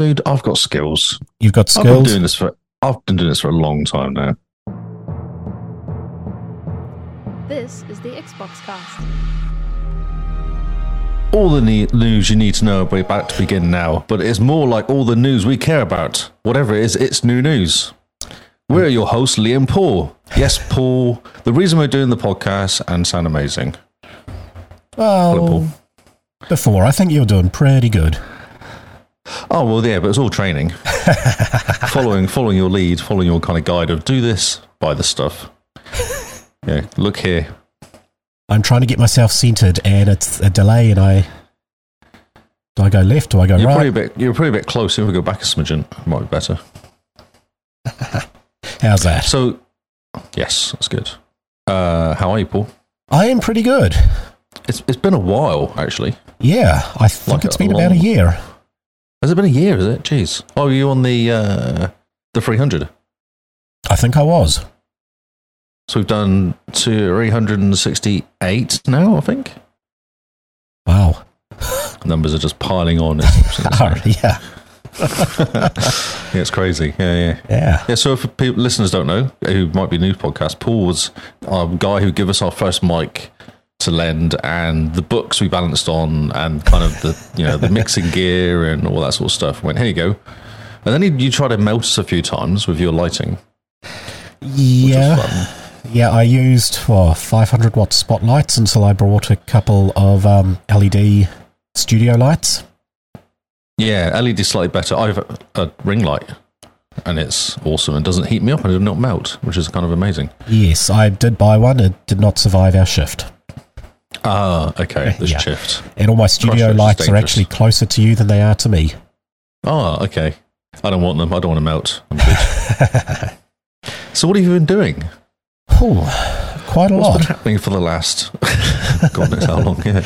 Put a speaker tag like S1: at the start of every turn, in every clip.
S1: Dude, I've got skills.
S2: You've got
S1: I've been
S2: skills.
S1: doing this for I've been doing this for a long time now.
S3: This is the Xbox Cast.
S1: All the ne- news you need to know we're about to begin now, but it's more like all the news we care about. Whatever it is, it's new news. We're your host, Liam Paul. Yes, Paul. The reason we're doing the podcast and sound amazing.
S2: well, before I think you're doing pretty good.
S1: Oh well, yeah, but it's all training. following, following your lead, following your kind of guide of do this, buy the stuff. Yeah, look here.
S2: I'm trying to get myself centered, and it's a delay. And I do I go left? Do I go
S1: You're probably
S2: right?
S1: a bit. You're probably a bit close. If we go back a smidgen, it might be better.
S2: How's that?
S1: So, yes, that's good. Uh, how are you, Paul?
S2: I am pretty good.
S1: It's it's been a while, actually.
S2: Yeah, I think
S1: Like
S2: it's
S1: a
S2: been about a
S1: long-
S2: year.
S1: Has it been a year? Is it? Jeez. Oh, are you on the uh, the three hundred?
S2: I think I was.
S1: So we've done three hundred and sixty-eight now, I think.
S2: Wow.
S1: Numbers are just piling on. It's,
S2: yeah,
S1: yeah, it's crazy. Yeah, yeah.
S2: yeah.
S1: Yeah, so if people, listeners don't know, who might be new to podcast, Paul was our guy who gave us our first mic to lend and the books we balanced on and kind of the you know the mixing gear and all that sort of stuff. Went here you go, and then he, you tried to melt us a few times with your lighting, which was
S2: Yeah,
S1: fun.
S2: yeah. I used for 500 watt spotlights until I brought a couple of um, LED studio lights.
S1: Yeah, LED slightly better. I have a, a ring light, and it's awesome and doesn't heat me up and it does not melt, which is kind of amazing.
S2: Yes, I did buy one. It did not survive our shift.
S1: Ah, okay, this
S2: Yeah.
S1: shift.
S2: And all my studio
S1: Christchurch is
S2: lights are
S1: dangerous.
S2: actually closer to you than they are to me.
S1: Ah, okay. I don't want them. I don't want to melt. I'm good. so, what have you been doing?
S2: Ooh, quite
S1: What's
S2: a
S1: been
S2: lot.
S1: happening for the last God knows how long? Yeah.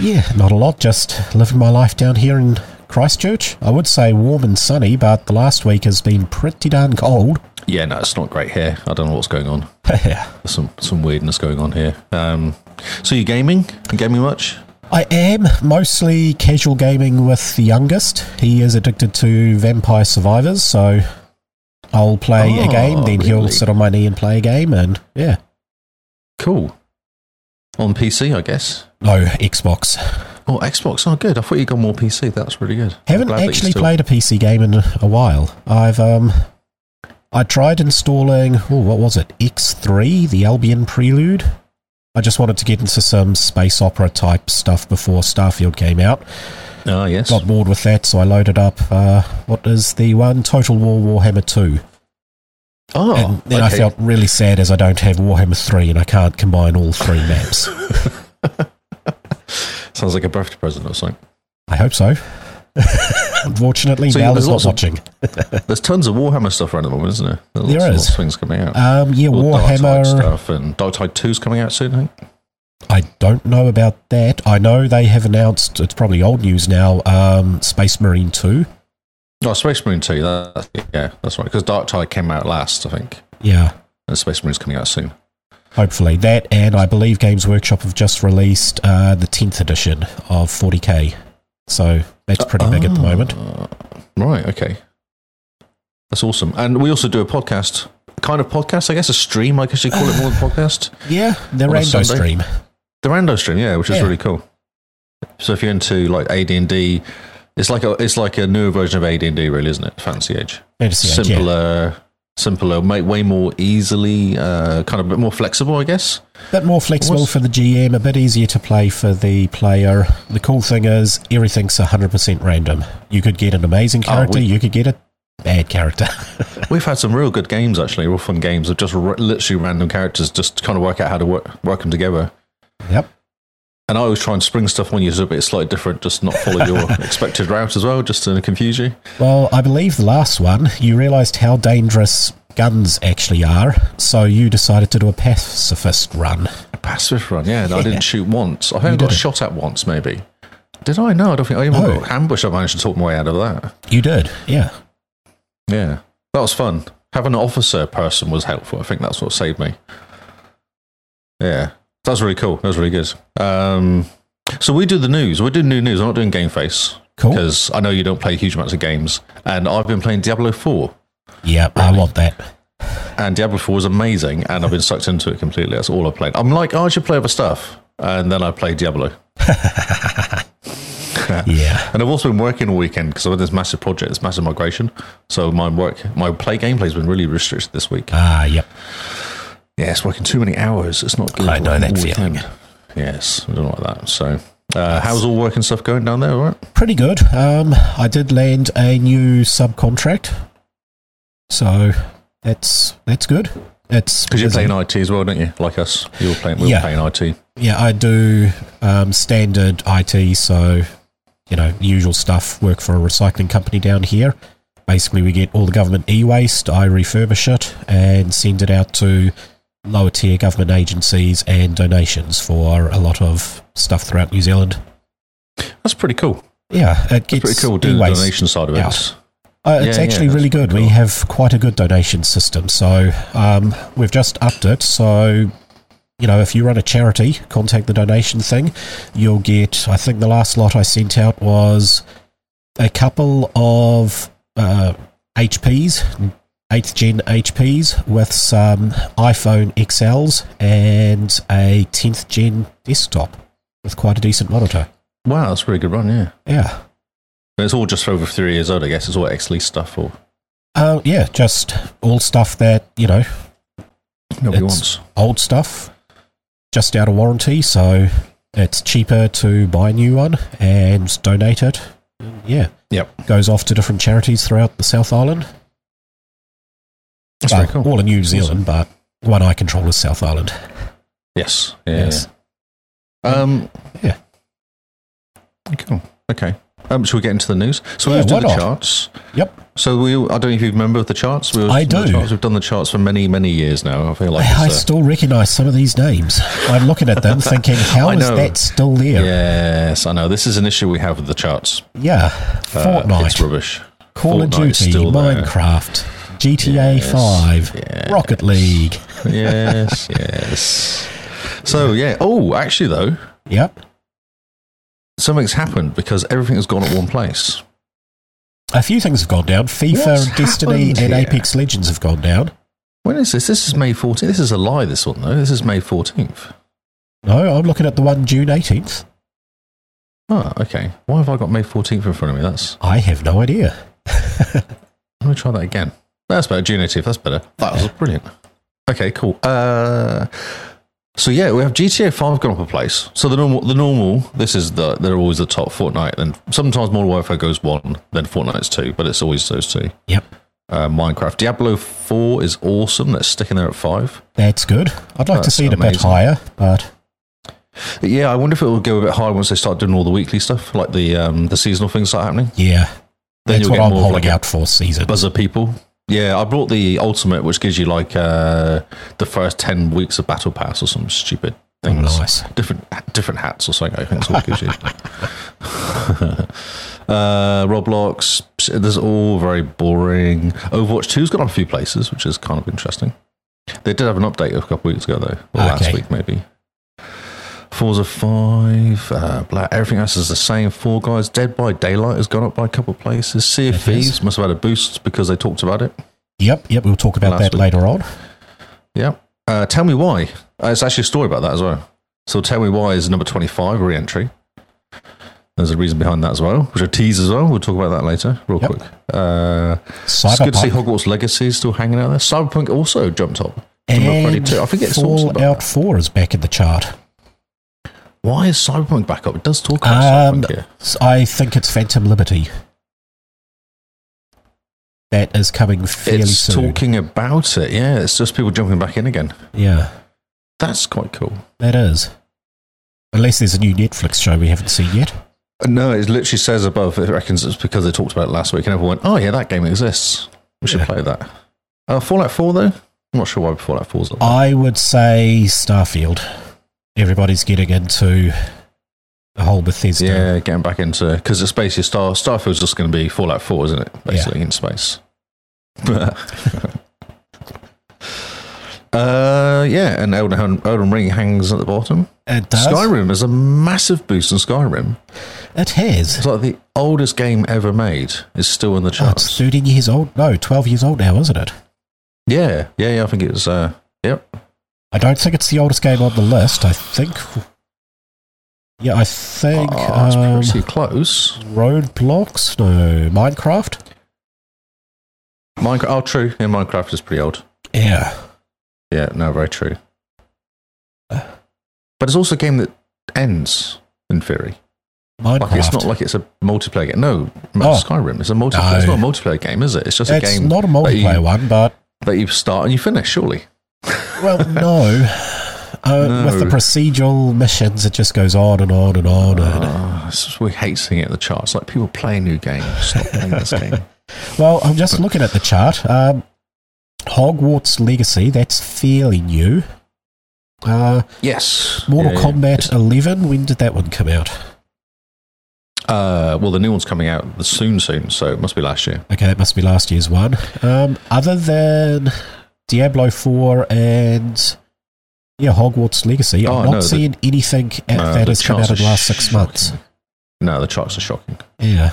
S2: Yeah, not a lot. Just living my life down here in Christchurch. I would say warm and sunny, but the last week has been pretty darn cold.
S1: yeah, no, it's not great here. I don't know what's going on. There's some some weirdness going on here. Um, so, you gaming? You gaming much?
S2: I am mostly casual gaming with the youngest. He is addicted to Vampire Survivors, so I'll play a
S1: Oh,
S2: game, then he'll
S1: really?
S2: sit on my knee and play a game, and yeah.
S1: Cool. On PC, I guess.
S2: No, Xbox.
S1: Oh, Xbox. Oh, good. I thought you got more PC. That's really good. I'm
S2: Haven't
S1: glad that you
S2: actually
S1: still-
S2: played a PC game in a while. I've um, I tried installing. Oh, what was it? X three, the Albion Prelude. I just wanted to get into some space opera type stuff before Starfield came out.
S1: Ah, yes.
S2: Got bored with that, so I loaded up. Uh, what is the one? Total War Warhammer two.
S1: Oh,
S2: and then I
S1: okay.
S2: felt really sad as I don't have Warhammer three, and I can't combine all three maps.
S1: sounds like a birthday present or something.
S2: I hope so. Unfortunately,
S1: So, yeah,
S2: Val
S1: there's
S2: is
S1: lots
S2: not
S1: of-
S2: watching.
S1: There's tons of Warhammer stuff around at the moment, isn't there? There's
S2: There
S1: lots,
S2: is.
S1: Lots of things coming out.
S2: Um, yeah,
S1: Or Dark Tide
S2: Warhammer.
S1: stuff and Dark Tide 2's coming out soon, I think.
S2: I don't know about that. I know they have announced it's probably old news now. Um, Space Marine Two.
S1: Oh, Space Marine 2, that, yeah, that's right. Because Dark Tide came out last, I think.
S2: Yeah,
S1: And Space Marine's coming out soon.
S2: hopefully that. And I believe Games Workshop have just released uh, the tenth edition of 40k. So that's pretty big at the moment.
S1: Ah, Right, okay. That's awesome. And we also do a podcast, kind of podcast, I guess, a stream, I guess you call it more than podcast.
S2: Yeah, the
S1: On a Sunday?
S2: Rando stream.
S1: The Rando stream, yeah, which is
S2: Yeah.
S1: really cool. So if you're into like AD&D, it's like a it's like a newer version of AD&D, really, isn't it? Fantasy Age.
S2: Fantasy Age, yeah.
S1: simpler, simpler, make way more easily, uh, kind of a bit more flexible, I guess.
S2: bit more flexible
S1: What's-
S2: for the GM, a bit easier to play for the player. The cool thing is everything's 100% random. You could get an amazing
S1: Oh, we-
S2: character, you could get a bad character.
S1: We've had some real good games, actually, real fun games of just r- literally random characters, just to kind of work out how to work, work them together.
S2: yep.
S1: And I always try and spring stuff on you so a bit slightly different, just not follow your expected route as well, just to confuse you.
S2: Well, I believe the last one, you realised how dangerous guns actually are, so you decided to do a pacifist run.
S1: A pacifist run, yeah. No, I didn't shoot once. I think I got
S2: didn't.
S1: shot at once, maybe. Did I? No, I don't think I even
S2: No.
S1: got ambushed. I managed to talk my way out of that.
S2: You did, yeah.
S1: Yeah, that was fun. Having an officer person was helpful. I think that's what saved me. Yeah, that was really cool. That was really good. Um, so we do the news. We do new news. I'm not doing Game Face.
S2: Cool.
S1: because I know you don't play huge amounts of games, and I've been playing Diablo 4,
S2: Yeah, I want that.
S1: and Diablo 4 was amazing, and I've been sucked into it completely. That's all I've played. I'm like, oh, I should play other stuff, and then I play Diablo.
S2: Yeah.
S1: And I've also been working all weekend because I've had this massive project, this massive migration. So my work, my play gameplay has been really restricted this week.
S2: Ah, yep.
S1: Yeah, it's working too many hours. It's not good.
S2: I know that
S1: All the
S2: feeling.
S1: time. Yes, I don't like that. So, uh, how's all work and stuff going down there? All right.
S2: Pretty good. Um, I did land a new subcontract, so that's that's good. It's
S1: Because you're playing IT as well, don't you? Like us, you were playing. We
S2: Yeah.
S1: were playing IT.
S2: Yeah, I do um, standard IT, so you know, usual stuff. Work for a recycling company down here. Basically, we get all the government e-waste. I refurbish it and send it out to lower tier government agencies and donations for a lot of stuff throughout New Zealand.
S1: That's pretty cool.
S2: Yeah, it
S1: That's
S2: gets
S1: pretty cool doing the
S2: e-waste
S1: donation side of it.
S2: out. Uh, it's
S1: Yeah, yeah,
S2: actually
S1: that's
S2: really good. We
S1: cool.
S2: have quite a good donation system. So um, we've just upped it. So, you know, if you run a charity, contact the donation thing. You'll get, I think the last lot I sent out was a couple of uh, HPs, 8th gen HPs, with some iPhone XLs and a 10th gen desktop with quite a decent monitor.
S1: Wow, that's a really good run. Yeah,
S2: Yeah.
S1: but it's all just for over three years old, I guess. It's all ex lease stuff or
S2: Uh, yeah, just all stuff that, you know,
S1: nobody
S2: It's-
S1: wants.
S2: old stuff just out of warranty, so it's cheaper to buy a new one and donate it. Yeah,
S1: Yep,
S2: goes off to different charities throughout the South Island.
S1: that's
S2: Well,
S1: very cool.
S2: All in New Zealand, but one I control is South Island.
S1: Yes. Yeah,
S2: Yes.
S1: yeah. Um.
S2: Yeah.
S1: Cool. Okay. Um. Should we get into the news? So we
S2: Yeah,
S1: always do
S2: why
S1: the
S2: not?
S1: charts.
S2: Yep.
S1: So we, I don't know if you remember the charts. We always
S2: I
S1: the
S2: do.
S1: charts. We've done the charts for many, many years now. I feel like
S2: I
S1: it's, uh,
S2: still recognise some of these names. I'm looking at them thinking, how
S1: I
S2: is
S1: know.
S2: that still there?
S1: Yes, I know. This is an issue we have with the charts.
S2: Yeah.
S1: Uh, It's
S2: Fortnite,
S1: rubbish.
S2: Call of
S1: Fortnite's
S2: Duty,
S1: still there.
S2: Minecraft, GTA
S1: Yes,
S2: 5, Rocket League.
S1: yes, yes. So yeah. Oh, actually though,
S2: Yep.
S1: something's happened because everything has gone at one place.
S2: A few things have gone down. FIFA
S1: What's
S2: and Destiny
S1: happened
S2: and
S1: here?
S2: Apex Legends have gone down.
S1: When is this? This is May 14th. This is a lie, this one, though. This is May 14th.
S2: No, I'm looking at the one June 18th.
S1: Oh, okay. Why have I got May 14th in front of me? That's.
S2: I have no idea.
S1: Let me try that again. That's better. June 18th. That's better. That was brilliant. Okay, cool. Uh, so, yeah, we have GTA 5 gone up a place. So, the normal, the normal this is the, they're always the top Fortnite. And sometimes Modern Warfare goes one, then Fortnite's two, but it's always those two.
S2: Yep.
S1: Uh, Minecraft. Diablo 4 is awesome. That's sticking there at five.
S2: That's good. I'd like to
S1: That's
S2: see it a bit
S1: amazing.
S2: higher, but
S1: Yeah, I wonder if it will go a bit higher once they start doing all the weekly stuff, like the um, the seasonal things start happening.
S2: yeah.
S1: Then
S2: That's
S1: you'll
S2: what
S1: get
S2: I'm
S1: more of
S2: holding
S1: like a
S2: out for season.
S1: Buzz of people. Yeah, I brought the ultimate, which gives you like uh, the first ten weeks of battle pass or some stupid
S2: Oh,
S1: things.
S2: nice.
S1: Different different hats or something. I think that's all it gives you. uh, Roblox. There's all very boring. Overwatch Two's gone on a few places, which is kind of interesting. They did have an update a couple weeks ago, though, or last
S2: Okay.
S1: week maybe. Fours of five, uh, black, everything else is the same. Four guys, Dead by Daylight has gone up by a couple of places. Sea of
S2: It is.
S1: Thieves must have had a boost because they talked about it.
S2: Yep, yep. We'll talk about
S1: Last
S2: that
S1: week.
S2: later on.
S1: Yeah. Uh, tell me why. Uh, it's actually a story about that as well. So tell me why is number twenty-five re-entry. There's a reason behind that as well, which I tease as well. We'll talk about that later, real
S2: Yep.
S1: quick. Uh, it's good to see
S2: Cyberpunk
S1: Hogwarts Legacy is still hanging out there. Cyberpunk also jumped up. to number
S2: and
S1: 22. I think it's talks about
S2: Fallout 4 is back in the chart.
S1: Why is Cyberpunk back up? It does talk about
S2: Um,
S1: Cyberpunk here.
S2: s- I think it's Phantom Liberty. That is coming fairly
S1: It's
S2: soon.
S1: talking about it. Yeah, it's just people jumping back in again.
S2: Yeah,
S1: That's quite cool.
S2: that is. Unless there's a new Netflix show we haven't seen yet.
S1: Uh, No, it literally says above. It reckons it's because they talked about it last week, and everyone went, "Oh yeah, that game exists. We should
S2: Yeah.
S1: play that." Uh, Fallout Four though, I'm not sure why Fallout Four's up. there.
S2: I would say Starfield. Everybody's getting into the whole Bethesda.
S1: yeah, getting back into because the space is Star Starfield's just going to be Fallout Four, isn't it? Basically in space. uh, yeah, and Elden, Elden Ring hangs at the bottom.
S2: It does.
S1: Skyrim is a massive boost in Skyrim.
S2: It has.
S1: It's like the oldest game ever made is still in the
S2: Oh, it's
S1: charts.
S2: 13 years old. No, 12 years old now, isn't it?
S1: yeah, yeah, yeah. I think it's uh, yep.
S2: I don't think it's the oldest game on the list. I think. Yeah, I think.
S1: Ah, it's
S2: um,
S1: pretty close.
S2: Roadblocks? No. Minecraft?
S1: Minecraft. Oh, true. Yeah, Minecraft is pretty old.
S2: Yeah.
S1: Yeah, no, very true. But it's also a game that ends in theory.
S2: Minecraft. Oh.
S1: Like it's not like it's a multiplayer game. No, Skyrim. It's a multiplayer. It's
S2: No.
S1: not a multiplayer game, is it? It's just a
S2: it's
S1: game
S2: not a
S1: that you-
S2: multiplayer one, but
S1: that you start and you finish. Surely.
S2: well, no. Uh, With the
S1: No.
S2: procedural missions, it just goes on and on and on. And,
S1: Ah, it's just- we hate seeing it in the charts. Like people play new games. Stop playing this game.
S2: well, I'm just looking at the chart. Um, Hogwarts Legacy, that's fairly new. Uh,
S1: Yes.
S2: Mortal
S1: Yeah, yeah.
S2: Kombat 11, when did that one come out?
S1: Uh, well, the new one's coming out soon, soon. So it must be last year.
S2: Okay, that must be last year's one. Um, other than Diablo 4 and yeah, Hogwarts Legacy,
S1: Oh,
S2: I'm not
S1: no, the-
S2: seeing anything at
S1: No,
S2: that
S1: Uh, the
S2: has come out
S1: charts
S2: in the
S1: are
S2: last six months.
S1: shocking. No, the charts are shocking.
S2: Yeah.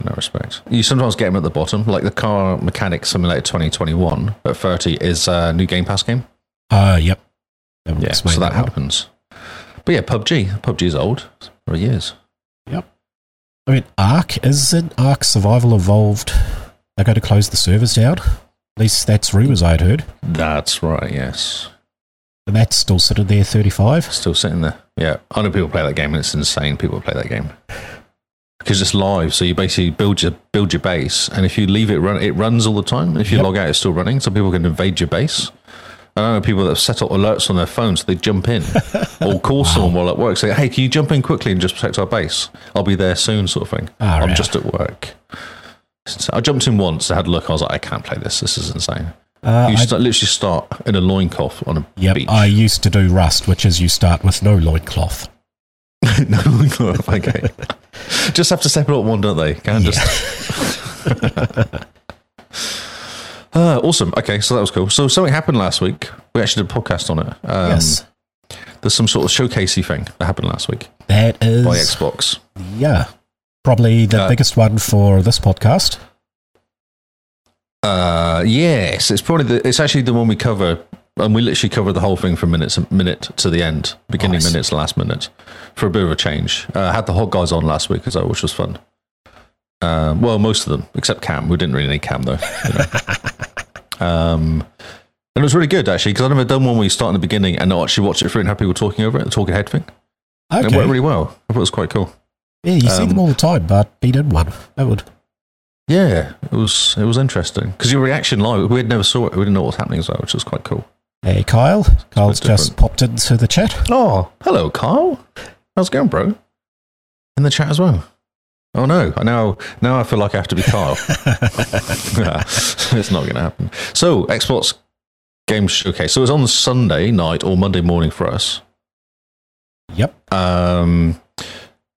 S1: in that respect. You sometimes get them at the bottom, like the Car Mechanic Simulator 2021 at 30 is a new Game Pass game.
S2: Uh, yep. That would explain
S1: so that
S2: one.
S1: happens. But yeah, PUBG. PUBG is old for years.
S2: I mean, Ark isn't Ark Survival Evolved. They're going to close the servers down. At least that's rumors I'd heard.
S1: That's right, yes.
S2: And that's still sitting there, 35.
S1: Still sitting there. Yeah, I know people play that game and it's insane people play that game. Because it's live, so you basically build your build your base, and if you leave it run, it runs all the time. If you
S2: Yep.
S1: log out, it's still running, so people can invade your base. And I know people that have set up alerts on their phone, so they jump in or call someone while at work, say, "Hey, can you jump in quickly and just protect our base? I'll be there soon," sort of thing.
S2: Ah,
S1: I'm
S2: right.
S1: just at work. So I jumped in once. I had a look. I was like, "I can't play this. This is insane."
S2: Uh,
S1: you
S2: I-
S1: start, literally start in a loincloth on a
S2: yep,
S1: beach.
S2: I used to do Rust, which is you start with no loincloth.
S1: no loincloth. Okay. just have to step it up one, don't they? Can just. Ah, awesome. Okay, so that was cool. So something happened last week. We actually did a podcast on it. Um,
S2: yes.
S1: There's some sort of showcasey thing that happened last week
S2: That is.
S1: by Xbox.
S2: Yeah. Probably the
S1: Uh,
S2: biggest one for this podcast.
S1: Uh, yes, it's probably the, it's actually the one we cover, and we literally cover the whole thing from minutes minute to the end, beginning
S2: Nice.
S1: minutes, last minute, for a bit of a change. Uh, I had the hot guys on last week as well, which was fun. Um, well, most of them, except Cam. We didn't really need Cam though. you know. um, and it was really good actually because I've never done one where you start in the beginning and not actually watch it through and have people talking over it, the talking head thing. And
S2: Okay.
S1: It worked really well. I thought it was quite cool.
S2: yeah, you see them
S1: um,
S2: all the time, but be in one. That would.
S1: Yeah, it was it was interesting because your reaction live we had never saw it. We didn't know what was happening as well, which was quite cool.
S2: Hey, Kyle. Kyle's
S1: different.
S2: just popped into the chat.
S1: Oh, hello, Kyle. How's it going, bro? In the chat as well. Oh no! I now now I feel like I have to be Kyle. it's not going to happen. So Xbox Game Showcase. So it's on Sunday night or Monday morning for us.
S2: Yep.
S1: Um,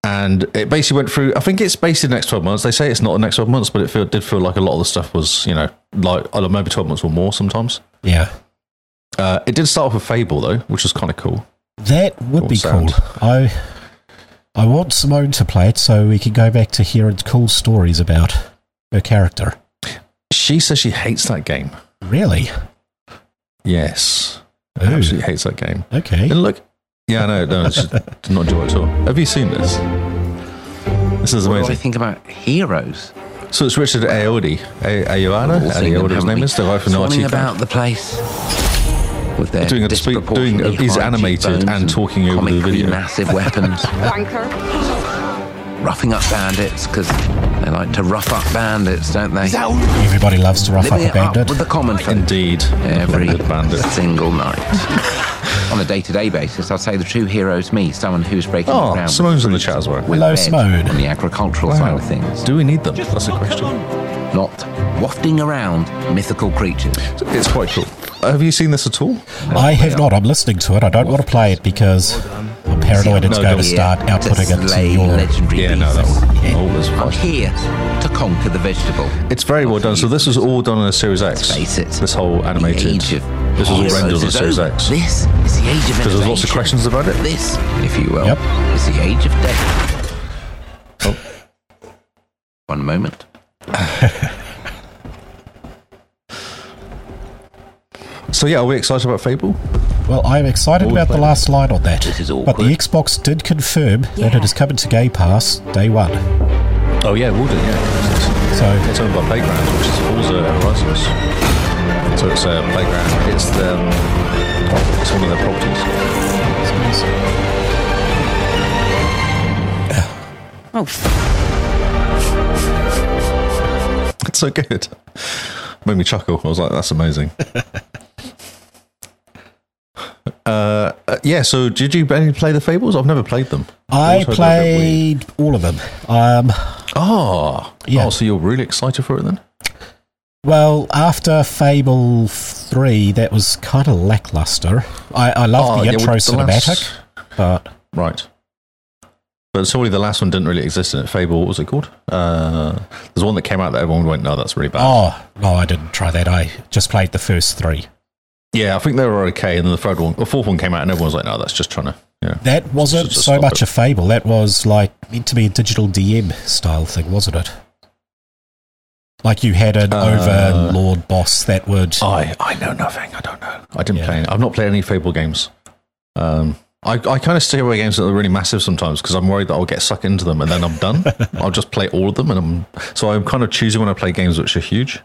S1: and it basically went through. I think it's based in the next twelve months. They say it's not the next twelve months, but it feel, did feel like a lot of the stuff was, you know, like I don't know, maybe twelve months or more sometimes.
S2: Yeah.
S1: Uh, it did start off with Fable though, which was kind of cool.
S2: That would
S1: Cool
S2: be
S1: sound.
S2: cool. I I want Simone to play it so we can go back to hearing cool stories about her character.
S1: She says she hates that game.
S2: Really?
S1: Yes. I
S2: Ooh.
S1: Absolutely hates that game.
S2: Okay.
S1: And look, yeah, I know, no, it's just did not enjoy it at all. Have you seen this? This is
S4: What do I
S1: amazing.
S4: think about heroes?
S1: So it's Richard Aoudi, A- Aoana,
S4: We've all
S1: Aoudi,
S4: seen them,
S1: whatever his
S4: haven't
S1: name
S4: we?
S1: is, the wife of
S4: Fawning
S1: Naughty.
S4: about the place with their
S1: Doing a speak- doing-
S4: disproportionately
S1: he's
S4: high
S1: animated
S4: cheekbones
S1: and talking over the
S4: comically
S1: video.
S4: Massive weapons,
S3: Wanker.
S4: roughing up bandits because they like to rough up bandits, don't they?
S2: Everybody loves to rough up
S4: Living
S2: a
S4: it up
S2: bandit.
S4: with the common folk
S1: Indeed.
S4: every
S1: Good bandit.
S4: single night. On a day-to-day basis, I'd say the true hero is me, someone who's breaking the
S1: Oh,
S4: ground.
S1: Simone's in the chat as well.
S4: with
S2: Hello,
S4: red
S2: Simone.
S4: On the agricultural side of things,
S1: Do we need them? That's the question.
S4: not wafting around mythical creatures.
S1: It's quite cool. Have you seen this at all?
S2: I have not. I'm listening to it. I don't want to play it because I'm paranoid it's
S1: No,
S2: going
S1: don't.
S2: to start
S4: Here
S2: outputting it to
S4: slay
S2: your.
S4: legendary
S1: Yeah, no, that one.
S4: beasts.
S1: Oh, that's
S4: I'm
S1: fine.
S4: here to conquer the vegetable.
S1: It's very well done. So this was all done on a Series X.
S4: Face it.
S1: This whole
S4: The
S1: animated.
S4: age of
S1: This was all
S4: heroes
S1: rendered on a
S4: is
S1: Series
S4: over.
S1: X.
S4: This is the age of innovation.
S1: Because there's lots of questions about it.
S4: This, if you will,
S2: Yep.
S4: is the age of death.
S1: Oh.
S4: One moment.
S1: So yeah, are we excited about Fable?
S2: Well, I am excited about the last line on that.
S4: This is
S2: But the
S4: awkward.
S2: Xbox did confirm that
S5: Yeah.
S2: it is coming to Game Pass day one.
S1: Oh yeah, we'll do. Yeah,
S2: So,
S1: it's owned by Playground, which is Forza Horizons. So it's uh, Playground. It's the um, it's one of their properties.
S5: Oh, f-
S1: It's so good. Made me chuckle. I was like, that's amazing. uh, uh, yeah. So did you any play the Fables? I've never played them.
S2: I
S1: Also, they're a bit weird.
S2: played all of them. Um,
S1: Oh,
S2: Yeah.
S1: Oh, so you're really excited for it then?
S2: well, after Fable 3, that was kind of lackluster. I, I
S1: Oh,
S2: love the
S1: yeah,
S2: intro
S1: well, the
S2: cinematic,
S1: last-
S2: but
S1: Right. But surely the last one didn't really exist in it. Fable, what was it called? Uh, there's one that came out that everyone went, no, that's really bad.
S2: oh, no, I didn't try that. I just played the first three.
S1: Yeah, I think they were okay. And then the third one, the fourth one came out and everyone was like, no, that's just trying to, you know.
S2: That wasn't
S1: Just- just
S2: so
S1: stop
S2: much
S1: it.
S2: a fable. That was like meant to be a digital DM style thing, wasn't it? Like you had an
S1: Uh, oh.
S2: overlord boss that would.
S1: I, I know nothing. I don't know. I didn't
S2: Yeah.
S1: play any. I've not played any Fable games. Um, I, I kind of stay away games that are really massive sometimes because I'm worried that I'll get sucked into them and then I'm done. I'll just play all of them. And I'm, so I'm kind of choosing when I play games which are huge.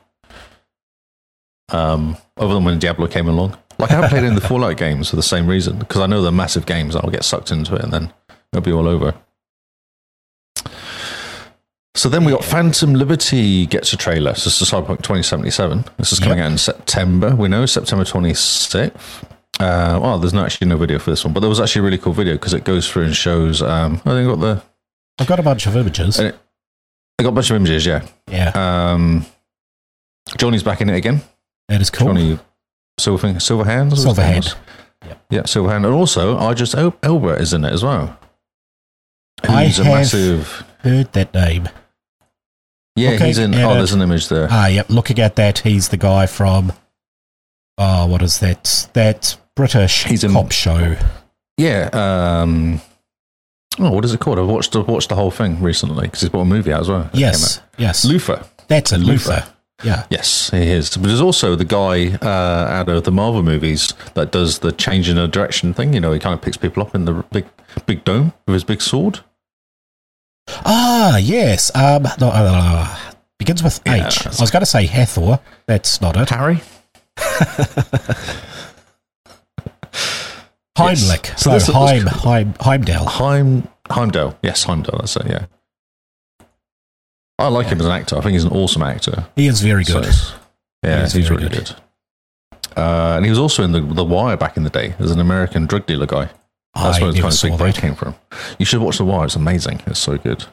S1: Um, other than when Diablo came along. Like I haven't played any of the Fallout games for the same reason because I know they're massive games. I'll get sucked into it and then it'll be all over. So then we got Phantom Liberty gets a trailer. So this is Cyberpunk 2077. This is coming
S2: Yep.
S1: out in September. We know September 26th. Uh, well, there's not actually no video for this one, but there was actually a really cool video because it goes through and shows. Um, I think got the
S2: I've got a bunch of images.
S1: Uh, I got a bunch of images. Yeah,
S2: yeah,
S1: um, Johnny's back in it again.
S2: that is cool.
S1: Johnny Silver Silverhand. is that what his name
S2: Silverhand.
S1: was? Yeah, Silverhand, and also I just El- Elba is in it as well.
S2: I
S1: Who's a
S2: have-
S1: massive?
S2: Heard that name.
S1: Yeah,
S2: Okay,
S1: he's in.
S2: yeah,
S1: Oh,
S2: that-
S1: there's an image there.
S2: Ah, yep. Looking at that, he's the guy from. Oh, what is that? That British
S1: He's in-
S2: cop show.
S1: Yeah. Um, oh, what is it called? I watched I watched the whole thing recently because he's brought a movie out as well. that
S2: Yes,
S1: came
S2: yes.
S1: out. Luther.
S2: That's a
S1: Luther.
S2: Luther. Yeah.
S1: Yes, he is. But there's also the guy uh, out of the Marvel movies that does the change in a direction thing. You know, he kind of picks people up in the big big dome with his big sword.
S2: Ah, yes. Um, no, no, no, no. begins with
S1: Yeah,
S2: H. I
S1: that's-
S2: was going to say Hathor. That's not it.
S1: Harry.
S2: Heimlich.
S1: Yes. So
S2: So
S1: this-
S2: Heim, Heim, Heimdall.
S1: Heim Heimdall. Yes, Heimdall. That's it. Yeah. I like him as an actor. I think he's an awesome actor.
S2: He is very
S1: So
S2: good.
S1: it's- yeah,
S2: He is
S1: he's
S2: very
S1: really
S2: good.
S1: good. Uh, and he was also in the the Wire back in the day as an American drug dealer guy. That's
S2: I
S1: where the
S2: never
S1: kind of
S2: saw
S1: big break
S2: that.
S1: came from. You should watch The Wire. It's amazing. It's so good.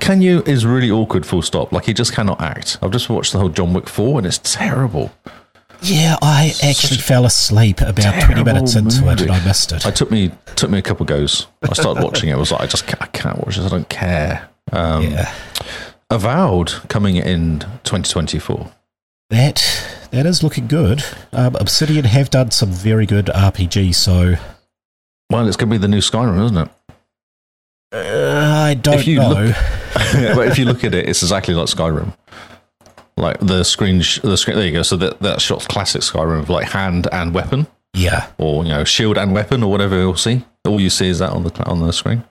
S1: Can you is really awkward. Full stop. Like he just cannot act. I've just watched the whole John Wick four, and it's terrible.
S2: Yeah, I actually
S1: a
S2: fell asleep about 20 minutes
S1: terrible
S2: into it and
S1: movie.
S2: I missed it.
S1: I took me took me a couple goes. I started watching it. I was like, I just ca- I can't watch this. I don't care. Um,
S2: yeah.
S1: Avowed coming in 2024.
S2: That, that is looking good. Um, Obsidian have done some very good RPG, so
S1: Well, it's going to be the new Skyrim, isn't it?
S2: uh, I don't
S1: If you
S2: know.
S1: look- but if you look at it, it's exactly like Skyrim. Like the screen, sh- the screen. There you go. So that that shot's classic Skyrim of like hand and weapon,
S2: yeah.
S1: or you know, shield and weapon, or whatever you'll see. All you see is that on the on the screen.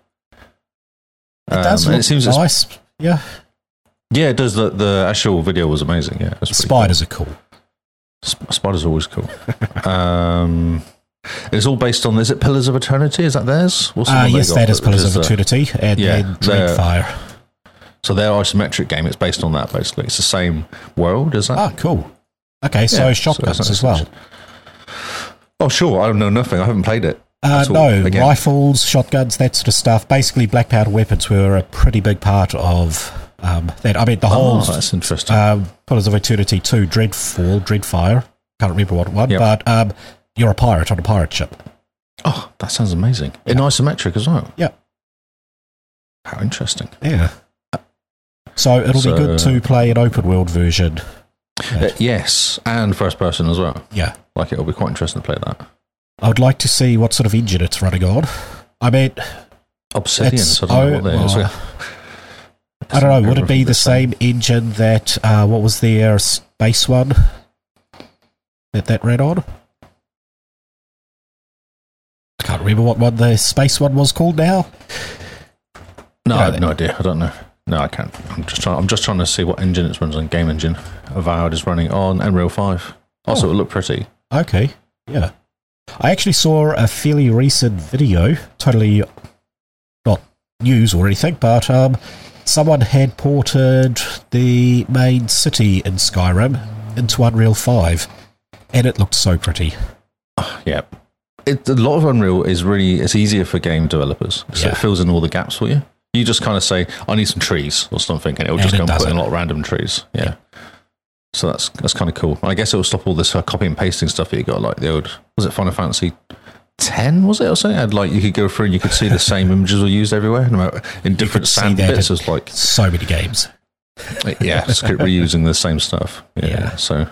S2: It does
S1: Um, and
S2: look
S1: it seems it's,
S2: nice. Yeah.
S1: yeah, it does. The, the actual video was amazing. Yeah, it was pretty cool.
S2: Spiders are cool.
S1: Sp- Spider's always cool. um, it's all based on is it Pillars of Eternity? Is that theirs? What's the
S2: Uh,
S1: one they
S2: yes,
S1: got?
S2: that is Pillars
S1: Which
S2: of
S1: the-
S2: Eternity and
S1: yeah,
S2: then
S1: they're-
S2: Dreadfire.
S1: so their isometric game. It's based on that basically. It's the same world, is that?
S2: Ah, cool. Okay,
S1: Yeah,
S2: so
S1: so
S2: shotguns
S1: it's not
S2: as well.
S1: essential. oh sure, I don't know nothing. I haven't played it.
S2: Uh,
S1: at all.
S2: no,
S1: Again.
S2: rifles, shotguns, that sort of stuff. Basically, black powder weapons were a pretty big part of um, that. I mean, the
S1: Oh,
S2: whole
S1: that's interesting.
S2: um, Pillars of Eternity 2, Dreadfall, Dreadfire, can't remember what one,
S1: Yep.
S2: but um, you're a pirate on a pirate ship.
S1: oh, that sounds amazing. In isometric as well.
S2: Yeah.
S1: How interesting.
S2: Yeah. So it'll
S1: So-
S2: be good to play an open world version.
S1: Uh, yes, and first person as well.
S2: Yeah.
S1: Like it'll be quite interesting to play that.
S2: I would like to see what sort of engine it's running on. I mean,
S1: Obsidian.
S2: it's
S1: so I don't know what
S2: oh,
S1: they- it's
S2: well,
S1: like-
S2: I don't know. Would it be the same engine that uh, what was their space one that that ran on? I can't remember what one the space one was called now.
S1: No,
S2: Yeah,
S1: I have
S2: they-
S1: no idea. I don't know. No, I can't. I'm just trying. I'm just trying to see what engine it runs on. Game Engine. Avowed is running on Unreal Five.
S2: Oh.
S1: Also, it looked pretty.
S2: Okay, yeah. I actually saw a fairly recent video, totally not news or anything, but um, someone had ported the main city in Skyrim into Unreal Five, and it looked so pretty.
S1: Yeah. It, a lot of Unreal is really it's easier for game developers. So
S2: Yeah.
S1: it fills in all the gaps for you. You just kind of say, "I need some trees" or something, and it'll
S2: And
S1: just
S2: it
S1: go and
S2: does
S1: put in a
S2: it.
S1: lot of random trees. Yeah. So that's that's kind of cool. I guess it'll stop all this uh, copy and pasting stuff that you got. Like the old was it Final Fantasy ten? Was it or something? And like you could go through and you could see the same images were used everywhere no, in different
S2: see
S1: sand
S2: that
S1: bits. It
S2: in-
S1: was like
S2: So many games.
S1: yeah, just keep reusing the same stuff. Yeah.
S2: Yeah.
S1: So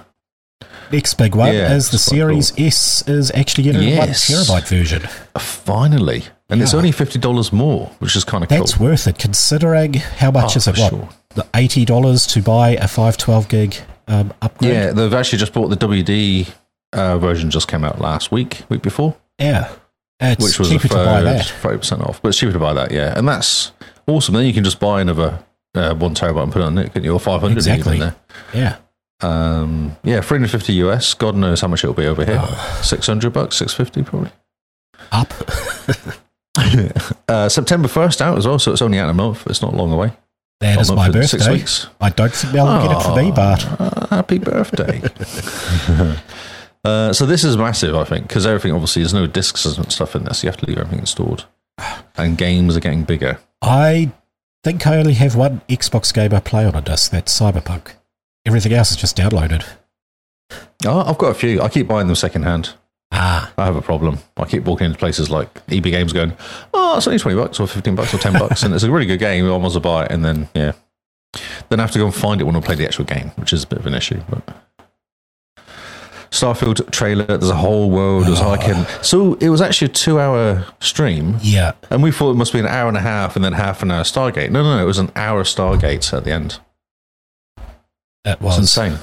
S2: Next big one
S1: Yeah,
S2: is the
S1: it's quite
S2: Series S is actually getting a one
S1: Yes.
S2: terabyte version.
S1: uh, finally, and it's
S2: Yeah.
S1: only fifty dollars more, which is kind of cool.
S2: That's worth it, considering how much
S1: Oh,
S2: is it?
S1: for
S2: What
S1: sure.
S2: the eighty dollars to buy a five twelve gig um, upgrade?
S1: Yeah, they've actually just bought the WD uh, version. Just came out last week, week before,
S2: Yeah. Uh, It's
S1: which was
S2: cheaper
S1: a
S2: to buy that.
S1: thirty percent off. But it's cheaper to buy that, yeah, and that's awesome. Then you can just buy another uh, one terabyte and put it on it, couldn't you? Or five hundred
S2: Exactly.
S1: even
S2: Yeah.
S1: there. Um, yeah, three hundred fifty US. God knows how much it'll be over here. Six hundred bucks, six fifty probably.
S2: Up.
S1: Uh, September first out as well, so it's only out in a month. It's not long away.
S2: That
S1: Not
S2: is
S1: much
S2: my
S1: for
S2: birthday.
S1: six weeks.
S2: I don't think they'll get it for me, but
S1: Ah, happy birthday. uh, so this is massive, I think, because everything obviously there's no discs and stuff in this. You have to leave everything stored, and games are getting bigger.
S2: I think I only have one Xbox game I play on a disc. That's Cyberpunk. Everything else is just downloaded.
S1: Oh, I've got a few. I keep buying them secondhand.
S2: Ah.
S1: I have a problem. I keep walking into places like EB Games, going, "Oh, it's only twenty bucks or fifteen bucks or ten bucks, and it's a really good game. I want to buy it." And then, yeah, then I have to go and find it when I play the actual game, which is a bit of an issue. But Starfield trailer, there's a whole world. There's I can. So it was actually a two-hour stream,
S2: Yeah.
S1: and we thought it must be an hour and a half, and then half an hour Stargate. No, no, no, it was an hour of Stargate at the end.
S2: It
S1: It's
S2: was.
S1: insane.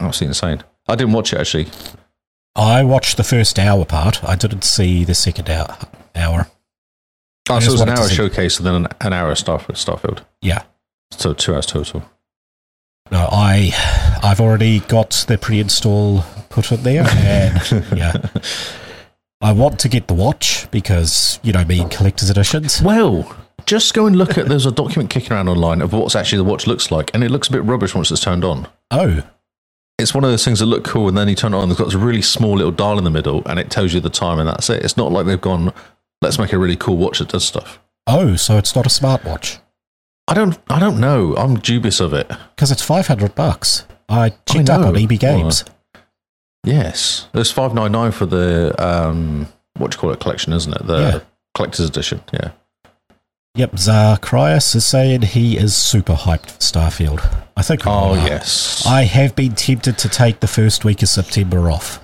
S1: Absolutely insane. I didn't watch it actually.
S2: I watched the first hour part. I didn't see the second hour. hour.
S1: Oh, so
S2: I
S1: it
S2: just
S1: was an
S2: wanted to
S1: hour
S2: see-
S1: showcase and then an, an hour of Starfield. Starfield.
S2: Yeah.
S1: So two hours total.
S2: No, I, I've already got the pre-install put in there, and yeah, I want to get the watch because you know me and collector's editions.
S1: Well, just go and look at. There's a document kicking around online of what's actually the watch looks like, and it looks a bit rubbish once it's turned on.
S2: Oh,
S1: It's one of those things that look cool, and then you turn it on. It's got this really small little dial in the middle, and it tells you the time, and that's it. It's not like they've gone. Let's make a really cool watch that does stuff.
S2: oh, so it's not a smartwatch
S1: I don't. I don't know. I'm dubious of it.
S2: because it's five hundred bucks. I checked up on
S1: know.
S2: EB Games.
S1: Yes, there's five nine nine for the um, what do you call it collection, isn't it? The
S2: Yeah.
S1: collector's edition. Yeah.
S2: Yep, Zacharias is saying he is super hyped for Starfield. I think. we
S1: Oh
S2: all are.
S1: yes.
S2: I have been tempted to take the first week of September off.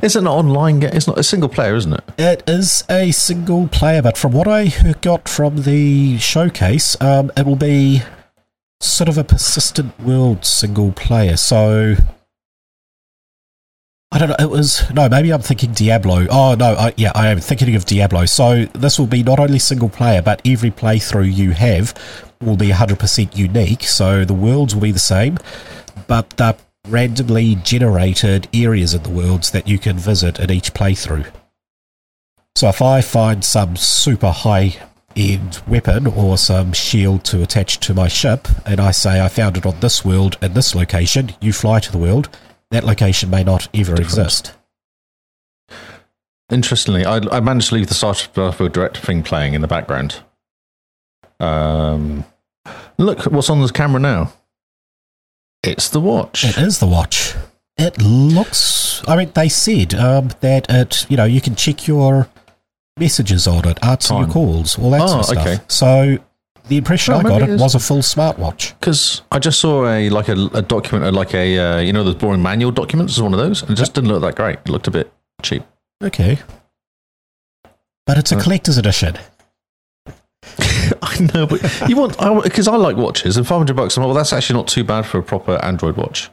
S1: It's an online game. It's not a single player, isn't it?
S2: It is a single player, but from what I got from the showcase, um, it will be sort of a persistent world single player. So I don't know. It was no, maybe I'm thinking Diablo. Oh no, I, yeah, I am thinking of Diablo. So this will be not only single player, but every playthrough you have will be 100% unique. So the worlds will be the same, but they're randomly generated areas in the worlds that you can visit in each playthrough. So if I find some super high end weapon or some shield to attach to my ship, and I say I found it on this world in this location, you fly to the world. That location may not ever exist.
S1: Interestingly, I, I managed to leave the Starfield Direct thing playing in the background. Um, look what's on this camera now. It's the watch.
S2: It is the watch. It looks. I mean, they said um, that it. You know, you can check your messages on it, answer
S1: Time.
S2: your calls, all that
S1: Oh,
S2: sort of stuff.
S1: okay.
S2: So the impression
S1: Oh,
S2: I got
S1: maybe it
S2: it
S1: is.
S2: was a full smartwatch.
S1: Because I just saw a like a, a document, uh, like a uh, you know those boring manual documents is one of those, and it just didn't look that great. It looked a bit cheap.
S2: Okay. But it's a
S1: Uh,
S2: collector's edition.
S1: I know, but you want because I, like watches, and five hundred bucks. I'm like, well, that's actually not too bad for a proper Android watch,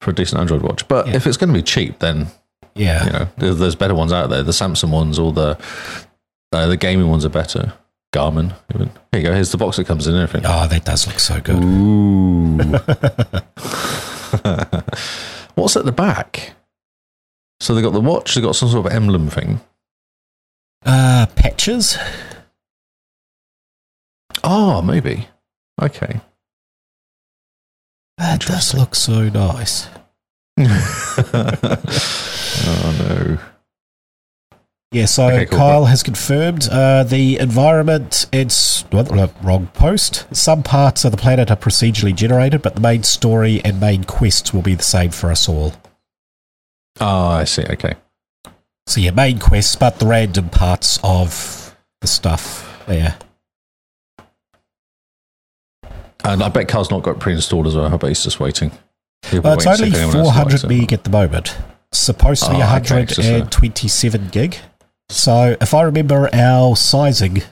S1: for a decent Android watch. But
S2: Yeah.
S1: if it's going to be cheap, then
S2: Yeah.
S1: you know there- there's better ones out there. The Samsung ones or the uh, the gaming ones are better. Garmin, even. Here you go. Here's the box that comes in. and Everything.
S2: Oh, that does look so good.
S1: Ooh. What's at the back? So they got the watch. They got some sort of emblem thing.
S2: Uh, patches?
S1: Oh, maybe. Okay.
S2: That does look so nice.
S1: oh
S2: Yeah, so
S1: Okay, cool.
S2: Kyle has confirmed uh, the environment. It's well, no, wrong post. Some parts of the planet are procedurally generated, but the main story and main quests will be the same for us all.
S1: no. Oh, I see. Okay.
S2: So yeah, main quests, but the random parts of the stuff there.
S1: And I bet Carl's not got it pre-installed as well. I bet he's just waiting. He'll
S2: Well, Uh, it's
S1: wait and see
S2: only
S1: if anyone else
S2: 400
S1: likes it.
S2: meg at the moment. Supposed to be
S1: Oh, okay, it's just a-
S2: 127 gig. So if I remember our sizing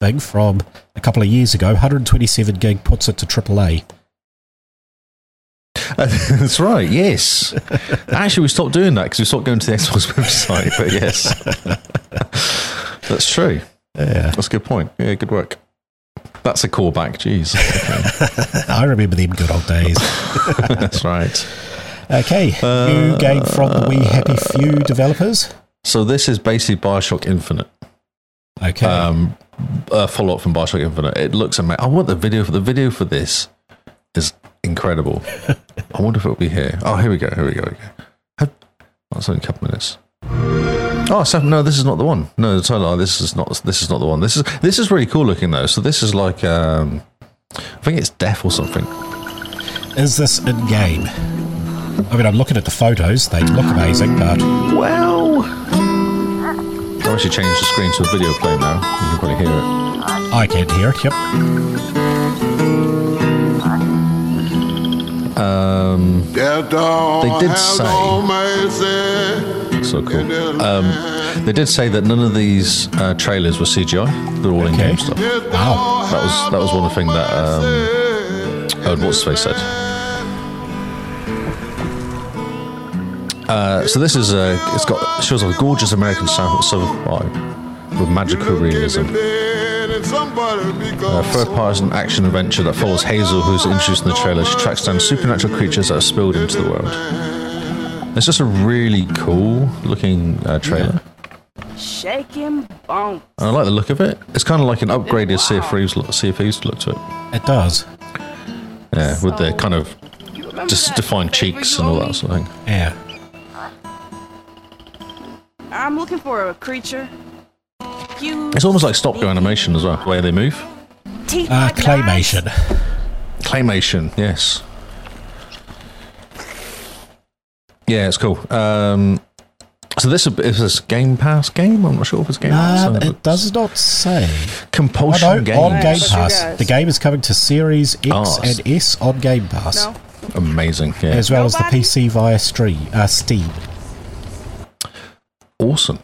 S2: thing from a couple of years ago, 127 gig puts it to AAA.
S1: That's right. Yes. Actually, we stopped doing that because we stopped going to the Xbox website. But yes, that's true.
S2: Yeah.
S1: That's a good point. Yeah, good work. That's a callback. Jeez.
S2: I remember them good old days.
S1: that's right.
S2: Okay, new game from the We Happy Few developers.
S1: So this is basically Bioshock Infinite.
S2: Okay.
S1: um, a follow up from Bioshock Infinite. It looks amazing. I want the video for the video for this is incredible. I wonder if it'll be here. Oh, here we go. Here we go. Here we go. Have- Oh, it's only a couple minutes. Oh, so, no, this is not the one. No, totally. oh, This is not. This is not the one. This is this is really cool looking though. So this is like um, I think it's deaf or something.
S2: Is this in game? I mean, I'm looking at the photos. They look amazing, but
S1: Well, I've actually changed the screen to a video play now. You can probably hear it.
S2: I can't hear it. Yep.
S1: Um,
S5: They
S1: did say- so cool. Um, They did say that none of these uh, trailers were CGI. They're all in game
S2: Okay.
S1: stuff.
S2: Wow.
S1: That was that was one thing that um, oh, what's face said. Uh, so this is a it's got it shows a gorgeous American sou- southern vibe oh, with magical realism. A third-person action adventure that follows Hazel, who's introduced in the trailer. She tracks down supernatural creatures that are spilled into the world. It's just a really cool looking uh, trailer.
S6: Shake him, bump.
S1: And I like the look of it. It's kind of like an upgraded Sea of Thieves look, sea of Thieves look to it.
S2: It does.
S1: Yeah, with the kind of
S6: You remember
S1: just
S6: that
S1: defined
S6: favor
S1: cheeks
S6: you
S1: and all
S6: owe
S1: that
S6: me?
S1: sort of thing.
S2: Yeah.
S6: I'm looking for a creature. Huge
S1: It's almost like stop-go animation as well, the way they move.
S6: teeth
S2: Uh,
S6: like knives.
S2: claymation.
S1: Claymation, yes. Yeah, it's cool. Um, so this is is this Game Pass game? I'm not sure if it's Game Pass.
S2: Um,
S1: It
S2: it does not say. Oh,
S1: Compulsion
S2: no, on
S1: games.
S2: Game
S6: But you
S2: Pass.
S6: guys-
S2: The game is coming to Series X
S1: Oh, it's-
S2: and S on Game Pass,
S6: No.
S1: Amazing. Yeah.
S2: as well as the
S6: Nobody?
S2: PC via stream, uh, Steam.
S1: awesome.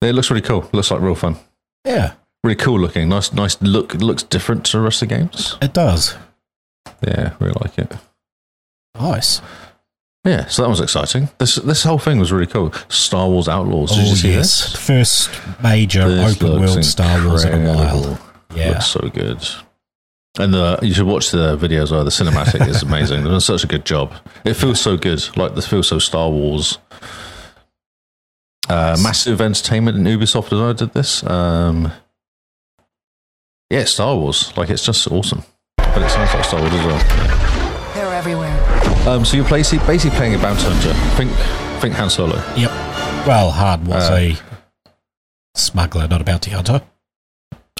S1: It looks really cool. Looks like real fun.
S2: Yeah,
S1: Really cool looking. Nice, nice look. It looks different to the rest of the games.
S2: it does.
S1: Yeah, really like it.
S2: Nice.
S1: Yeah, so that was exciting. This this whole thing was really cool. Star Wars Outlaws.
S2: Oh,
S1: Did you see this?
S2: First major
S1: This
S2: open world
S1: looks
S2: Star Wars in a
S1: incredible.
S2: while. Yeah.
S1: Looks so good. And the you should watch the videos. Oh, the cinematic is amazing. They've done such a good job. It feels so good. Like this feels so Star Wars. Uh, massive entertainment and Ubisoft as well did this. Um, yeah, Star Wars. Like it's just awesome. But it sounds like Star Wars as well.
S7: They're everywhere.
S1: Um, so you're basically, basically playing a bounty hunter. Think think Han Solo.
S2: Yep. Well, Han was
S1: Uh,
S2: a smuggler, not a bounty hunter.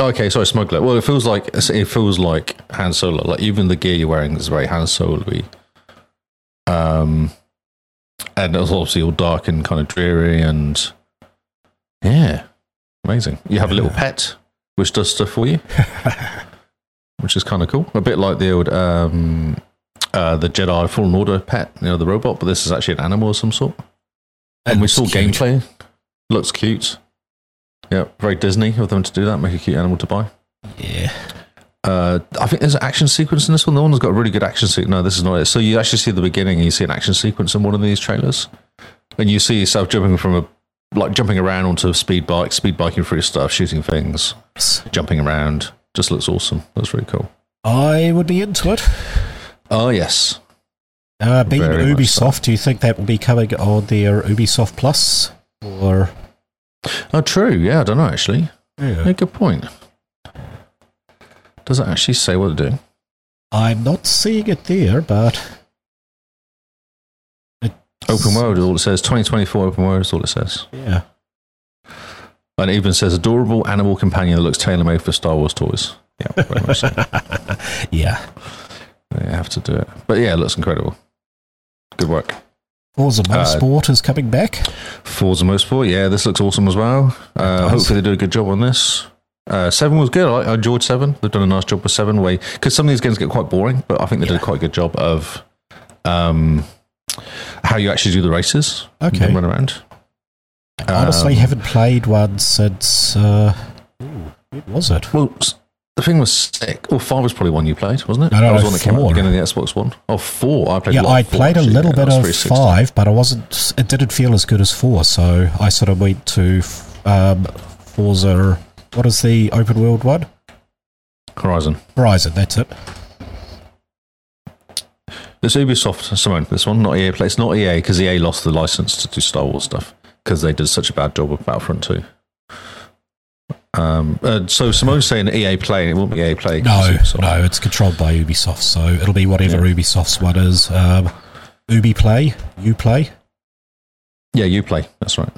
S1: Okay, sorry, smuggler. Well, it feels like it feels like Han Solo. Like even the gear you're wearing is very Han Solo-y. Um, and it was obviously all dark and kind of dreary, and yeah, amazing. You have a little pet which does stuff for you, which is kind of cool. A bit like the old um, uh, the Jedi Fallen Order pet, you know, the robot. But this is actually an animal of some sort. And we
S2: Looks
S1: saw
S2: cute.
S1: gameplay. Looks cute. Yeah, very Disney of them to do that. Make a cute animal to buy.
S2: Yeah.
S1: Uh, I think there's an action sequence in this one. The one that's got a really good action sequence. No, this is not it. So you actually see the beginning. and You see an action sequence in one of these trailers, and you see yourself jumping from a like jumping around onto a speed bike, speed biking through stuff, shooting things, jumping around. Just looks awesome. That's really cool.
S2: I would be into it.
S1: Oh yes,
S2: Uh, being
S1: Very much
S2: Ubisoft, do you think that will be coming on their Ubisoft Plus? Or.
S1: Oh, true. Yeah, I don't know actually. Yeah, good point. Does it actually say what they're doing?
S2: I'm not seeing it there, but. It's,
S1: Open world is all it says. 2024 open world is all it says.
S2: Yeah.
S1: And it even says adorable animal companion that looks tailor made for Star Wars toys. Yeah, very much so.
S2: Yeah.
S1: They have to do it. But yeah, it looks incredible. Good work. Uh,
S2: Forza Motorsport is coming back.
S1: Forza Motorsport, yeah, this looks awesome as well. Uh,
S2: does.
S1: hopefully, they do a good job on this. Uh, seven was good. I, I enjoyed seven. They've done a nice job with seven, way because some of these games get quite boring, but I think they did quite a good job of um, how you actually do the races. and
S2: Okay.
S1: run around.
S2: Honestly,
S1: Um,
S2: haven't played one since. Uh, ooh, when was it?
S1: Well, s- the thing was sick. Well, five was probably one you played, wasn't it?
S2: No, no,
S1: that was
S2: no,
S1: one that came out at the
S2: four.
S1: beginning of the Xbox One. Oh, four. I played.
S2: yeah,
S1: lot of
S2: I
S1: four,
S2: played a
S1: actually.
S2: little
S1: Yeah,
S2: bit
S1: that was
S2: of
S1: 360.
S2: five, but I wasn't. It didn't feel as good as four, so I sort of went to um, Forza. What is the open world one?
S1: Horizon.
S2: Horizon. That's it.
S1: It's Ubisoft, Simone. This one, not EA. Play. It's not E EA because EA lost the license to do Star Wars stuff because they did such a bad job with Battlefront Two. Um, uh, so Simone's saying EA Play, and it won't be EA Play. 'cause
S2: No,
S1: it's Ubisoft.
S2: no, it's controlled by Ubisoft, so it'll be whatever Ubisoft's one is. Um, Ubi Play, you play.
S1: Yeah, you play. That's right.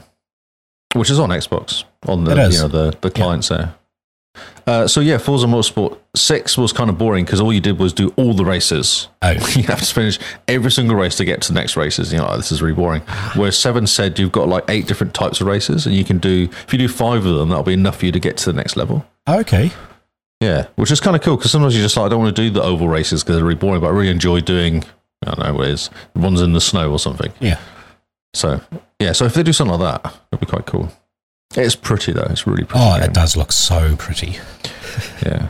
S1: Which is on Xbox on the
S2: It is.
S1: you know the the clients there. Uh, so yeah, Forza Motorsport Six was kind of boring because all you did was do all the races.
S2: Oh.
S1: you have to finish every single race to get to the next races. You know, like, this is really boring. Whereas Seven said you've got like eight different types of races, and you can do if you do five of them, that'll be enough for you to get to the next level.
S2: Okay,
S1: Yeah, which is kind of cool because sometimes you just like I don't want to do the oval races because they're really boring, but I really enjoy doing I don't know what it is ones in the snow or something.
S2: yeah,
S1: So yeah, so if they do something like that, it'd be quite cool. It's pretty though. It's really pretty.
S2: Oh,
S1: game.
S2: it does look so pretty.
S1: Yeah.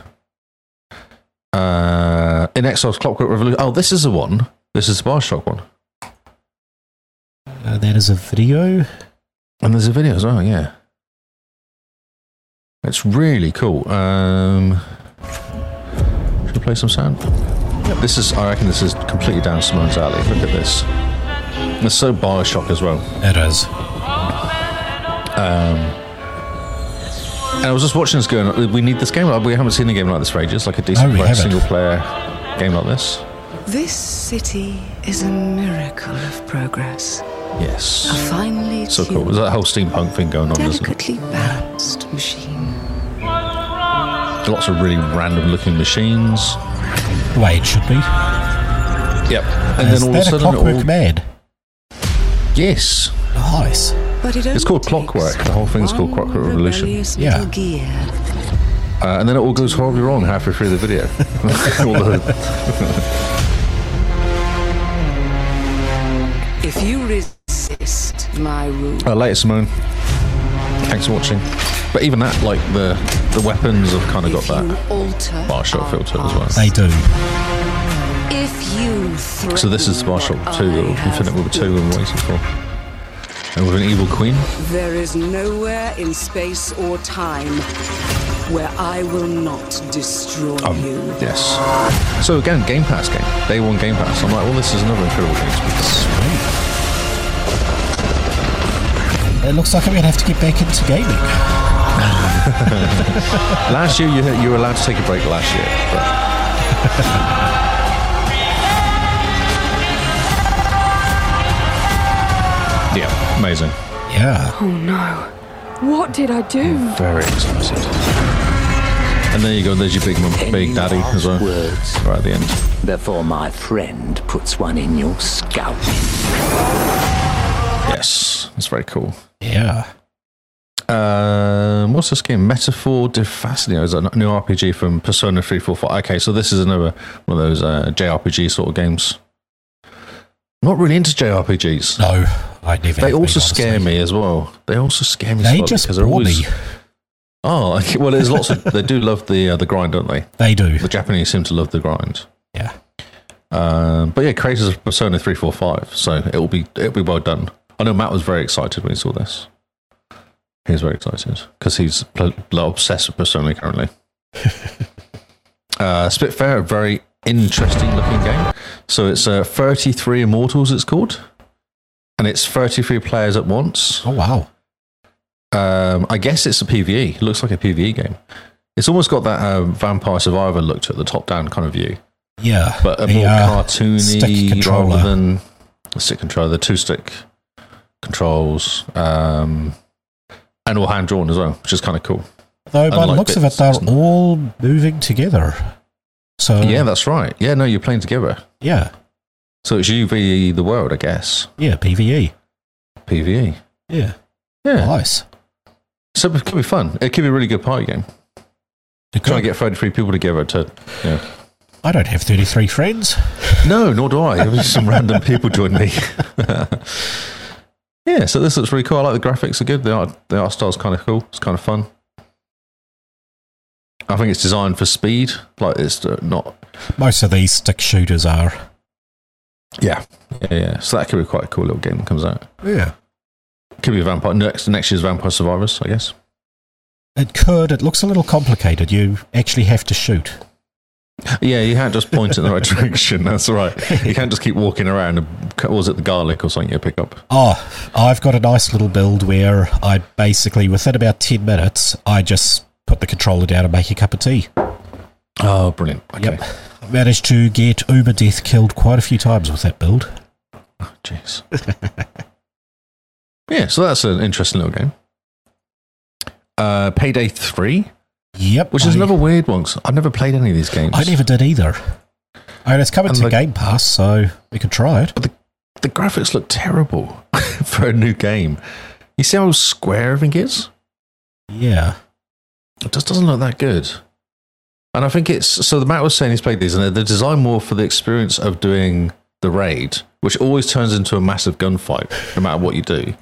S1: Uh, in Exiles Clockwork Revolution. Oh, this is the one. This is the Bioshock one.
S2: Uh, that is a video.
S1: And there's a video as well. Yeah. It's really cool. Um, should we play some sound? This is. I reckon this is completely down Simone's alley. Look at this. It's so Bioshock as well.
S2: It is.
S1: Um, And I was just watching this going, we need this game. Like, We haven't seen a game like this for ages, like a decent
S2: Oh, we
S1: player,
S2: haven't.
S1: single player game like this.
S5: This city is a miracle of progress. A
S1: Yes.
S5: finely
S1: So cool.
S5: tuned,
S1: There's that whole steampunk thing going on, isn't it?
S5: delicately balanced machine.
S1: Lots of really random looking machines.
S2: The way it should be.
S1: Yep. And
S2: is
S1: then all of
S2: that
S1: a
S2: a
S1: sudden, it
S2: Clockwork
S1: all,
S2: Man?
S1: yes.
S2: Nice.
S5: But it only
S1: It's called
S5: takes
S1: Clockwork. The whole thing's called
S5: one
S1: Clockwork Revolution.
S5: rebellious
S2: Yeah.
S5: little gear.
S1: Uh, and then it all goes horribly wrong halfway through the video. All the-
S5: If you resist my rule,
S1: uh, later, Simone. Thanks for watching. But even that, like the the weapons have kind of got
S5: if you
S1: that
S5: alter
S1: Bioshock
S5: our
S1: filter as well.
S5: past,
S2: They do.
S5: If you threaten
S1: So this is Bioshock
S5: what
S1: 2,
S5: I
S1: or
S5: have
S1: Infinite War 2
S5: built,
S1: I'm waiting for. And with an evil queen.
S5: There is nowhere in space or time where I will not destroy you.
S1: Um, Yes. So again, Game Pass game. Day one Game Pass. I'm like, well, this is another incredible game. to be done.
S2: It looks like I'm going to have to get back into gaming.
S1: Last year, you, you were allowed to take a break last year. But yeah, amazing.
S2: Yeah.
S8: What did I do?
S1: Very excited. And there you go. There's your big mum, big daddy as well.
S9: Words
S1: Right at the end.
S9: before my friend puts one in your scalp.
S1: Yes, that's very cool.
S2: Yeah.
S1: Um, what's this game? Metaphor de Fascinio is a new RPG from Persona 345. Okay, so this is another one of those uh, JRPG sort of games. Not really into JRPGs.
S2: No, I never. have
S1: they
S2: been,
S1: also
S2: honestly.
S1: scare me as well. They also scare me.
S2: They
S1: slightly
S2: just
S1: because they're
S2: bore
S1: always
S2: me.
S1: Oh, okay. well, there's lots of. They do love the uh, the grind, don't they?
S2: They do.
S1: The Japanese seem to love the grind.
S2: Yeah.
S1: Um, but yeah, creators of Persona three four five, so it'll be it'll be well done. I know Matt was very excited when he saw this. He was very excited because he's pl- obsessed with Persona currently. uh, Spitfire, a very interesting looking game. So it's uh, 33 Immortals, it's called. And it's 33 players at once.
S2: Oh, wow.
S1: Um, I guess it's a PvE. It looks like a PvE game. It's almost got that uh, Vampire Survivor looked at the top down kind of view,
S2: Yeah.
S1: but a
S2: The,
S1: more
S2: uh, stick
S1: cartoony
S2: controller.
S1: rather than a stick controller, the two stick controls, um, and all hand drawn as well, which is kind of cool.
S2: Though by the
S1: unlike
S2: looks of it,
S1: bits,
S2: they're
S1: isn't it?
S2: all moving together. So
S1: yeah, that's right. Yeah, no, you're playing together.
S2: yeah,
S1: So it's you v the world, I guess.
S2: yeah, PVE.
S1: PVE.
S2: Yeah,
S1: Yeah.
S2: nice.
S1: So it could be fun. It could be a really good party game. Trying to get 33 people together to. Yeah.
S2: I don't have thirty-three friends.
S1: No, nor do I. It was just some random people joined me. yeah, so this looks really cool. I like the graphics are good. The art, the art style's kind of cool. It's kind of fun. I think it's designed for speed. Like it's uh, not.
S2: Most of these stick shooters are.
S1: Yeah. yeah. Yeah. So that could be quite a cool little game that comes out.
S2: Yeah,
S1: Could be a vampire. Next, next year's Vampire Survivors, I guess.
S2: it could. It looks a little complicated. You actually have to shoot.
S1: Yeah, you can't just point in the right direction. That's right. You can't just keep walking around. And, what was it the garlic or something you pick up?
S2: Oh, I've got a nice little build where I basically, within about ten minutes, I just put the controller down and make a cup of tea.
S1: Oh, brilliant. Okay.
S2: Yep. Managed to get Uber Death killed quite a few times with that build.
S1: Oh, jeez. yeah, so that's an interesting little game. Uh, Payday 3,
S2: Yep.
S1: which is
S2: I-
S1: another weird one. 'cause I've never played any of these games.
S2: I never did either. I mean, it's coming
S1: And
S2: to
S1: the-
S2: Game Pass, so we could try it.
S1: The graphics look terrible for a new game. You see how square everything is?
S2: Yeah.
S1: It just doesn't look that good. And I think it's so. The Matt was saying he's played these, and they're, they're designed more for the experience of doing the raid, which always turns into a massive gunfight, no matter what you do.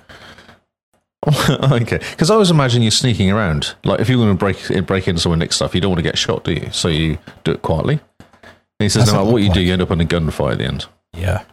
S1: okay, because I always imagine you're sneaking around. Like if you want to break break into someone nick stuff, you don't want to get shot, do you? So you do it quietly. And he says,
S2: That's
S1: no matter
S2: what
S1: what you do,
S2: like.
S1: you end up in a gunfight at the end.
S2: Yeah.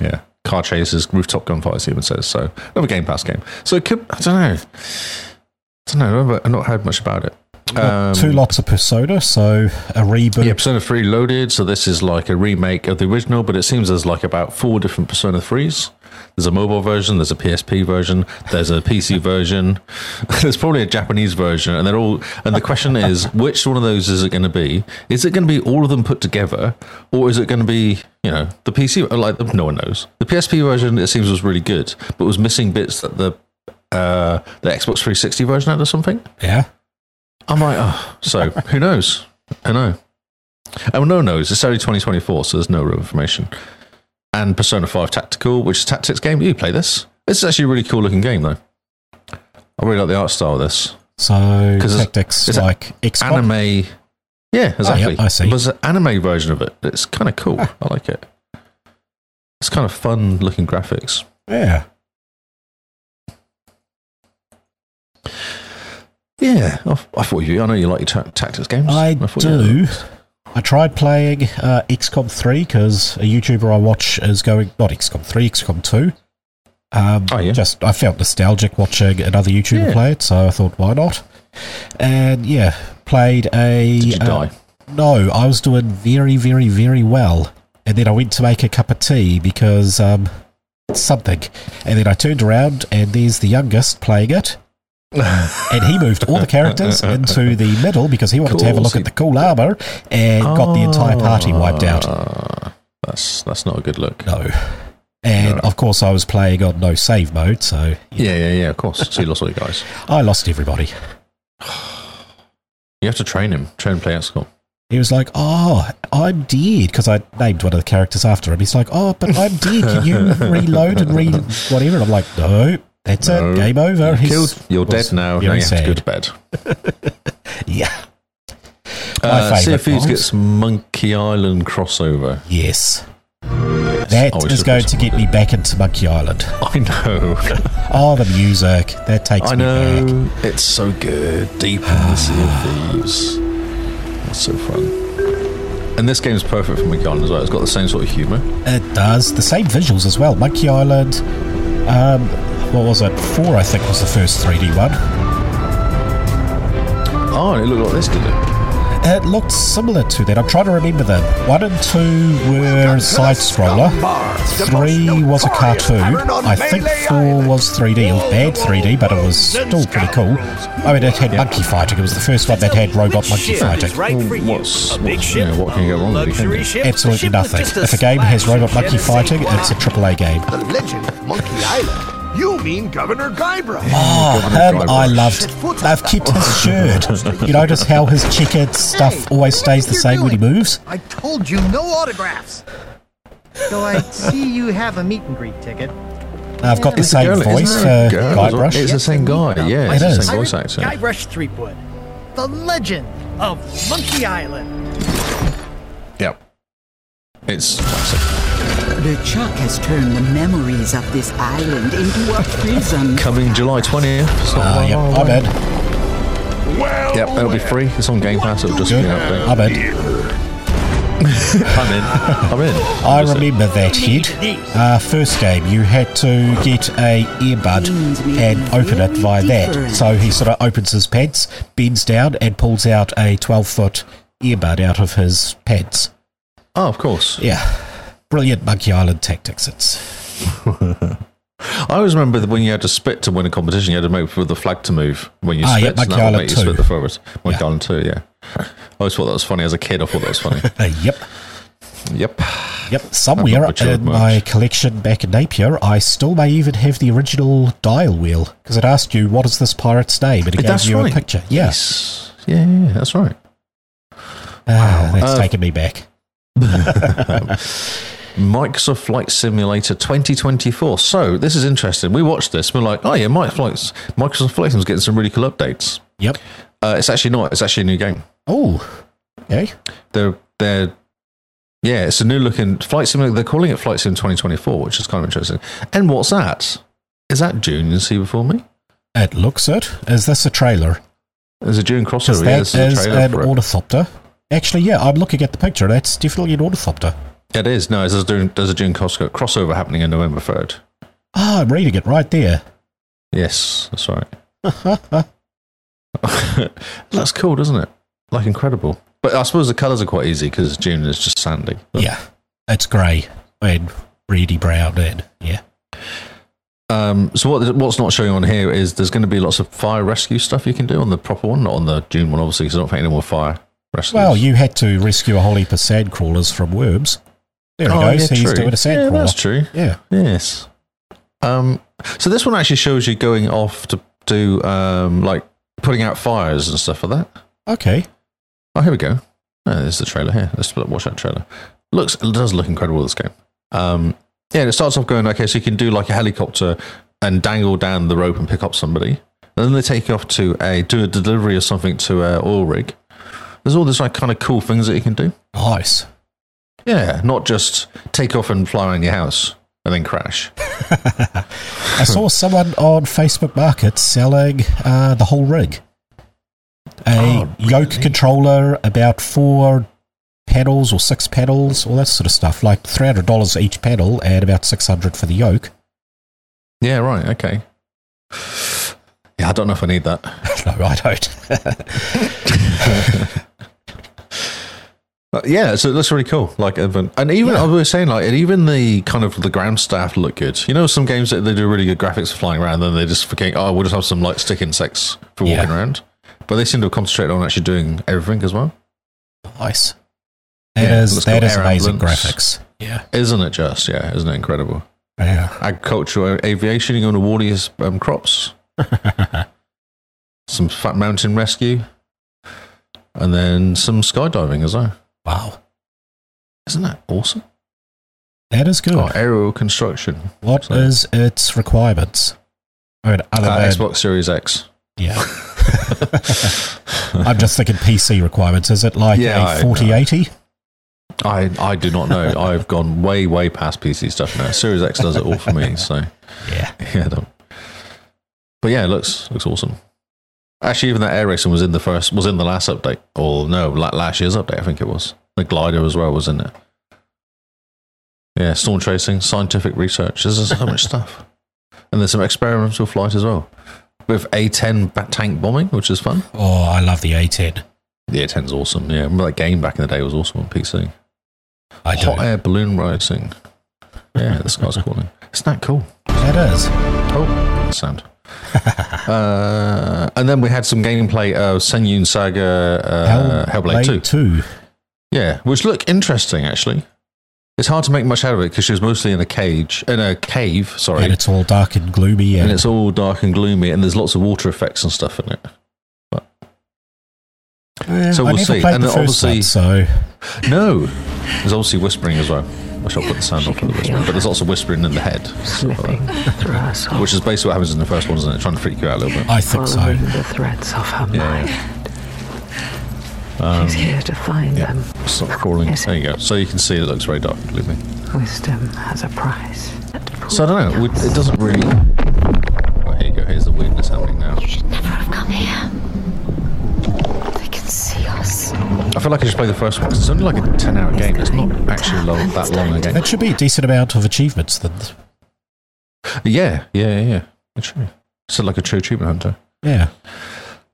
S1: Yeah. Car chases, rooftop gunfights, he even says. So, another Game Pass game. So, it could, I don't know. I don't know. I've not- I've not heard much about it. Um,
S2: Got two lots of Persona, so a reboot.
S1: Yeah, Persona 3 Loaded. So, this is like a remake of the original, but it seems there's like about four different Persona 3s. There's a mobile version, there's a PSP version, there's a PC version, there's probably a Japanese version, and they're all. And the question is, which one of those is it going to be? Is it going to be all of them put together, or is it going to be, you know, the PC? Like, no one knows. The PSP version, it seems, was really good, but was missing bits that the uh, the Xbox 360 version had or something.
S2: Yeah.
S1: I'm like, oh, so who knows? I know. Oh, no one knows. It's only 2024, so there's no real information. And Persona 5 Tactical, which is a tactics game. You play this. This is actually a really cool looking game, though. I really like the art style of this.
S2: So
S1: 'Cause it's-
S2: tactics
S1: it's a-
S2: like XCOM.
S1: Anime. Yeah, exactly.
S2: I see. Ah.
S1: But it's an anime version of it. It's kind of cool. I like it. It's kind of fun looking graphics.
S2: Yeah.
S1: Yeah, I, I thought you. I know you like your ta- tactics games.
S2: I
S1: thought you-
S2: do. I tried playing uh, XCOM 3 because a YouTuber I watch is going, not XCOM 3, XCOM 2. Um,
S1: Oh, yeah.
S2: Just, I felt nostalgic watching another YouTuber
S1: Yeah.
S2: play it, so I thought, why not? And yeah, played a.
S1: Did you
S2: uh,
S1: die?
S2: No, I was doing very, very, very well. And then I went to make a cup of tea because um, something. And then I turned around, and there's the youngest playing it. and he moved all the characters into the middle because he wanted to have a
S1: Cool,
S2: look
S1: so
S2: at the cool armor and got the entire party wiped out.
S1: Ah, That's that's not a good look.
S2: No. And of course, I was playing on no save mode, so
S1: Yeah, yeah, yeah. Of course. So you lost all your guys.
S2: I lost everybody.
S1: You have to train him. Train him play at school.
S2: He was like, "Oh, I'm dead," because I named one of the characters after him. He's like, "Oh, but I'm dead. Can you reload and re whatever?" And I'm like, "No, that's
S1: No.
S2: it. Game over. He's
S1: Killed. You're
S2: was
S1: dead now. Now
S2: very
S1: you have to go
S2: sad.
S1: to bed.
S2: Yeah.
S1: Uh,
S2: favourite
S1: Sea of Thieves
S2: ones.
S1: gets Monkey Island crossover.
S2: Yes. That
S1: Oh, we
S2: is
S1: should
S2: going
S1: have
S2: to get me back into Monkey Island.
S1: I know.
S2: Oh, the music. That takes
S1: I
S2: me back.
S1: know. It's so good. Deep in the Sea of Thieves. It's so fun. And this game's perfect for Monkey Island as well. It's got the same sort of humour.
S2: It does. The same visuals as well. Monkey Island. Um, what was it? Four, I think, was the first 3D one.
S1: Oh, and it looked like this, did it?
S2: It looked similar to that. I'm trying to remember them. One and two were side scroller. Three was a cartoon. I think four was 3D. It was bad 3D, but it was still pretty cool. I mean, it had monkey fighting. It was the first one that had robot monkey fighting.
S1: What's, what's you know, what can go wrong with it? can you?
S2: Absolutely nothing. If a game has robot monkey fighting, it's a AAA game.
S10: The legend, Monkey Island. You mean Governor Guybrush?
S2: Oh,
S1: Governor
S2: him
S1: Driver.
S2: I loved. They've kept his shirt. You notice how his checkered stuff always stays the same when he moves?
S10: I told you no autographs.
S11: So I see you have a meet and great ticket.
S2: I've got the
S1: It's a
S2: same
S1: girl, isn't
S2: voice
S1: it?
S2: for
S1: Girl,
S2: Guybrush.
S1: It's the same guy. Yeah, it's the
S2: It is.
S1: same voice actor.
S11: Guybrush Threepwood, the legend of Monkey Island.
S1: Yep. It's classic.
S12: Chuck has turned the memories of this island into a prison.
S1: Coming July 20th. It's not
S2: Ah,
S1: far
S2: yep,
S1: away.
S2: I'm in.
S1: Yep, it'll be free. It's on Game Pass. It'll just be
S2: Good.
S1: an update.
S2: I'm in.
S1: I'm in. I'm in.
S2: I remember that head. Uh, first game, you had to get a earbud and open it via that. So he sort of opens his pants, bends down, and pulls out a 12 foot earbud out of his pants.
S1: Oh, of course.
S2: Yeah. Brilliant Monkey Island tactics. It's
S1: I always remember that when you had to spit to win a competition, you had to make for the flag to move when you
S2: Ah,
S1: spit.
S2: yeah,
S1: and that
S2: Monkey
S1: would
S2: Island
S1: make you
S2: 2.
S1: spit the forward. Monkey
S2: Yeah.
S1: Island 2, yeah. I always thought that was funny as a kid. I thought that was funny.
S2: uh, yep,
S1: yep.
S2: yep. Somewhere
S1: not matured
S2: in my
S1: much.
S2: collection back in Napier, I still may even have the original dial wheel because it asked you what is this pirate's name, and it
S1: That's
S2: gave you
S1: right.
S2: a picture. Yes,
S1: Yes. Yeah, yeah, yeah, that's right.
S2: ah, that's
S1: Uh,
S2: taken me back.
S1: Microsoft Flight Simulator 2024. So this is interesting. We watched this. We're like, oh yeah, Microsoft Flights. Microsoft Flight Sim's getting some really cool updates.
S2: Yep.
S1: Uh, it's actually not. It's actually a new game.
S2: Oh, okay.
S1: They're they're yeah, it's a new looking flight simulator. They're calling it Flight Sim 2024, which is kind of interesting. And what's that? Is that June? You see before me?
S2: It looks it. Is this a trailer?
S1: There's a June
S2: Because
S1: crossover. Yeah,
S2: that
S1: this
S2: uh, is
S1: is a trailer
S2: an
S1: for it.
S2: ornithopter. Actually, yeah, I'm looking at the picture. That's definitely an ornithopter.
S1: It is. No, there's a June, there's a June crossover crossover happening on November 3rd.
S2: Ah, I'm reading it right there.
S1: Yes, that's right. Looks cool, doesn't it? Like incredible. But I suppose the colours are quite easy because June is just sandy.
S2: Yeah, it's grey and reedy brown and yeah.
S1: Um, so what, what's not showing on here is there's going to be lots of fire rescue stuff you can do on the proper one, not on the June one, obviously, because I don't think any more fire rescue.
S2: Well, you had to rescue a whole heap of sand crawlers from worms. There he
S1: Oh,
S2: goes.
S1: yeah,
S2: He's
S1: true.
S2: doing a sand
S1: Yeah,
S2: crawler.
S1: that's true.
S2: Yeah.
S1: Yes. Um, so this one actually shows you going off to do um, like putting out fires and stuff like that.
S2: Okay.
S1: Oh, here we go. Oh, there's the trailer here. Let's watch that trailer. Looks it does look incredible. This game. Um, yeah, and it starts off going okay. So you can do like a helicopter and dangle down the rope and pick up somebody. And then they take you off to a do a delivery or something to a oil rig. There's all this like kind of cool things that you can do.
S2: Nice.
S1: Yeah, not just take off and fly around your house and then crash.
S2: I saw someone on Facebook Market selling uh, the whole rig. A
S1: Oh,
S2: yoke controller, about four pedals or six pedals, all that sort of stuff. Like three hundred dollars each pedal, and about six hundred for the yoke.
S1: Yeah, right. Okay. Yeah, I don't know if I need that.
S2: no, I don't.
S1: Uh, yeah, so it looks really cool. Like, even- and even I was saying, like, and even the kind of the ground staff look good. You know, some games that they do really good graphics for flying around, then they just forget. Oh, we'll just have some like stick insects for walking
S2: Yeah.
S1: around. But they seem to have concentrated on actually doing everything as well,
S2: nice. That
S1: Yeah,
S2: is-
S1: let's
S2: that
S1: go
S2: is
S1: air
S2: amazing
S1: ambulance.
S2: graphics. Yeah.
S1: isn't it? Just yeah, isn't it incredible?
S2: Yeah.
S1: Agricultural aviation, you're going to water your um, crops. some fat mountain rescue, and then some skydiving as well.
S2: Wow.
S1: Isn't that awesome?
S2: That is good.
S1: Oh, aerial construction.
S2: What
S1: So-
S2: is its requirements? I mean, other
S1: Uh,
S2: than,
S1: Xbox Series X.
S2: yeah. I'm just thinking PC requirements. Is it like
S1: Yeah, I-
S2: a 4080?
S1: I I do not know. I've gone way way past PC stuff now. Series X does it all for me. So
S2: yeah,
S1: yeah. I don't. But yeah, it looks looks awesome. Actually, even that air racing was in the first was in the last update, or no, la- last year's update. I think it was the glider as well was in it. Yeah, storm tracing, scientific research. There's so much stuff, and there's some experimental flight as well with A10 ba- tank bombing, which is fun.
S2: Oh, I love the A10.
S1: The A10's awesome. Yeah, remember that game back in the day was awesome on PC.
S2: I
S1: Hot do. air balloon racing. Yeah, the sky's calling. Isn't that cool?
S2: It is.
S1: Oh, sound. uh, and then we had some gameplay of Senyun Saga uh, Hell- Hellblade, Hellblade
S2: 2. 2.
S1: Yeah, which looked interesting actually. It's hard to make much out of it because she was mostly in a cage, in a cave. Sorry,
S2: and it's all dark and gloomy,
S1: and, and it's all dark and gloomy, and there's lots of water effects and stuff in it. But
S2: yeah, so we'll see. And the obviously, so
S1: no, there's obviously whispering as well. Which I'll put the sound off for the whispering, but there's lots of whispering in the head, uh, which is basically what happens in the first one, isn't it? Trying to freak you out a little bit.
S2: I think so.
S13: The threats of her yeah. mind. Um, She's here to find
S14: Um,
S13: yeah, them.
S1: Stop calling. There you go. So you can see it looks very dark, believe me.
S13: Wisdom has a price.
S1: So I don't know. It doesn't really. Oh, here you go. Here's the weirdness happening now.
S14: You should never have come here. They can see us. I
S1: feel like I should play the first one because it's only like a 10 hour game. It's not actually long, that long a game.
S2: It should be a decent amount of achievements then.
S1: Yeah, yeah, yeah. It should be. So like a true achievement hunter.
S2: Yeah.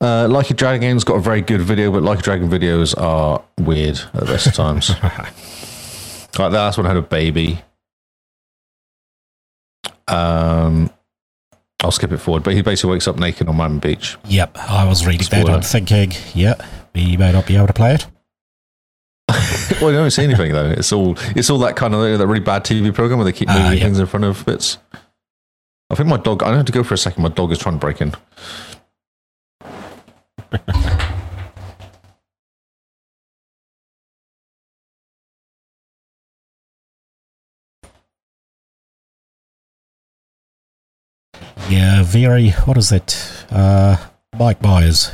S1: Uh, like a Dragon's got a very good video, but Like a Dragon videos are weird at the best of times. like the last one had a baby. Um, I'll skip it forward, but he basically wakes up naked on Miami Beach.
S2: Yep, I was reading Spoiler. that. I'm thinking, yeah, we may not be able to play it.
S1: well, you don't see anything though. It's all it's all that kind of that really bad TV program where they
S2: Ah,
S1: keep moving uh, yep. things in front of bits. I think my dog. I have to go for a second. My dog is trying to break in.
S2: yeah, very, what is that? Uh, Mike Myers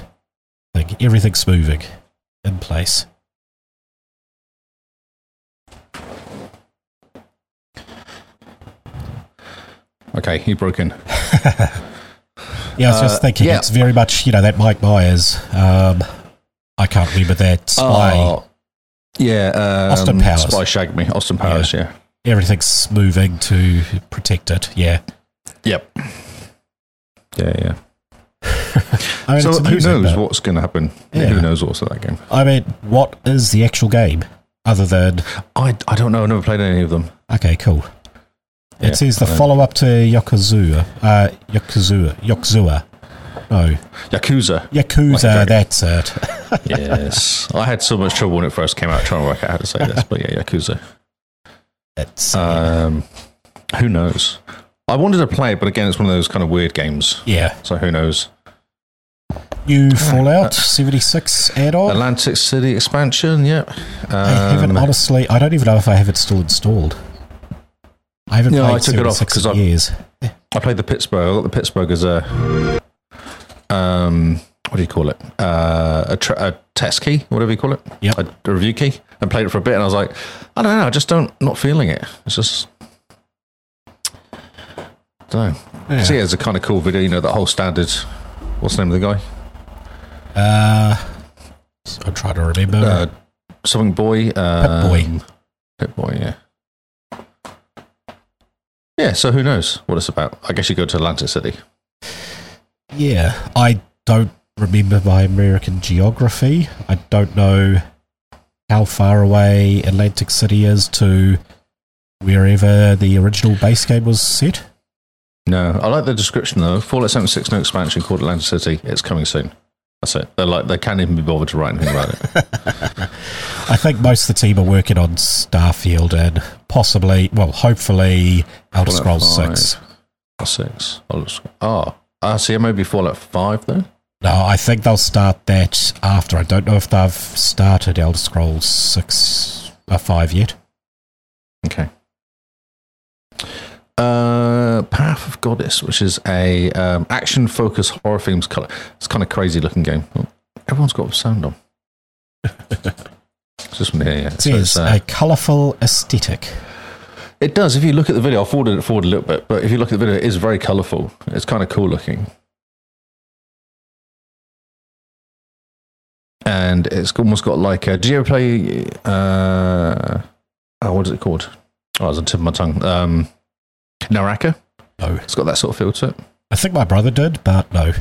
S2: thing. Everything's moving in place.
S1: Okay, he broke in.
S2: Yeah, I was just thinking, uh, yeah. it's very much you know that Mike Myers. Um, I can't remember that spy. Oh,
S1: yeah, um,
S2: Austin Powers.
S1: Spy shagged me. Austin Powers. Yeah.
S2: yeah. everything's moving to protect it. Yeah.
S1: Yep. Yeah, yeah. I mean, so who knows what's going to happen? Yeah. Who knows what's in that game?
S2: I mean, what is the actual game other than?
S1: I I don't know. I've never played any of them.
S2: Okay, cool. It yeah, says the follow up to Yokozua. Uh, Yokozua. Yokozua. No.
S1: Yakuza.
S2: Yakuza, like that's it.
S1: yes. I had so much trouble when it first came out trying to work out how to say this, but yeah, Yakuza.
S2: It's.
S1: Um, who knows? I wanted to play it, but again, it's one of those kind of weird games.
S2: Yeah.
S1: So who knows?
S2: New Fallout 76 add on.
S1: Atlantic City expansion, yep. Um, Oh. I
S2: haven't, honestly, I don't even know if I have it still installed. I haven't no, played I took it off because I years.
S1: I played the Pittsburgh. I got the Pittsburgh as a um, what do you call it? Uh, a, tra- a test key, whatever you call it.
S2: Yeah,
S1: a, a, review key, and played it for a bit. And I was like, I don't know, I just don't not feeling it. It's just. I don't know. Yeah. See, so yeah, it's a kind of cool video, you know, that whole standard. What's the name of the guy?
S2: Uh, I'm trying to remember. Uh,
S1: something boy.
S2: Um, Pip boy.
S1: Pip boy, yeah. Yeah, so who knows what it's about? I guess you go to Atlantic City.
S2: Yeah, I don't remember my American geography. I don't know how far away Atlantic City is to wherever the original base game was set.
S1: No, I like the description though. Fallout 76 no expansion called Atlantic City. It's coming soon. That's it. They're like they can't even be bothered to write anything about it.
S2: I think most of the team are working on Starfield and possibly, well, hopefully, Elder Fallout Scrolls
S1: five.
S2: Six.
S1: Or six. Oh, I see. It maybe Fallout Five though.
S2: No, I think they'll start that after. I don't know if they've started Elder Scrolls Six or Five yet.
S1: Okay. Uh, Path of Goddess, which is a um, action focused horror themes Oh, color. It's kind of crazy looking game. Everyone's got sound on. just from here. Yeah.
S2: It so is uh, a colourful aesthetic.
S1: It does. If you look at the video, I forwarded it forward a little bit, but if you look at the video, it is very colourful. It's kind of cool looking. And it's almost got like a. Did you ever play. Uh, oh, what is it called? Oh, it's on the tip of my tongue. Um, Naraka?
S2: No.
S1: It's got that sort of feel to it.
S2: I think my brother did, but no.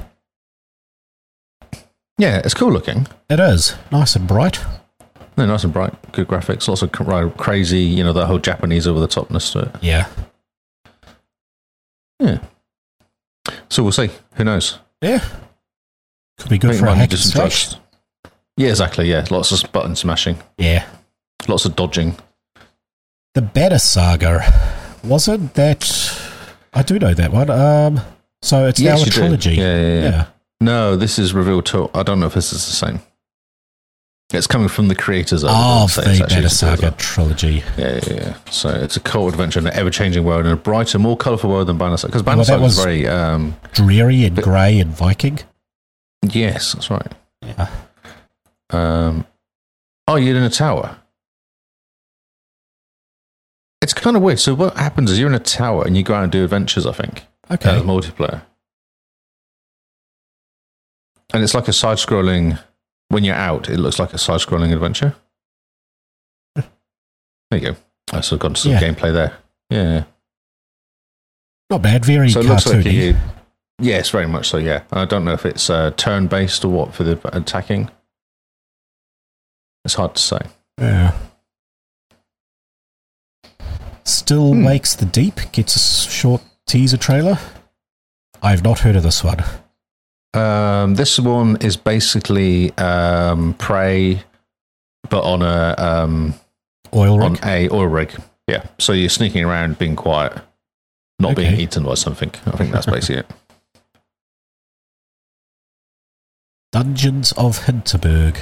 S1: Yeah, it's cool looking.
S2: It is. Nice and bright.
S1: No, nice and bright. Good graphics. Lots of crazy, you know, the whole Japanese over the topness to it.
S2: Yeah.
S1: Yeah. So we'll see. Who knows?
S2: Yeah. Could be good for a hack and slash.
S1: Yeah, exactly. Yeah. Lots of button smashing.
S2: Yeah.
S1: Lots of dodging.
S2: The Better Saga. Wasn't that. I do know that one. Um, so it's
S1: yes,
S2: now a trilogy.
S1: Yeah yeah, yeah, yeah, No, this is revealed to. I don't know if this is the same. It's coming from the creators of
S2: oh, the Better Saga trilogy.
S1: Yeah, yeah, yeah, So it's a cool adventure in an ever-changing world in a brighter, more colourful world than Banner Saga. Because Banner Saga well, was, was very um,
S2: dreary and grey and Viking.
S1: Yes, that's right.
S2: Yeah.
S1: Um. Oh, you're in a tower. It's kind of weird. So what happens is you're in a tower and you go out and do adventures. I think.
S2: Okay.
S1: As multiplayer. And it's like a side-scrolling when you're out, it looks like a side scrolling adventure. there you go. I sort of got some yeah. gameplay there. Yeah.
S2: Not bad. Very so it looks cartoony. like you,
S1: Yes, very much so, yeah. I don't know if it's uh, turn based or what for the attacking. It's hard to say.
S2: Yeah. Still hmm. Wakes the Deep gets a short teaser trailer. I've not heard of this one.
S1: Um, this one is basically um, prey, but on a um,
S2: oil rig.
S1: On a oil rig, yeah. So you're sneaking around, being quiet, not okay. being eaten by something. I think that's basically it.
S2: Dungeons of Hinterberg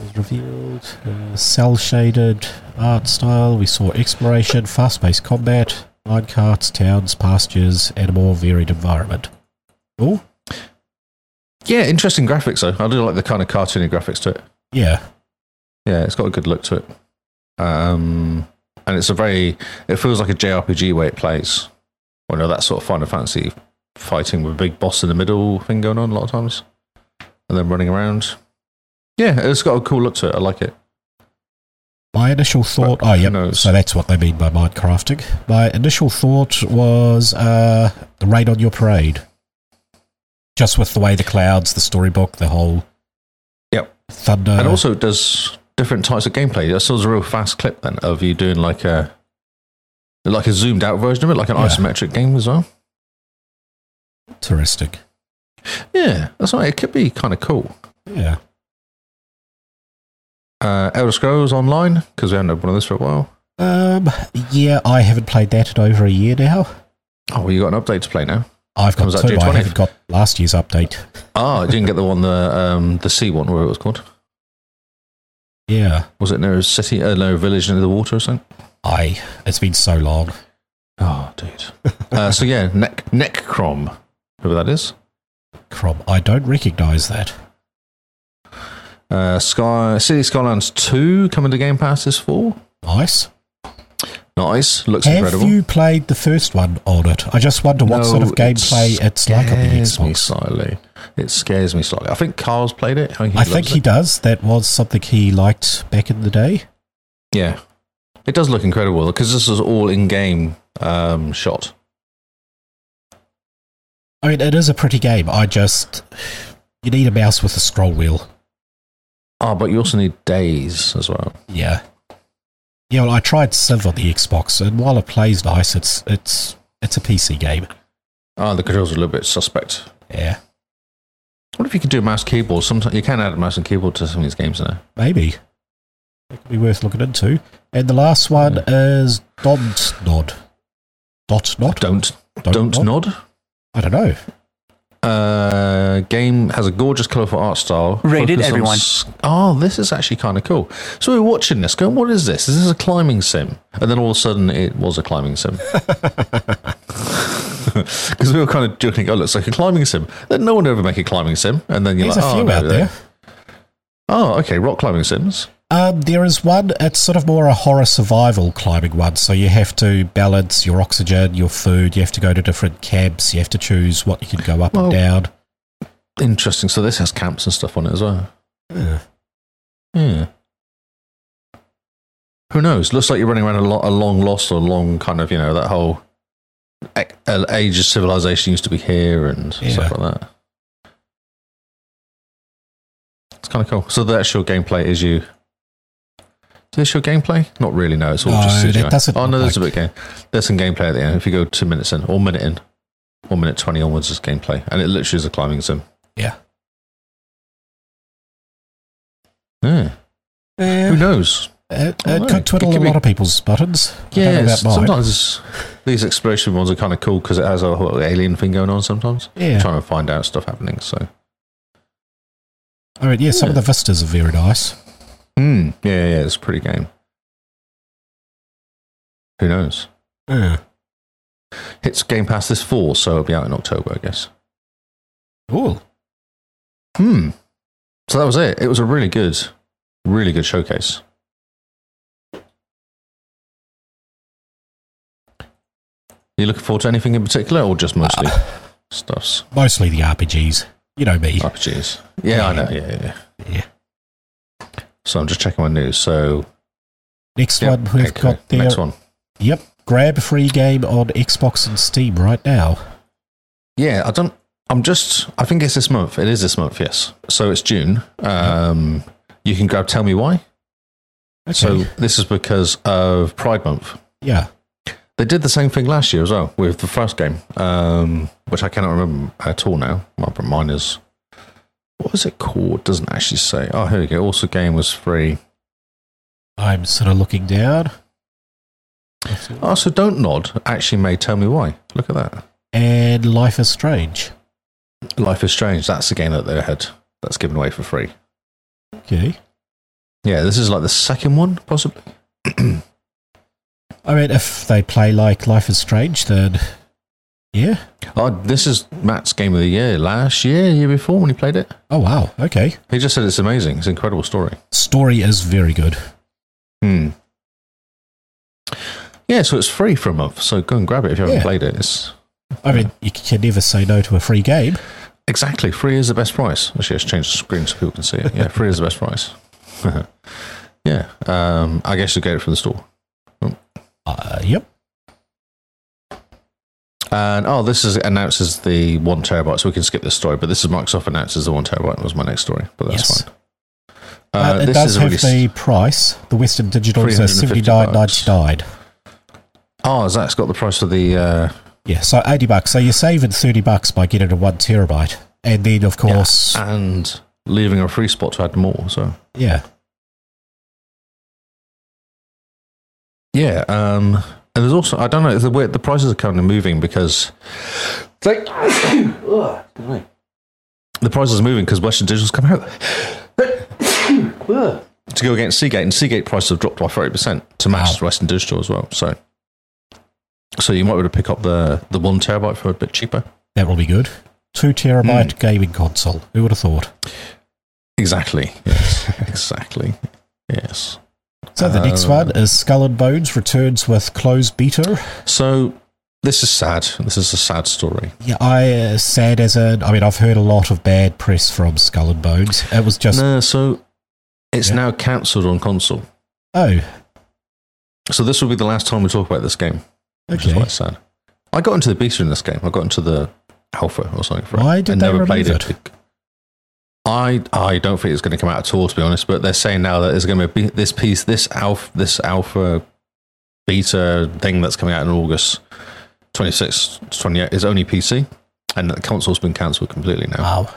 S2: is revealed. Uh, cell shaded art style. We saw exploration, fast paced combat, mine carts, towns, pastures, and a more varied environment. Oh,
S1: Yeah, interesting graphics though. I do like the kind of cartoony graphics to it.
S2: Yeah.
S1: Yeah, it's got a good look to it. Um, and it's a very, it feels like a JRPG way it plays. Well, you know, that sort of Final Fantasy fighting with a big boss in the middle thing going on a lot of times. And then running around. Yeah, it's got a cool look to it. I like it.
S2: My initial thought, but, oh yeah, no, so that's what they mean by mind crafting. My initial thought was uh, the raid on your parade just with the way the clouds, the storybook, the whole.
S1: Yep.
S2: Thunder.
S1: And also, it does different types of gameplay. I saw a real fast clip then of you doing like a like a zoomed out version of it, like an yeah. isometric game as well.
S2: Interesting.
S1: Yeah, that's right. It could be kind of cool.
S2: Yeah.
S1: Uh, Elder Scrolls Online because we haven't had one of this for a while.
S2: Um. Yeah, I haven't played that in over a year now.
S1: Oh, well, you got an update to play now.
S2: I've got two. I haven't got last year's update.
S1: Ah, oh, didn't get the one the um, the sea one, where it was called.
S2: Yeah,
S1: was it near a city, uh, near a village near the water or something?
S2: I. It's been so long.
S1: Oh, dude. uh, so yeah, neck neck crom, whoever that is.
S2: Crom, I don't recognise that.
S1: Uh, Sky City Skylines two coming to Game Pass this fall.
S2: Nice.
S1: Nice. Looks
S2: Have
S1: incredible.
S2: Have you played the first one on it? I just wonder what no, sort of gameplay it it's like on the Xbox.
S1: Me slightly. It scares me slightly. I think Carl's played it.
S2: I think he,
S1: it.
S2: does. That was something he liked back in the day.
S1: Yeah. It does look incredible because this is all in game um, shot.
S2: I mean, it is a pretty game. I just. You need a mouse with a scroll wheel.
S1: Oh, but you also need days as well.
S2: Yeah. Yeah, well, I tried Civ on the Xbox, and while it plays nice, it's it's it's a PC game.
S1: Oh, the controls are a little bit suspect.
S2: Yeah.
S1: What if you could do a mouse keyboard? Sometimes you can add a mouse and keyboard to some of these games now.
S2: Maybe. It could be worth looking into. And the last one yeah. is Don't Nod. Dot Nod?
S1: Don't, don't, don't nod. nod?
S2: I don't know.
S1: Uh, game has a gorgeous, colourful art style.
S15: Rated everyone.
S1: S- oh, this is actually kind of cool. So we are watching this, going, "What is this? Is this a climbing sim?" And then all of a sudden, it was a climbing sim. Because we were kind of joking, "Oh, looks like a climbing sim." Then no one ever make a climbing sim, and then you're
S2: There's
S1: like,
S2: a
S1: "Oh,
S2: few
S1: no,
S2: out there.
S1: Oh, okay, rock climbing sims.
S2: Um, there is one, it's sort of more a horror survival climbing one. So you have to balance your oxygen, your food, you have to go to different camps, you have to choose what you can go up well, and down.
S1: Interesting. So this has camps and stuff on it as well.
S2: Yeah.
S1: yeah. Who knows? Looks like you're running around a, lo- a long lost or long kind of, you know, that whole uh, age of civilization used to be here and yeah. stuff like that. It's kind of cool. So that's your gameplay is you do they show gameplay? Not really. No, it's all
S2: no,
S1: just
S2: CGI. It doesn't
S1: oh no,
S2: like...
S1: there's a bit game. There's some gameplay at the end. If you go two minutes in, or minute in, one minute twenty onwards is gameplay, and it literally is a climbing sim.
S2: Yeah.
S1: Yeah. Um, Who knows?
S2: It, it could twiddle it a lot be... of people's buttons.
S1: Yeah, sometimes these explosion ones are kind of cool because it has a whole alien thing going on. Sometimes,
S2: yeah, I'm
S1: trying to find out stuff happening. So,
S2: I mean, yeah, yeah. some of the vistas are very nice.
S1: Mm, yeah, yeah, it's a pretty game. Who knows?
S2: Yeah.
S1: It's Game Pass this fall, so it'll be out in October, I guess.
S2: Cool.
S1: Hmm. So that was it. It was a really good, really good showcase. You looking forward to anything in particular, or just mostly uh, stuffs?
S2: Mostly the RPGs. You know me.
S1: RPGs. Yeah, yeah. I know. Yeah, yeah,
S2: yeah.
S1: So I'm just checking my news. So
S2: next yep, one we've okay, got there.
S1: Next one.
S2: Yep, grab a free game on Xbox and Steam right now.
S1: Yeah, I don't. I'm just. I think it's this month. It is this month. Yes. So it's June. Um, yep. You can grab. Tell me why.
S2: Okay.
S1: So this is because of Pride Month.
S2: Yeah.
S1: They did the same thing last year as well with the first game, um, which I cannot remember at all now. My mine is what was it called? Doesn't actually say. Oh, here we go. Also, game was free.
S2: I'm sort of looking down.
S1: Oh, so don't nod. Actually, may tell me why. Look at that.
S2: And Life is Strange.
S1: Life is Strange. That's the game that they had. That's given away for free.
S2: Okay.
S1: Yeah, this is like the second one, possibly.
S2: I mean, if they play like Life is Strange, then yeah.
S1: Oh, this is Matt's game of the year last year, year before when he played it.
S2: Oh wow! Okay.
S1: He just said it's amazing. It's an incredible story.
S2: Story is very good.
S1: Hmm. Yeah, so it's free for a month. So go and grab it if you haven't yeah. played it. It's,
S2: I mean, you can never say no to a free game.
S1: Exactly. Free is the best price. Actually, let's change the screen so people can see it. Yeah, free is the best price. yeah. Um, I guess you get it from the store.
S2: Oh. Uh, yep.
S1: And oh, this is announces the one terabyte, so we can skip this story. But this is Microsoft announces the one terabyte was my next story, but that's yes. fine.
S2: Uh, uh, it does have the price. The Western Digital is seventy nine ninety nine.
S1: Oh, is that's got the price of the? Uh,
S2: yeah, so eighty bucks. So you're saving thirty bucks by getting a one terabyte, and then of course,
S1: yeah, and leaving a free spot to add more. So
S2: yeah,
S1: yeah. Um, and there's also I don't know the way the prices are kind of moving because it's like the prices are moving because Western Digital's come out to go against Seagate, and Seagate prices have dropped by thirty percent to match wow. Western Digital as well. So, so you might be able to pick up the the one terabyte for a bit cheaper.
S2: That will be good. Two terabyte mm. gaming console. Who would have thought?
S1: Exactly. Yes. exactly. Yes.
S2: So the next one is Skull and Bones returns with closed beta.
S1: So this is sad. This is a sad story.
S2: Yeah, I uh, sad as in. I mean, I've heard a lot of bad press from Skull and Bones. It was just
S1: no. So it's yeah. now cancelled on console.
S2: Oh,
S1: so this will be the last time we talk about this game, which okay. is quite sad. I got into the beta in this game. I got into the alpha or something. For
S2: Why it. did I they never played it? it.
S1: I I don't think it's going to come out at all, to be honest. But they're saying now that there's going to be this piece, this alpha, this alpha beta thing that's coming out in August 26th to 28 is only PC, and the console's been cancelled completely now.
S2: Wow.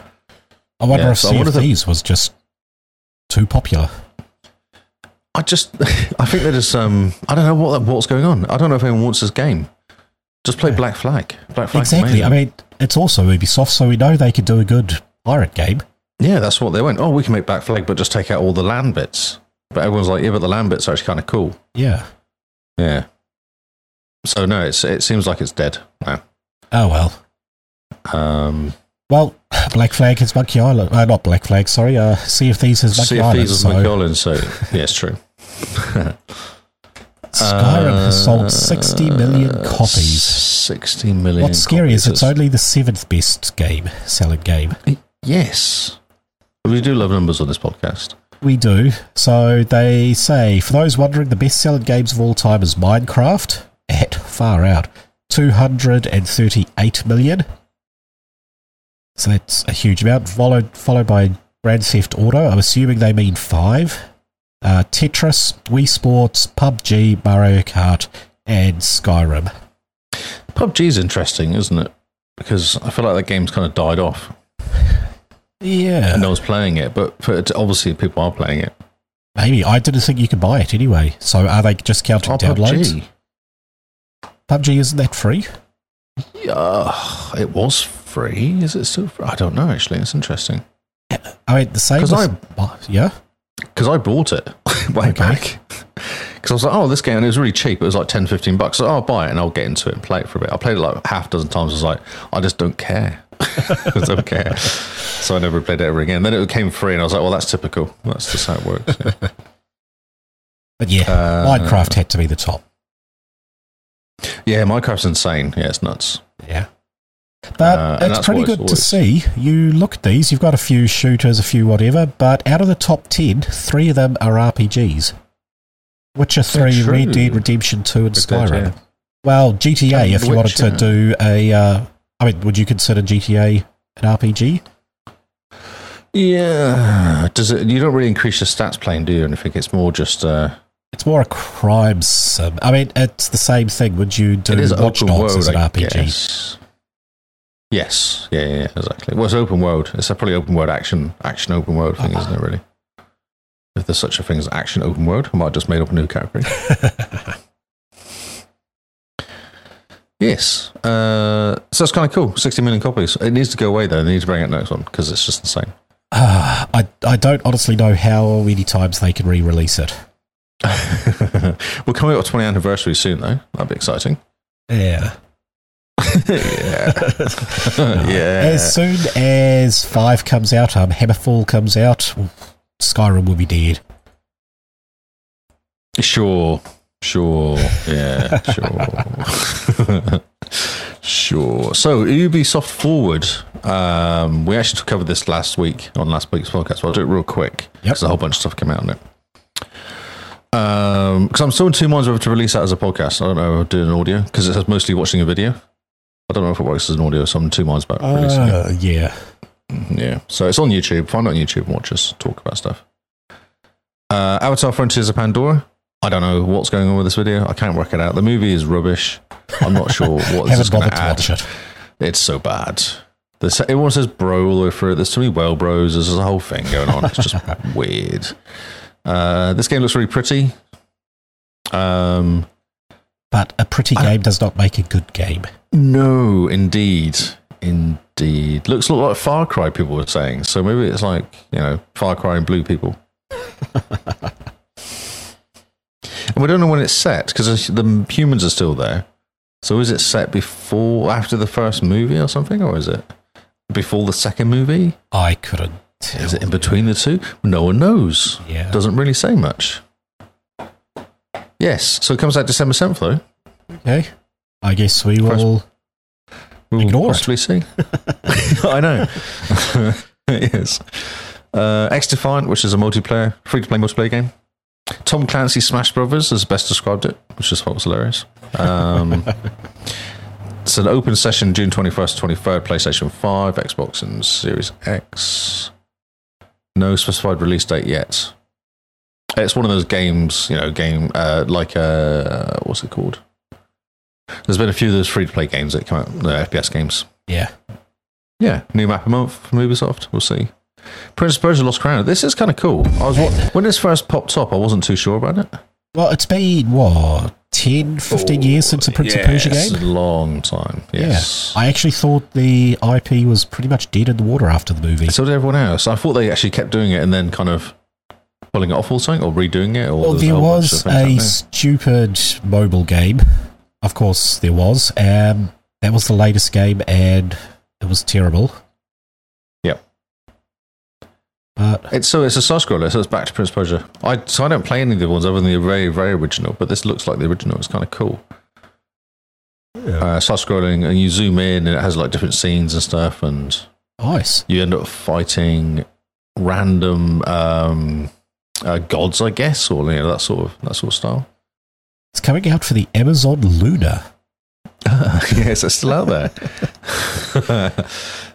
S2: I wonder yeah, if so Sea of Thieves was just too popular.
S1: I just, I think they're just, um, I don't know what what's going on. I don't know if anyone wants this game. Just play yeah. Black Flag. Black Flag.
S2: Exactly. I mean, it's also Ubisoft, so we know they could do a good pirate game.
S1: Yeah, that's what they went. Oh, we can make back flag, but just take out all the land bits. But everyone's like, yeah, but the land bits are actually kind of cool.
S2: Yeah,
S1: yeah. So no, it's it seems like it's dead now.
S2: Oh well.
S1: Um,
S2: Well, Black Flag has Monkey Island. Uh, not Black Flag, sorry. Uh, sea of Thieves has Monkey
S1: Sea of
S2: Island.
S1: Thieves is
S2: so
S1: Monkey Island, so yeah, it's true.
S2: Skyrim has sold 60 million
S1: Uh,
S2: copies.
S1: 60 Uh, million.
S2: What's scary is
S1: copies.
S2: it's only the seventh best game, selling game.
S1: Yes. We do love numbers on this podcast.
S2: We do. So they say, for those wondering, the best selling games of all time is Minecraft at far out 238 million. So that's a huge amount, followed, followed by Grand Theft Auto. I'm assuming they mean five. Uh, Tetris, Wii Sports, PUBG, Mario Kart, and Skyrim.
S1: PUBG is interesting, isn't it? Because I feel like that game's kind of died off.
S2: Yeah.
S1: No one's playing it, but for, it's- obviously people are playing it.
S2: Maybe. I didn't think you could buy it anyway. So are they just counting
S1: Oh,
S2: downloads?
S1: PUBG.
S2: PUBG isn't that free?
S1: Yeah, it was free. Is it still free? I don't know, actually. It's interesting.
S2: I mean, the same.
S1: 'Cause
S2: As, yeah.
S1: Because I bought it way back. Because I was like, oh, this game, and it was really cheap. It was like 10, 15 bucks. So, oh, I'll buy it and I'll get into it and play it for a bit. I played it like half a dozen times. I was like, I just don't care. I don't care. So I never played it ever again. Then it came free and I was like, well, that's typical. That's just how it works.
S2: But yeah,
S1: Uh,
S2: Minecraft had to be the top.
S1: Yeah, Minecraft's insane. Yeah, it's nuts.
S2: Yeah. But
S1: Uh, and
S2: it's
S1: that's
S2: pretty
S1: what it's
S2: good to
S1: always-
S2: see. You look at these, you've got a few shooters, a few whatever, but out of the top 10, three of them are RPGs. Witcher 3, Red
S1: true.
S2: Dead Redemption 2, and
S1: Red Dead,
S2: Skyrim.
S1: yeah.
S2: Well, GTA,
S1: And
S2: if you wanted to
S1: Witcher.
S2: do a. Uh, I mean, would you consider GTA an RPG?
S1: Yeah. Does it? You don't really increase your stats playing, do you? And I think it's more just. Uh,
S2: It's more a crime sim. I mean, it's the same thing. Would you do
S1: it is
S2: Watch
S1: open
S2: Dogs
S1: world
S2: as an
S1: I
S2: RPG?
S1: Guess. Yes. Yeah, yeah, yeah, exactly. Well, it's open world. It's a probably open world action, action open world thing, isn't it? Really. If there's such a thing as action open world, I might have just made up a new category. yes. Uh, so that's kind of cool. 60 million copies. It needs to go away though. They need to bring out the next one because it's just insane.
S2: Ah, I, I don't honestly know how many times they can re release it.
S1: We're coming up to 20th anniversary soon though. That'd be exciting.
S2: Yeah.
S1: yeah. yeah.
S2: As soon as five comes out, um, Hammerfall comes out, Skyrim will be dead.
S1: Sure, sure, yeah, sure, sure. So Ubisoft Forward, um, we actually covered this last week on last week's podcast. So I'll do it real quick because a whole bunch of stuff came out on it. Because I'm still in two minds whether to release that as a podcast. I don't know if I'll do an audio because it says mostly watching a video. I don't know if it works as an audio, so I'm in two minds about releasing it.
S2: Uh, yeah.
S1: Yeah. So it's on YouTube. Find it on YouTube and watch us talk about stuff. Uh, Avatar Frontiers of Pandora. I don't know what's going on with this video. I can't work it out. The movie is rubbish. I'm not sure what this
S2: Haven't
S1: is going
S2: bothered to
S1: add.
S2: watch it.
S1: It's so bad. This, everyone says bro all over it. There's too many well bros. There's a whole thing going on. It's just weird. Uh, this game looks really pretty. Um,
S2: But a pretty game does not make a good game.
S1: No, indeed, indeed. Looks a lot like Far Cry. People were saying so. Maybe it's like you know Far Cry and Blue people. and we don't know when it's set because the humans are still there. So is it set before, after the first movie or something, or is it before the second movie?
S2: I couldn't.
S1: Is it in between the two? No one knows.
S2: Yeah.
S1: Doesn't really say much. Yes. So it comes out December seventh, though.
S2: Okay. I guess we will ignore it.
S1: possibly see. I know. yes. Uh, X Defiant, which is a multiplayer, free to play multiplayer game. Tom Clancy Smash Brothers has best described it, which is what's hilarious. Um, it's an open session June 21st, 23rd, PlayStation 5, Xbox, and Series X. No specified release date yet. It's one of those games, you know, game uh, like uh, what's it called? There's been a few of those free to play games that come out, the FPS games.
S2: Yeah.
S1: Yeah, new map a month from Ubisoft. We'll see. Prince of Persia: Lost Crown. This is kind of cool. I was wa- when this first popped up, I wasn't too sure about it.
S2: Well, it's been, what, 10, 15 years since a Prince of Persia
S1: Yes,
S2: game?
S1: a long time. Yes.
S2: Yeah. I actually thought the IP was pretty much dead in the water after the movie.
S1: So did everyone else. I thought they actually kept doing it and then kind of pulling it off or something, or redoing it. Or
S2: Well,
S1: there's a
S2: there
S1: whole bunch
S2: was
S1: of things
S2: a
S1: happening.
S2: stupid mobile game. Of course, there was. Um, that was the latest game, and it was terrible.
S1: But it's so it's a side scroller, so it's back to Prince Persia. I so I don't play any of the ones other than the very very original, but this looks like the original. It's kind of cool. Yeah. Uh, side scrolling, and you zoom in, and it has like different scenes and stuff, and
S2: nice.
S1: You end up fighting random um, uh, gods, I guess, or you know, that sort of that sort of style.
S2: It's coming out for the Amazon Luna.
S1: Uh, yes, it's still out there.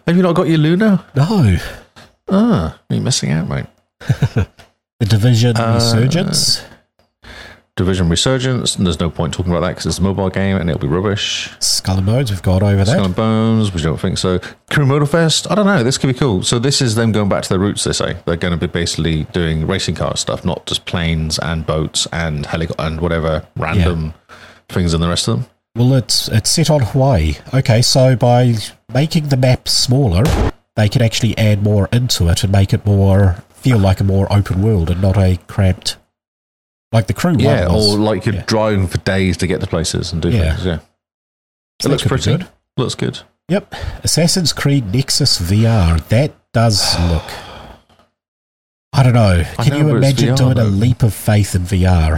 S1: Have you not got your Luna?
S2: No.
S1: Ah, you're missing out, mate.
S2: the Division uh, Resurgence.
S1: Division Resurgence, and there's no point talking about that because it's a mobile game and it'll be rubbish.
S2: Skull and Bones, we've got over there.
S1: Skull and Bones, we don't think so. Crew Motorfest, I don't know, this could be cool. So this is them going back to their roots, they say. They're going to be basically doing racing car stuff, not just planes and boats and helicopter and whatever random yeah. things and the rest of them.
S2: Well, it's, it's set on Hawaii. Okay, so by making the map smaller, they can actually add more into it and make it more feel like a more open world and not a cramped like the crew
S1: yeah was. or like you're yeah. driving for days to get to places and do yeah. things yeah so it looks pretty good looks good
S2: yep assassin's creed nexus vr that does look I don't know. Can know, you imagine VR, doing though. a leap of faith in VR?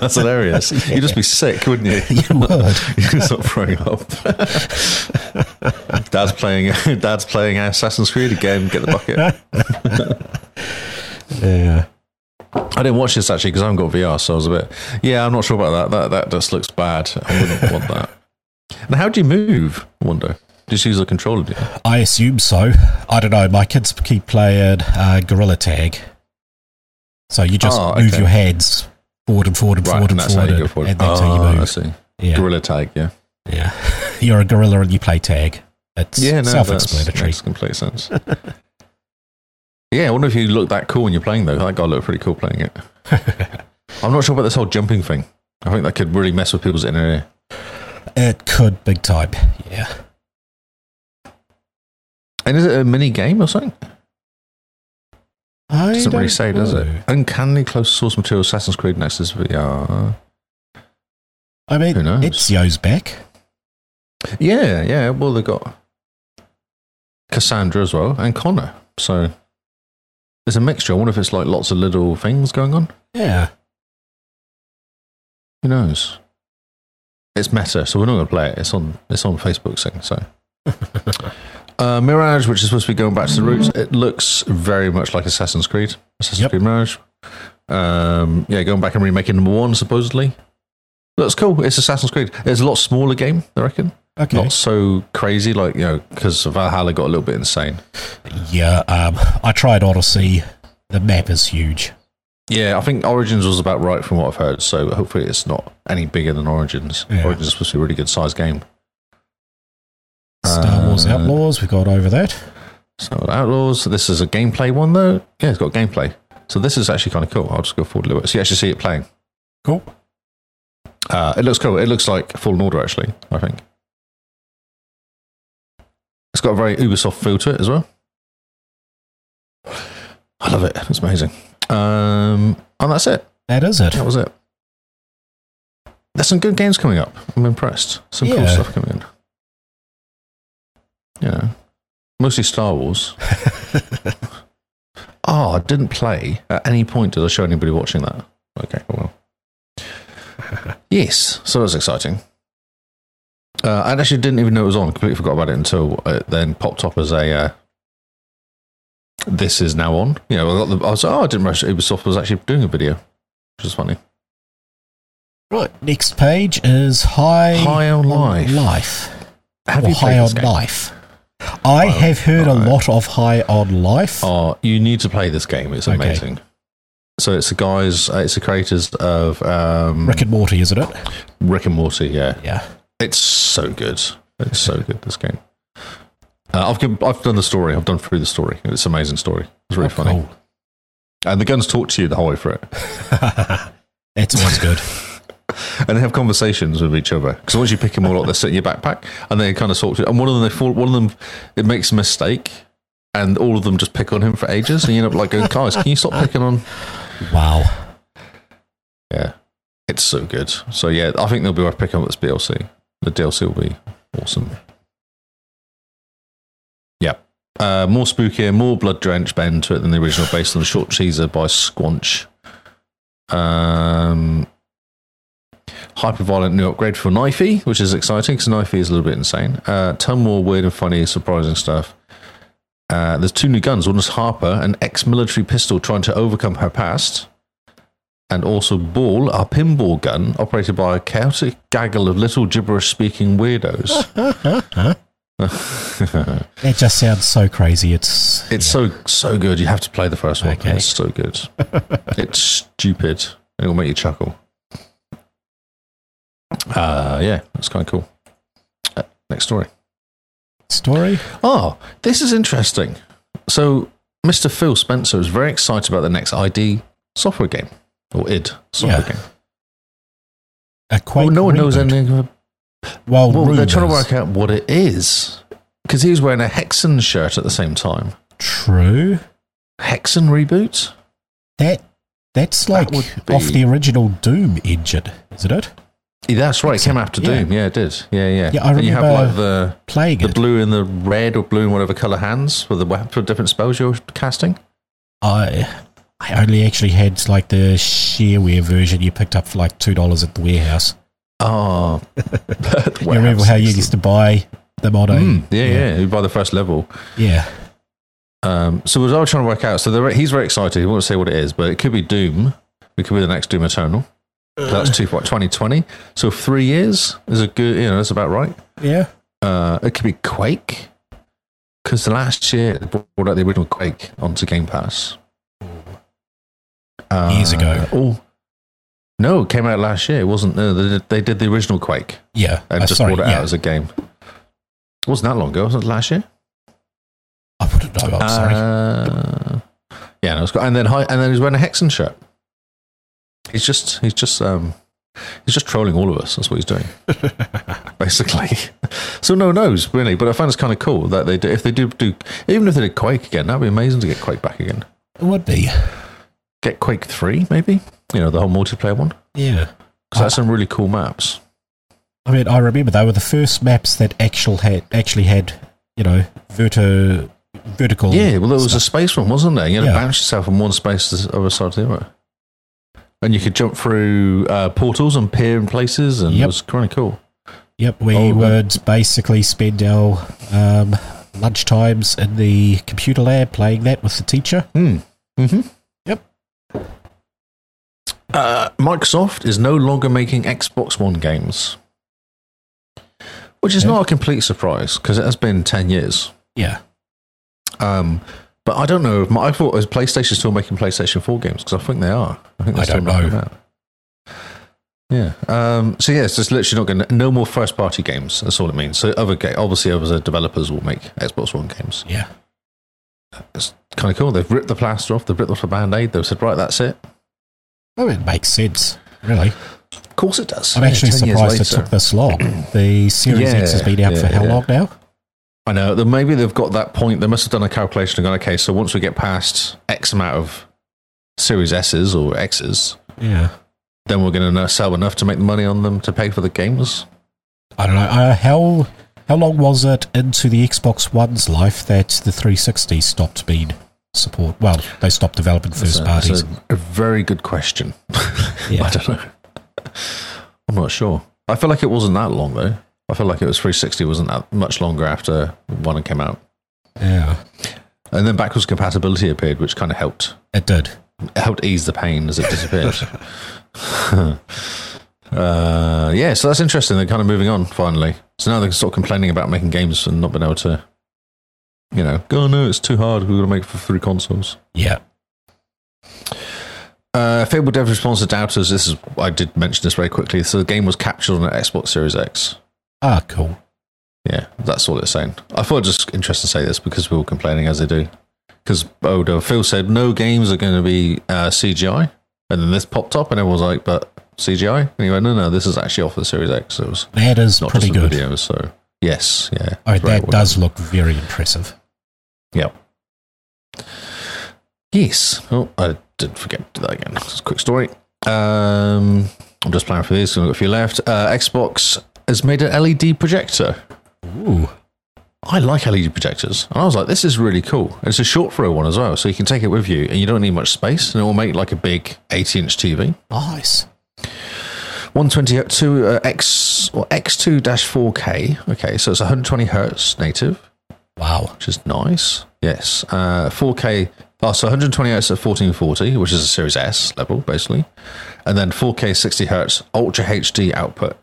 S1: That's hilarious. yeah. You'd just be sick, wouldn't you?
S2: You would.
S1: You'd stop throwing up. Dad's playing. Dad's playing Assassin's Creed again. Get the
S2: bucket. yeah.
S1: I didn't watch this actually because I haven't got VR, so I was a bit. Yeah, I'm not sure about that. That that just looks bad. I wouldn't want that. And how do you move? I wonder. Just use the controller.
S2: I assume so. I don't know. My kids keep playing uh, Gorilla Tag, so you just oh, move okay. your hands forward and forward and
S1: right,
S2: forward and,
S1: and
S2: forward,
S1: forward, Ah,
S2: and that's oh, how you move. I
S1: see. Yeah. Gorilla Tag. Yeah.
S2: Yeah. You're a gorilla and you play tag. It's yeah, no, self-explanatory.
S1: Makes complete sense. Yeah, I wonder if you look that cool when you're playing though. That guy looked pretty cool playing it. I'm not sure about this whole jumping thing. I think that could really mess with people's inner ear.
S2: It could, big time. Yeah.
S1: And is it a mini game or something?
S2: I
S1: Doesn't
S2: don't
S1: really say,
S2: know.
S1: does it? Uncannily close source material. Assassin's Creed Nexus VR.
S2: I mean, Who knows? Ezio's back.
S1: Yeah, yeah. Well, they got Cassandra as well and Connor. So there's a mixture. I wonder if it's like lots of little things going on.
S2: Yeah.
S1: Who knows? It's meta, so we're not going to play it. It's on it's on Facebook thing. So uh, Mirage, which is supposed to be going back to the roots, it looks very much like Assassin's Creed. Assassin's yep. Creed Mirage. Um, yeah, going back and remaking number one supposedly. That's cool. It's Assassin's Creed. It's a lot smaller game, I reckon.
S2: Okay.
S1: Not so crazy, like, you know, because Valhalla got a little bit insane.
S2: Yeah, um, I tried Odyssey. The map is huge.
S1: Yeah, I think Origins was about right from what I've heard, so hopefully it's not any bigger than Origins. Yeah. Origins is supposed to be a really good sized game.
S2: Star Wars uh, Outlaws, we got over that.
S1: Star Wars Outlaws, this is a gameplay one though. Yeah, it's got gameplay. So this is actually kind of cool. I'll just go forward a little bit. So you actually see it playing.
S2: Cool.
S1: Uh, it looks cool. It looks like Fallen Order, actually, I think. It's got a very Ubisoft feel to it as well. I love it. It's amazing. Um, and that's it.
S2: That is it.
S1: That was it. There's some good games coming up. I'm impressed. Some yeah. cool stuff coming in. You know, mostly Star Wars. oh, I didn't play at any point. Did I show anybody watching that? Okay, oh well. yes, so that's exciting. Uh, I actually didn't even know it was on. Completely forgot about it until it then popped up as a. Uh, this is now on. You know, I, the, I was oh, I didn't realize Ubisoft was actually doing a video, which is funny.
S2: Right, next page is high
S1: high on life.
S2: Life.
S1: Have you
S2: high
S1: on
S2: game? life? I high have heard life. a lot of high on life.
S1: Oh, you need to play this game. It's amazing. Okay. So it's the guys, uh, it's the creators of um,
S2: Rick and Morty, isn't it?
S1: Rick and Morty, yeah,
S2: yeah.
S1: It's so good. It's so good. This game. Uh, I've I've done the story. I've done through the story. It's an amazing story. It's really oh, funny. Cool. And the guns talk to you the whole way through it.
S2: it's always good.
S1: and they have conversations with each other because once you pick them all up, they sit in your backpack and they kind of talk to. You. And one of them, they fall. One of them, it makes a mistake, and all of them just pick on him for ages. And you end up like going, "Guys, can you stop picking on?"
S2: Wow.
S1: Yeah, it's so good. So yeah, I think they'll be worth picking up this DLC the DLC will be awesome. Yep. Uh, more spookier, more blood drenched bend to it than the original, based on the short teaser by Squanch. Um, hyperviolent new upgrade for Knifey, which is exciting because Knifey is a little bit insane. Uh, ton more weird and funny, surprising stuff. Uh, there's two new guns. One is Harper, an ex-military pistol trying to overcome her past, and also Ball, a pinball gun operated by a chaotic gaggle of little gibberish-speaking weirdos.
S2: it just sounds so crazy. It's
S1: it's yeah. so so good. You have to play the first one. Okay. It's so good. it's stupid. It will make you chuckle. Uh, yeah, that's kind of cool. Uh, next story.
S2: Story.
S1: Oh, this is interesting. So, Mr. Phil Spencer is very excited about the next ID software game or ID software yeah. game.
S2: A quite well,
S1: no one knows anything about
S2: well,
S1: well they're trying to work out what it is because he was wearing a Hexen shirt at the same time.
S2: True.
S1: Hexen reboot.
S2: That that's like that be... off the original Doom engine, isn't it?
S1: Yeah, that's right. It came after Doom. Yeah. yeah, it did. Yeah, yeah.
S2: Yeah, I remember.
S1: And you have like the
S2: playing
S1: the
S2: it.
S1: blue and the red or blue and whatever color hands for the for different spells you're casting.
S2: I I only actually had like the shareware version you picked up for like two dollars at the warehouse.
S1: Oh,
S2: you remember Ah. how you used to buy the model?
S1: Mm, yeah, yeah, yeah, You buy the first level.
S2: Yeah.
S1: Um, so what I was trying to work out. So he's very excited. He won't say what it is, but it could be Doom. It could be the next Doom Eternal. So
S2: Uh.
S1: that's two, what, 2020. So three years is a good. You know, that's about right.
S2: Yeah.
S1: Uh, it could be Quake because the last year they brought out the original Quake onto Game Pass.
S2: Uh, years ago.
S1: Oh. No, it came out last year. It wasn't. Uh, they, did, they, did, the original Quake.
S2: Yeah,
S1: and uh, just sorry, brought it yeah. out as a game. It wasn't that long ago. Wasn't it last year?
S2: I wouldn't know. I'm Oh, sorry. Uh,
S1: yeah, no, it's got, and then and then he's wearing a Hexen shirt. He's just he's just um he's just trolling all of us. That's what he's doing, basically. So no one knows really, but I find it's kind of cool that they do, if they do do even if they did Quake again, that'd be amazing to get Quake back again.
S2: It would be
S1: get Quake 3, maybe? You know, the whole multiplayer one?
S2: Yeah.
S1: Because that's some really cool maps.
S2: I mean, I remember they were the first maps that actual had, actually had, you know, verti- vertical.
S1: Yeah, well, there was stuff. a space one, wasn't there? You had Oh, yeah. to bounce yourself from one space to the other side to the other. And you could jump through uh, portals and peer in places, and yep. it was kind of cool.
S2: Yep, we oh, would but- basically spend our um, lunch times in the computer lab playing that with the teacher.
S1: Mm. hmm
S2: Mm-hmm. uh,
S1: Microsoft is no longer making Xbox One games, which is yeah. not a complete surprise because it has been ten years.
S2: Yeah.
S1: Um, but I don't know. If my, I thought is PlayStation still making PlayStation Four games because I think they are. I think
S2: I don't know.
S1: Yeah. Um, so yeah, it's just literally not going. to... No more first party games. That's all it means. So other game, obviously, other developers will make Xbox One games.
S2: Yeah.
S1: It's kind of cool. They've ripped the plaster off. They've ripped off the band aid. They've said, right, that's it.
S2: Oh, it makes sense, really.
S1: Of course it does.
S2: I'm yeah, actually surprised it took this long. The Series yeah, X has been out yeah, for how long now?
S1: I know. Then maybe they've got that point. They must have done a calculation and gone, okay, so once we get past X amount of Series S's or X's,
S2: yeah,
S1: then we're going to sell enough to make the money on them to pay for the games.
S2: I don't know. Uh, how how long was it into the Xbox One's life that the 360 stopped being support? Well, they stopped developing first
S1: a,
S2: parties.
S1: A, a, very good question. Yeah. I don't know. I'm not sure. I feel like it wasn't that long though. I feel like it was 360 wasn't that much longer after one came out.
S2: Yeah.
S1: And then backwards compatibility appeared, which kind of helped.
S2: It did.
S1: It helped ease the pain as it disappeared. uh, yeah, so that's interesting. They're kind of moving on finally. So now they can stop complaining about making games and not being able to you know, oh no, it's too hard. We're going to make it for three consoles.
S2: Yeah.
S1: Uh, Fable Dev response to doubters. This is I did mention this very quickly. So the game was captured on an Xbox Series X.
S2: Ah, cool.
S1: Yeah, that's all it's saying. I thought it was just interesting to say this because we were complaining as they do. Because oh no, Phil said no games are going to be uh, CGI, and then this popped up, and everyone was like, "But CGI?" And he went, "No, no, this is actually off the Series X." So it was
S2: that is not pretty good.
S1: Video, so yes, yeah.
S2: Oh, that well does done. look very impressive.
S1: Yep. Yes. Oh, I did forget to do that again. Just a quick story. Um, I'm just planning for E this. I've got a few left. Uh, Xbox has made an LED projector.
S2: Ooh.
S1: I like LED projectors. And I was like, this is really cool. And it's a short throw one as well. So you can take it with you and you don't need much space and it will make like a big 80 inch TV.
S2: Nice.
S1: 122 uh, X or X2 4K. Okay. So it's 120 hertz native.
S2: Wow.
S1: Which is nice. Yes. Uh, 4K. Oh, so 120 hertz at 1440, which is a Series S level, basically. And then 4K 60 hertz Ultra HD output.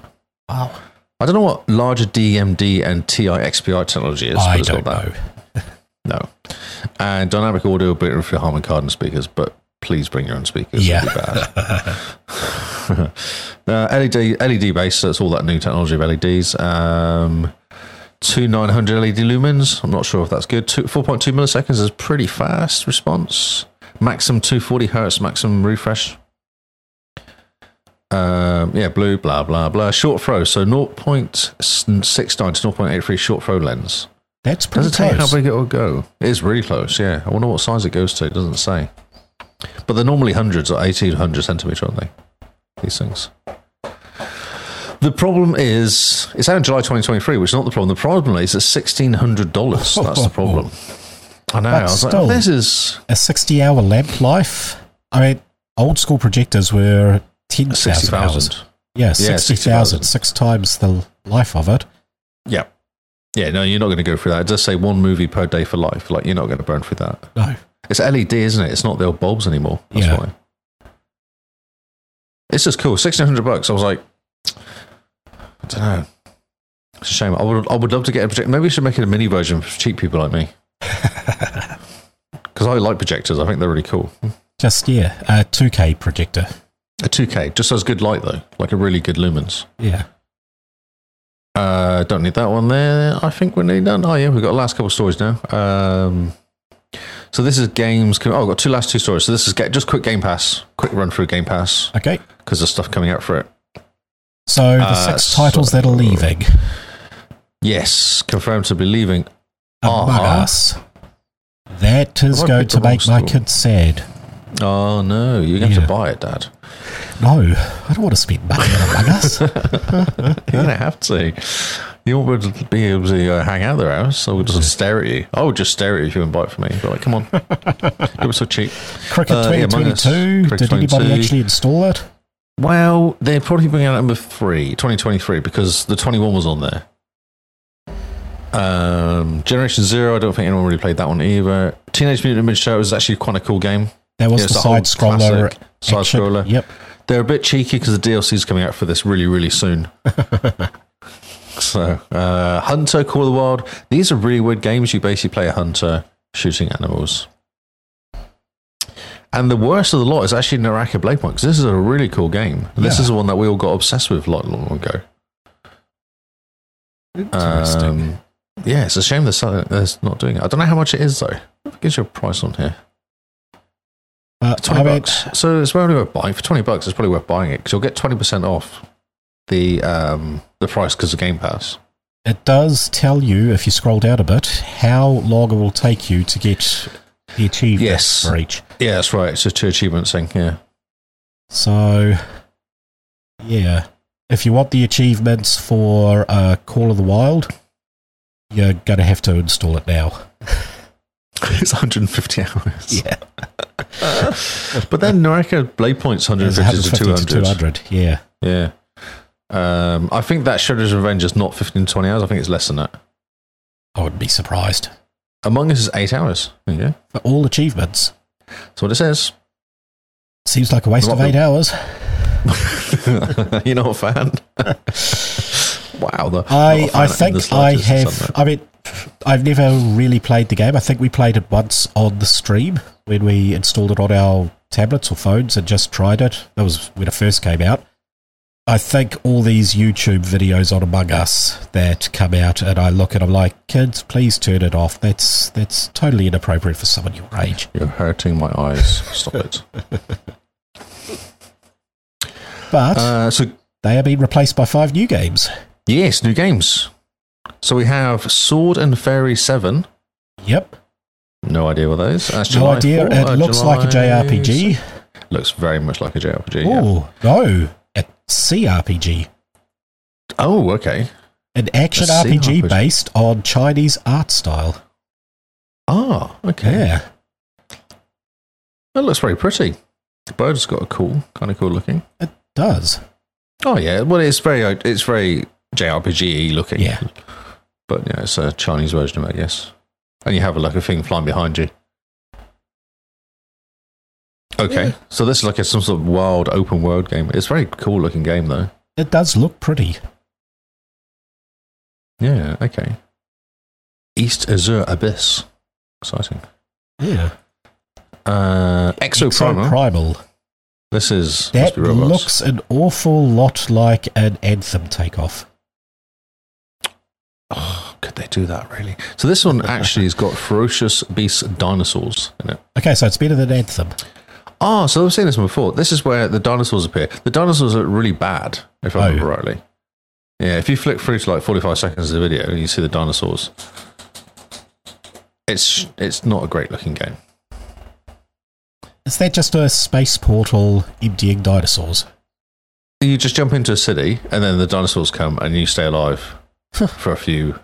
S2: Wow.
S1: I don't know what larger DMD and TI-XPI technology is.
S2: I don't know.
S1: no. And dynamic audio bit for your Harman Kardon speakers, but please bring your own speakers.
S2: Yeah.
S1: uh, LED LED base. So that's all that new technology of LEDs. Um, two 900 LED E lumens. I'm not sure if that's good. Two, 4.2 milliseconds is pretty fast response. Maximum 240 hertz. Maximum refresh um, yeah, blue, blah, blah, blah. Short throw. So 0.69 to 0.83 short throw lens.
S2: That's pretty
S1: Doesn't tell you how
S2: close.
S1: big it will go. It is really close, yeah. I wonder what size it goes to. It doesn't say. But they're normally hundreds or 1800 centimetre, aren't they? These things. The problem is, it's out in July 2023, which is not the problem. The problem is it's $1,600. That's the problem. I know. I was like, oh, this is.
S2: A 60 hour lamp life. I mean, old school projectors were
S1: 60,000 hours.
S2: Yeah, 60,000, yeah, 60, six times the life of it.
S1: Yeah. Yeah, no, you're not going to go through that. It does say one movie per day for life. Like, you're not going to burn through that.
S2: No.
S1: It's LED, isn't it? It's not the old bulbs anymore. That's yeah. why. It's just cool. 1600 bucks. I was like, I don't know. It's a shame. I would, I would love to get a projector. Maybe we should make it a mini version for cheap people like me. Because I like projectors. I think they're really cool.
S2: Just, yeah, a 2K projector.
S1: A 2K, just as good light though, like a really good lumens.
S2: Yeah.
S1: Uh, don't need that one there. I think we need done. Oh yeah, we've got the last couple of stories now. Um, so this is games. Oh, I've got two last two stories. So this is get, just quick Game Pass, quick run through Game Pass.
S2: Okay.
S1: Because there's stuff coming out for it.
S2: So the uh, six titles so, that are leaving.
S1: Yes, confirmed to be leaving.
S2: Among uh-huh. Us. That is going to make my kids sad.
S1: Oh no, you're going yeah. to buy it, Dad.
S2: No, I don't want to spend money on Among Us.
S1: you don't have to. You won't be able to uh, hang out their house. I would just yeah. stare at you. I would just stare at you if you invite for me. Be like, come on, it was so cheap.
S2: Cricket uh, 2022. Yeah, Did anybody actually install it?
S1: Well, they're probably bringing out number three, 2023, because the 21 was on there. Um, Generation Zero. I don't think anyone really played that one either. Teenage Mutant Ninja Turtles is actually quite a cool game.
S2: There was yeah, the side scroller.
S1: Side scroller.
S2: Yep.
S1: They're a bit cheeky because the DLC is coming out for this really, really soon. so, uh, Hunter, Call of the Wild. These are really weird games. You basically play a hunter shooting animals. And the worst of the lot is actually Naraka Blade Point because this is a really cool game. Yeah. This is the one that we all got obsessed with like long, long ago.
S2: Interesting. Um,
S1: yeah, it's a shame they're, they're not doing it. I don't know how much it is though. It gives you a price on here.
S2: Uh,
S1: twenty I mean, bucks. So it's probably worth buying for twenty bucks. It's probably worth buying it because you'll get twenty percent off the um, the price because of Game Pass.
S2: It does tell you if you scroll down a bit how long it will take you to get the achievement
S1: yes.
S2: for each.
S1: Yeah, that's right. It's a two achievement thing. Yeah.
S2: So, yeah, if you want the achievements for uh, Call of the Wild, you're gonna have to install it now.
S1: it's 150 hours.
S2: Yeah.
S1: but then Naraka blade points 150, 150 to 200.
S2: To 200. Yeah.
S1: Yeah. Um, I think that Shredder's Revenge is not 15 20 hours. I think it's less than that.
S2: I would be surprised.
S1: Among Us is eight hours. Yeah.
S2: For all achievements.
S1: That's what it says.
S2: Seems like a waste what of eight the- hours.
S1: You're not a fan. wow. The,
S2: I, I think I have. I mean, I've never really played the game. I think we played it once on the stream when we installed it on our tablets or phones and just tried it. That was when it first came out. I think all these YouTube videos on Among Us that come out, and I look and I'm like, kids, please turn it off. That's that's totally inappropriate for someone your age.
S1: You're hurting my eyes. Stop it.
S2: but uh, so they are being replaced by five new games.
S1: Yes, new games. So we have Sword and Fairy 7.
S2: Yep.
S1: No idea what that is. That's
S2: no idea. 4, it uh, looks July like a JRPG.
S1: Looks very much like a JRPG.
S2: Oh, yeah. no. A CRPG.
S1: Oh, okay.
S2: An action RPG, RPG, based on Chinese art style.
S1: Ah, okay.
S2: Yeah.
S1: That looks very pretty. The bird's got a cool, kind of cool looking.
S2: It does.
S1: Oh yeah, well it's very it's very JRPG looking.
S2: Yeah.
S1: But yeah, it's a Chinese version of it, I guess. And you have like a thing flying behind you. Okay, yeah. so this is like a, some sort of wild open world game. It's a very cool looking game though.
S2: It does look pretty.
S1: Yeah. Okay. East Azure Abyss. Exciting.
S2: Yeah.
S1: Uh, Exo Primal.
S2: Primal.
S1: This is
S2: that looks an awful lot like an Anthem takeoff.
S1: Oh, could they do that really? So this one actually has got ferocious beast dinosaurs in it.
S2: Okay, so it's better than Anthem.
S1: Oh, so I've seen this one before. This is where the dinosaurs appear. The dinosaurs are really bad, if I remember oh. rightly. Yeah, if you flick through to like forty-five seconds of the video and you see the dinosaurs, it's it's not a great-looking game.
S2: Is that just a space portal emptying dinosaurs?
S1: You just jump into a city, and then the dinosaurs come, and you stay alive for a few.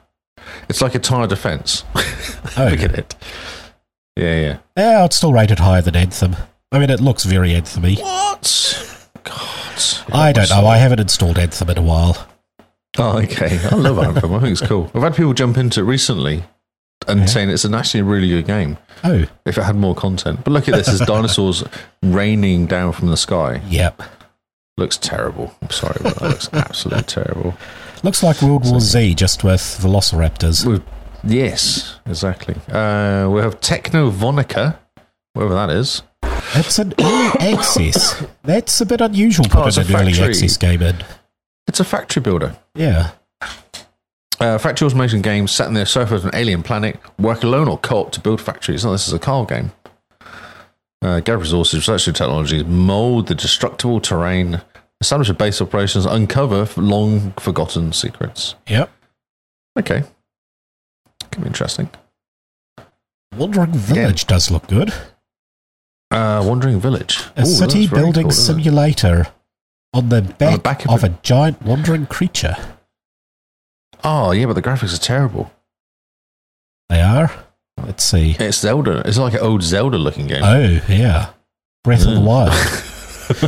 S1: It's like a tire defense. Oh. Look at it. Yeah, yeah.
S2: Yeah, it's still rated higher than Anthem. I mean, it looks very Anthemy.
S1: What? God.
S2: I don't know. I haven't installed Anthem in a while.
S1: Oh, okay. I love Anthem. I think it's cool. I've had people jump into it recently and yeah. saying it's an actually a really good game.
S2: Oh,
S1: if it had more content. But look at this: there's dinosaurs raining down from the sky.
S2: Yep,
S1: looks terrible. I'm sorry, but that looks absolutely terrible.
S2: Looks like World War Z, just with velociraptors.
S1: We've, yes, exactly. Uh, we have Technovonica, whatever that is.
S2: That's an early access. That's a bit unusual putting oh, an early access game in.
S1: It's a factory builder.
S2: Yeah.
S1: Uh, factory automation games set in the surface of an alien planet. Work alone or co-op to build factories. Now, this is a car game. Uh, gather resources, research new technologies, mold the destructible terrain, establish base operations, uncover long forgotten secrets.
S2: Yep.
S1: Okay. Could be interesting.
S2: Wandering Village Again. does look good.
S1: Uh, Wandering Village.
S2: A Ooh, city building cool, simulator on the back, on the back of, of a giant wandering creature.
S1: Oh yeah, but the graphics are terrible.
S2: They are. Let's see.
S1: It's Zelda. It's like an old Zelda-looking game.
S2: Oh yeah, Mm. Breath yeah. of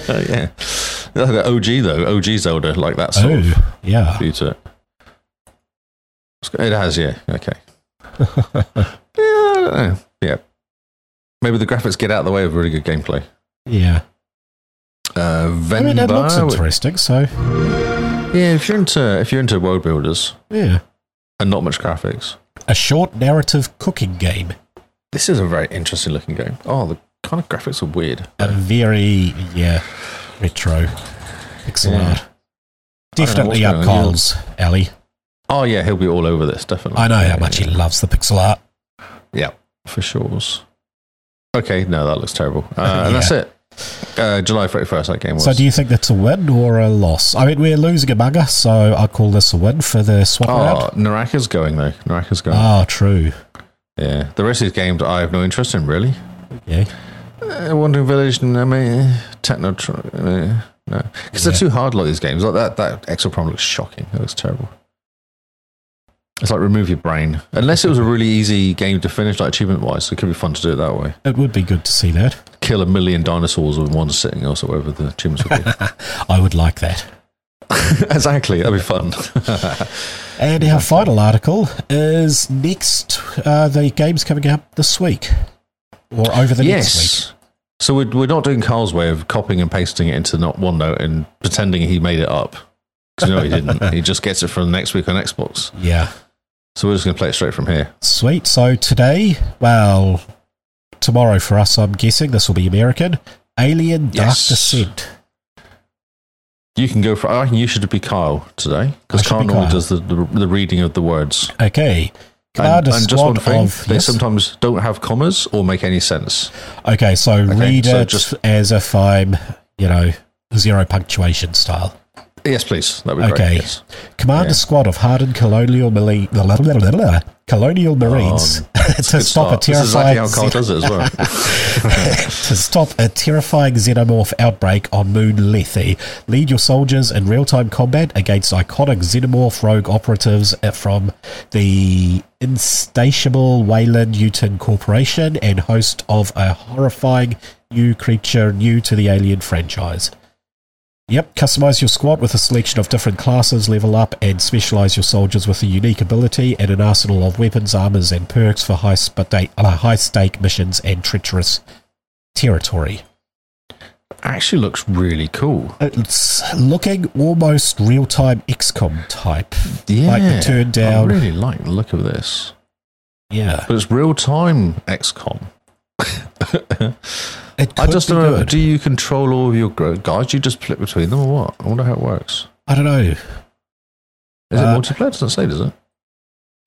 S2: the
S1: Wild. yeah, like OG though. OG Zelda, like that sort oh, of
S2: yeah.
S1: view to it. It has, yeah. Okay. yeah, yeah. Maybe the graphics get out of the way of really good gameplay.
S2: Yeah.
S1: Uh, Venba,
S2: I mean, that looks interesting. So.
S1: Yeah, if you're into if you're into world builders,
S2: yeah,
S1: and not much graphics,
S2: a short narrative cooking game.
S1: This is a very interesting looking game. Oh, the kind of graphics are weird.
S2: A very yeah, retro pixel yeah. art. Definitely up Cole's alley.
S1: Oh yeah, he'll be all over this. Definitely.
S2: I know how much he loves the pixel art.
S1: Yeah, for sure. Okay, no, that looks terrible, uh, yeah. and that's it. Uh, July 31st, that game was.
S2: So, do you think that's a win or a loss? I mean, we're losing Among Us, so I call this a win for the swap.
S1: Oh, round. Naraka's going, though. Naraka's going.
S2: Ah, oh, true.
S1: Yeah. The rest of these games I have no interest in, really.
S2: Yeah.
S1: Uh, Wandering Village, I mean, eh, Techno. Uh, no. Because yeah. they're too hard, like these games. Like that, that Exo Problem looks shocking. That looks terrible. It's like remove your brain. Unless it was a really easy game to finish, like achievement wise, it could be fun to do it that way.
S2: It would be good to see that.
S1: Kill a million dinosaurs in one sitting, or so whatever the achievements would be.
S2: I would like that.
S1: exactly, that'd be fun.
S2: and our final article is next. Uh, the game's coming up this week, or over the yes. next week.
S1: So we're, we're not doing Carl's way of copying and pasting it into not OneNote and pretending he made it up. Because no, he didn't. he just gets it from next week on Xbox.
S2: Yeah.
S1: So we're just going to play it straight from here.
S2: Sweet. So today, well, tomorrow for us, I'm guessing this will be American Alien yes. Dark Descent.
S1: You can go for. I reckon you should be Kyle today because Kyle be normally Kyle. does the, the, the reading of the words.
S2: Okay.
S1: And, and, just one thing, of, they yes? sometimes don't have commas or make any sense.
S2: Okay, so okay, read so it just, as if I'm, you know, zero punctuation style.
S1: Yes, please. That would be okay. great. Yes.
S2: Command yeah. a squad of hardened colonial, mili- colonial marines. Oh,
S1: It's
S2: to stop
S1: start.
S2: a terrifying
S1: this is exactly how Carl does it as well.
S2: to stop a terrifying xenomorph outbreak on Moon Lethe. Lead your soldiers in real-time combat against iconic xenomorph rogue operatives from the insatiable Wayland Newton Corporation and host of a horrifying new creature new to the Alien franchise. Yep, customize your squad with a selection of different classes, level up, and specialize your soldiers with a unique ability and an arsenal of weapons, armors, and perks for high, spate, uh, high stake missions and treacherous territory.
S1: Actually, looks really cool.
S2: It's looking almost real time XCOM type.
S1: Yeah,
S2: like the turn down.
S1: I really like the look of this.
S2: Yeah,
S1: but it's real time XCOM. I just don't know. Do you control all of your gro- guys? Do you just flip between them, or what? I wonder how it works.
S2: I don't know.
S1: Is uh, it multiplayer? It doesn't say, does it?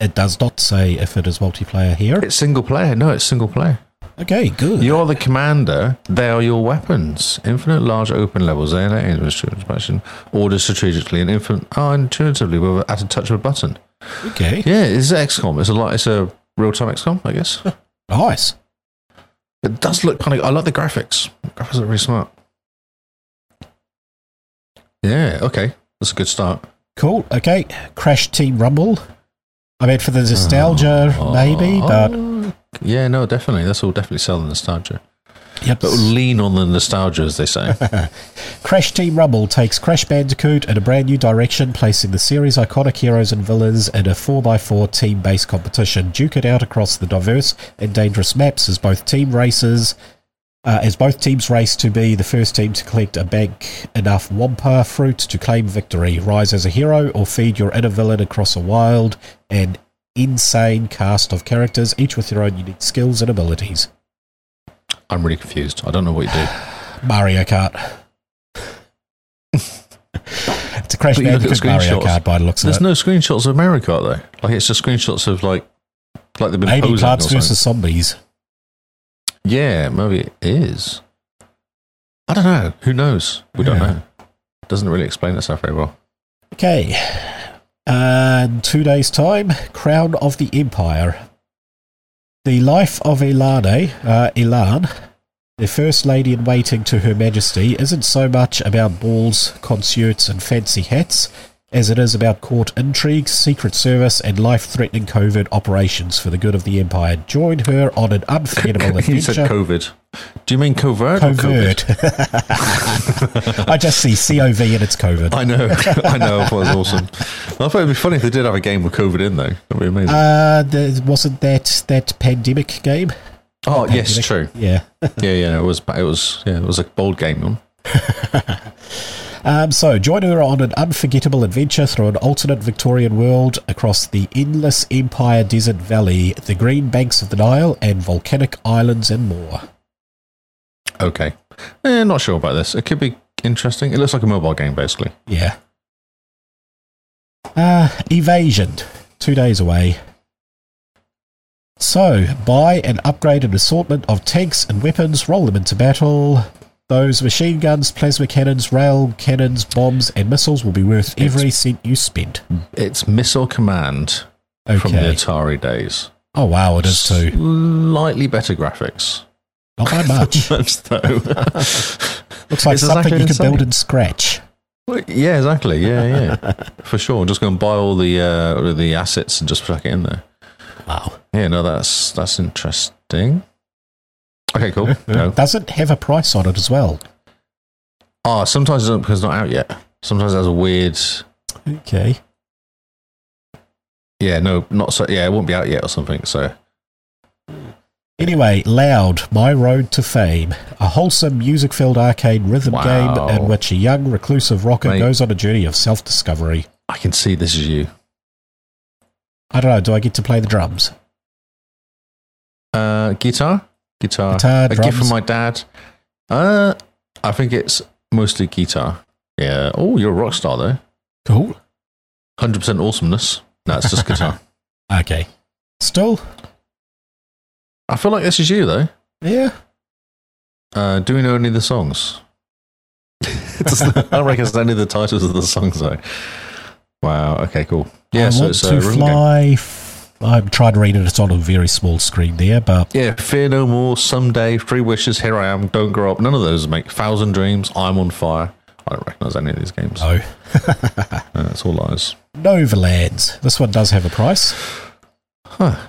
S2: It does not say if it is multiplayer here.
S1: It's single player. No, it's single player.
S2: Okay, good.
S1: You're the commander. They are your weapons. Infinite large open levels. They enable expansion orders strategically and infinite, oh, intuitively with, at a touch of a button.
S2: Okay.
S1: Yeah, it's XCOM. It's a lot. It's a real time XCOM, I guess.
S2: nice.
S1: It does look kind of. I like the graphics. The graphics are really smart. Yeah. Okay. That's a good start.
S2: Cool. Okay. Crash Team Rumble. I mean, for the nostalgia,
S1: Ah.
S2: oh, maybe, oh,
S1: but yeah, no, definitely. This will definitely sell the nostalgia.
S2: Yep.
S1: But lean on the nostalgia, as they say.
S2: Crash Team Rumble takes Crash Bandicoot in a brand new direction, placing the series' iconic heroes and villains in a 4x4 team based competition. Duke it out across the diverse and dangerous maps as both team races. Uh, as both teams race to be the first team to collect a bank enough Wampa fruit to claim victory, rise as a hero, or feed your inner villain across a wild and insane cast of characters, each with their own unique skills and abilities.
S1: I'm really confused. I don't know what you do.
S2: Mario Kart. it's a Crash Bandicoot Mario Kart by the looks
S1: There's
S2: of it.
S1: no screenshots of Mario Kart though. Like it's just screenshots of like like they've been
S2: Maybe
S1: posing
S2: Plants
S1: or something.
S2: vs Zombies.
S1: Yeah, maybe it is. I don't know. Who knows? We don't
S2: Yeah.
S1: know. Doesn't really explain itself very well.
S2: Okay. And two days' time, Crown of the Empire. The life of Elane, uh, Elan, the first lady in waiting to Her Majesty, isn't so much about balls, concerts, and fancy hats as it is about court intrigues, secret service, and life threatening covert operations for the good of the Empire. Join her on an unforgettable adventure.
S1: you said COVID. Do you mean covert? Or
S2: Covert.
S1: COVID?
S2: I just see COV and it's COVID.
S1: I know. I know. It was awesome. I thought it'd be funny if they did have a game with COVID in though. That'd be amazing.
S2: Uh, there wasn't that that pandemic game?
S1: oh
S2: Pandemic.
S1: yes, true.
S2: Yeah.
S1: Yeah, yeah. It was. It was. Yeah, it was a bold game. um,
S2: Um, so join her on an unforgettable adventure through an alternate Victorian world across the endless Empire Desert Valley, the green banks of the Nile, and volcanic islands and more.
S1: Okay. Eh, not sure about this. It could be interesting. It looks like a mobile game, basically.
S2: Yeah. Uh, evasion. Two days away. So, buy and upgrade an assortment of tanks and weapons, roll them into battle. Those machine guns, plasma cannons, rail cannons, bombs, and missiles will be worth every cent you spend.
S1: It's Missile Command from the
S2: Okay.
S1: Atari days.
S2: Oh, wow, it is too.
S1: Slightly better graphics.
S2: Not by much.
S1: Much though.
S2: Looks like
S1: It's
S2: something
S1: exactly
S2: you
S1: the
S2: could
S1: same.
S2: build in Scratch.
S1: Well, Yeah, exactly. Yeah, yeah, for sure. Just go and buy all the uh, all the assets and just chuck it in there.
S2: Wow.
S1: Yeah, no, that's that's interesting. Okay, cool. No.
S2: Doesn't have a price on it as well.
S1: Oh, sometimes it doesn't because it's not out yet. Sometimes it has a weird.
S2: Okay.
S1: Yeah, no, not so. Yeah, it won't be out yet or something. So
S2: Anyway, Loud, My Road to Fame, a wholesome music filled arcade rhythm
S1: Wow.
S2: game in which a young reclusive rocker
S1: Mate.
S2: goes on a journey of self discovery.
S1: I can see this is you.
S2: I don't know, do I get to play the drums?
S1: Uh, guitar, guitar,
S2: Guitar,
S1: a gift from
S2: drums.
S1: my dad. Uh, I think it's mostly guitar. Yeah. Oh, you're a rock star though.
S2: Cool.
S1: Hundred percent awesomeness. No, it's just guitar.
S2: Okay. Still?
S1: I feel like this is you though.
S2: Yeah.
S1: Uh, do we know any of the songs? It's- I don't reckon it's any of the titles of the songs though. Wow. Okay. Cool. Yeah.
S2: I
S1: so
S2: want
S1: it's uh, a
S2: to
S1: rhythm game.
S2: fly f- I tried reading it on a very small screen there, but
S1: yeah, fear no more. Someday, three wishes. Here I am. Don't grow up. None of those make thousand dreams. I'm on fire. I don't recognise any of these games.
S2: No,
S1: no it's all lies.
S2: Novalands. This one does have a price.
S1: Huh.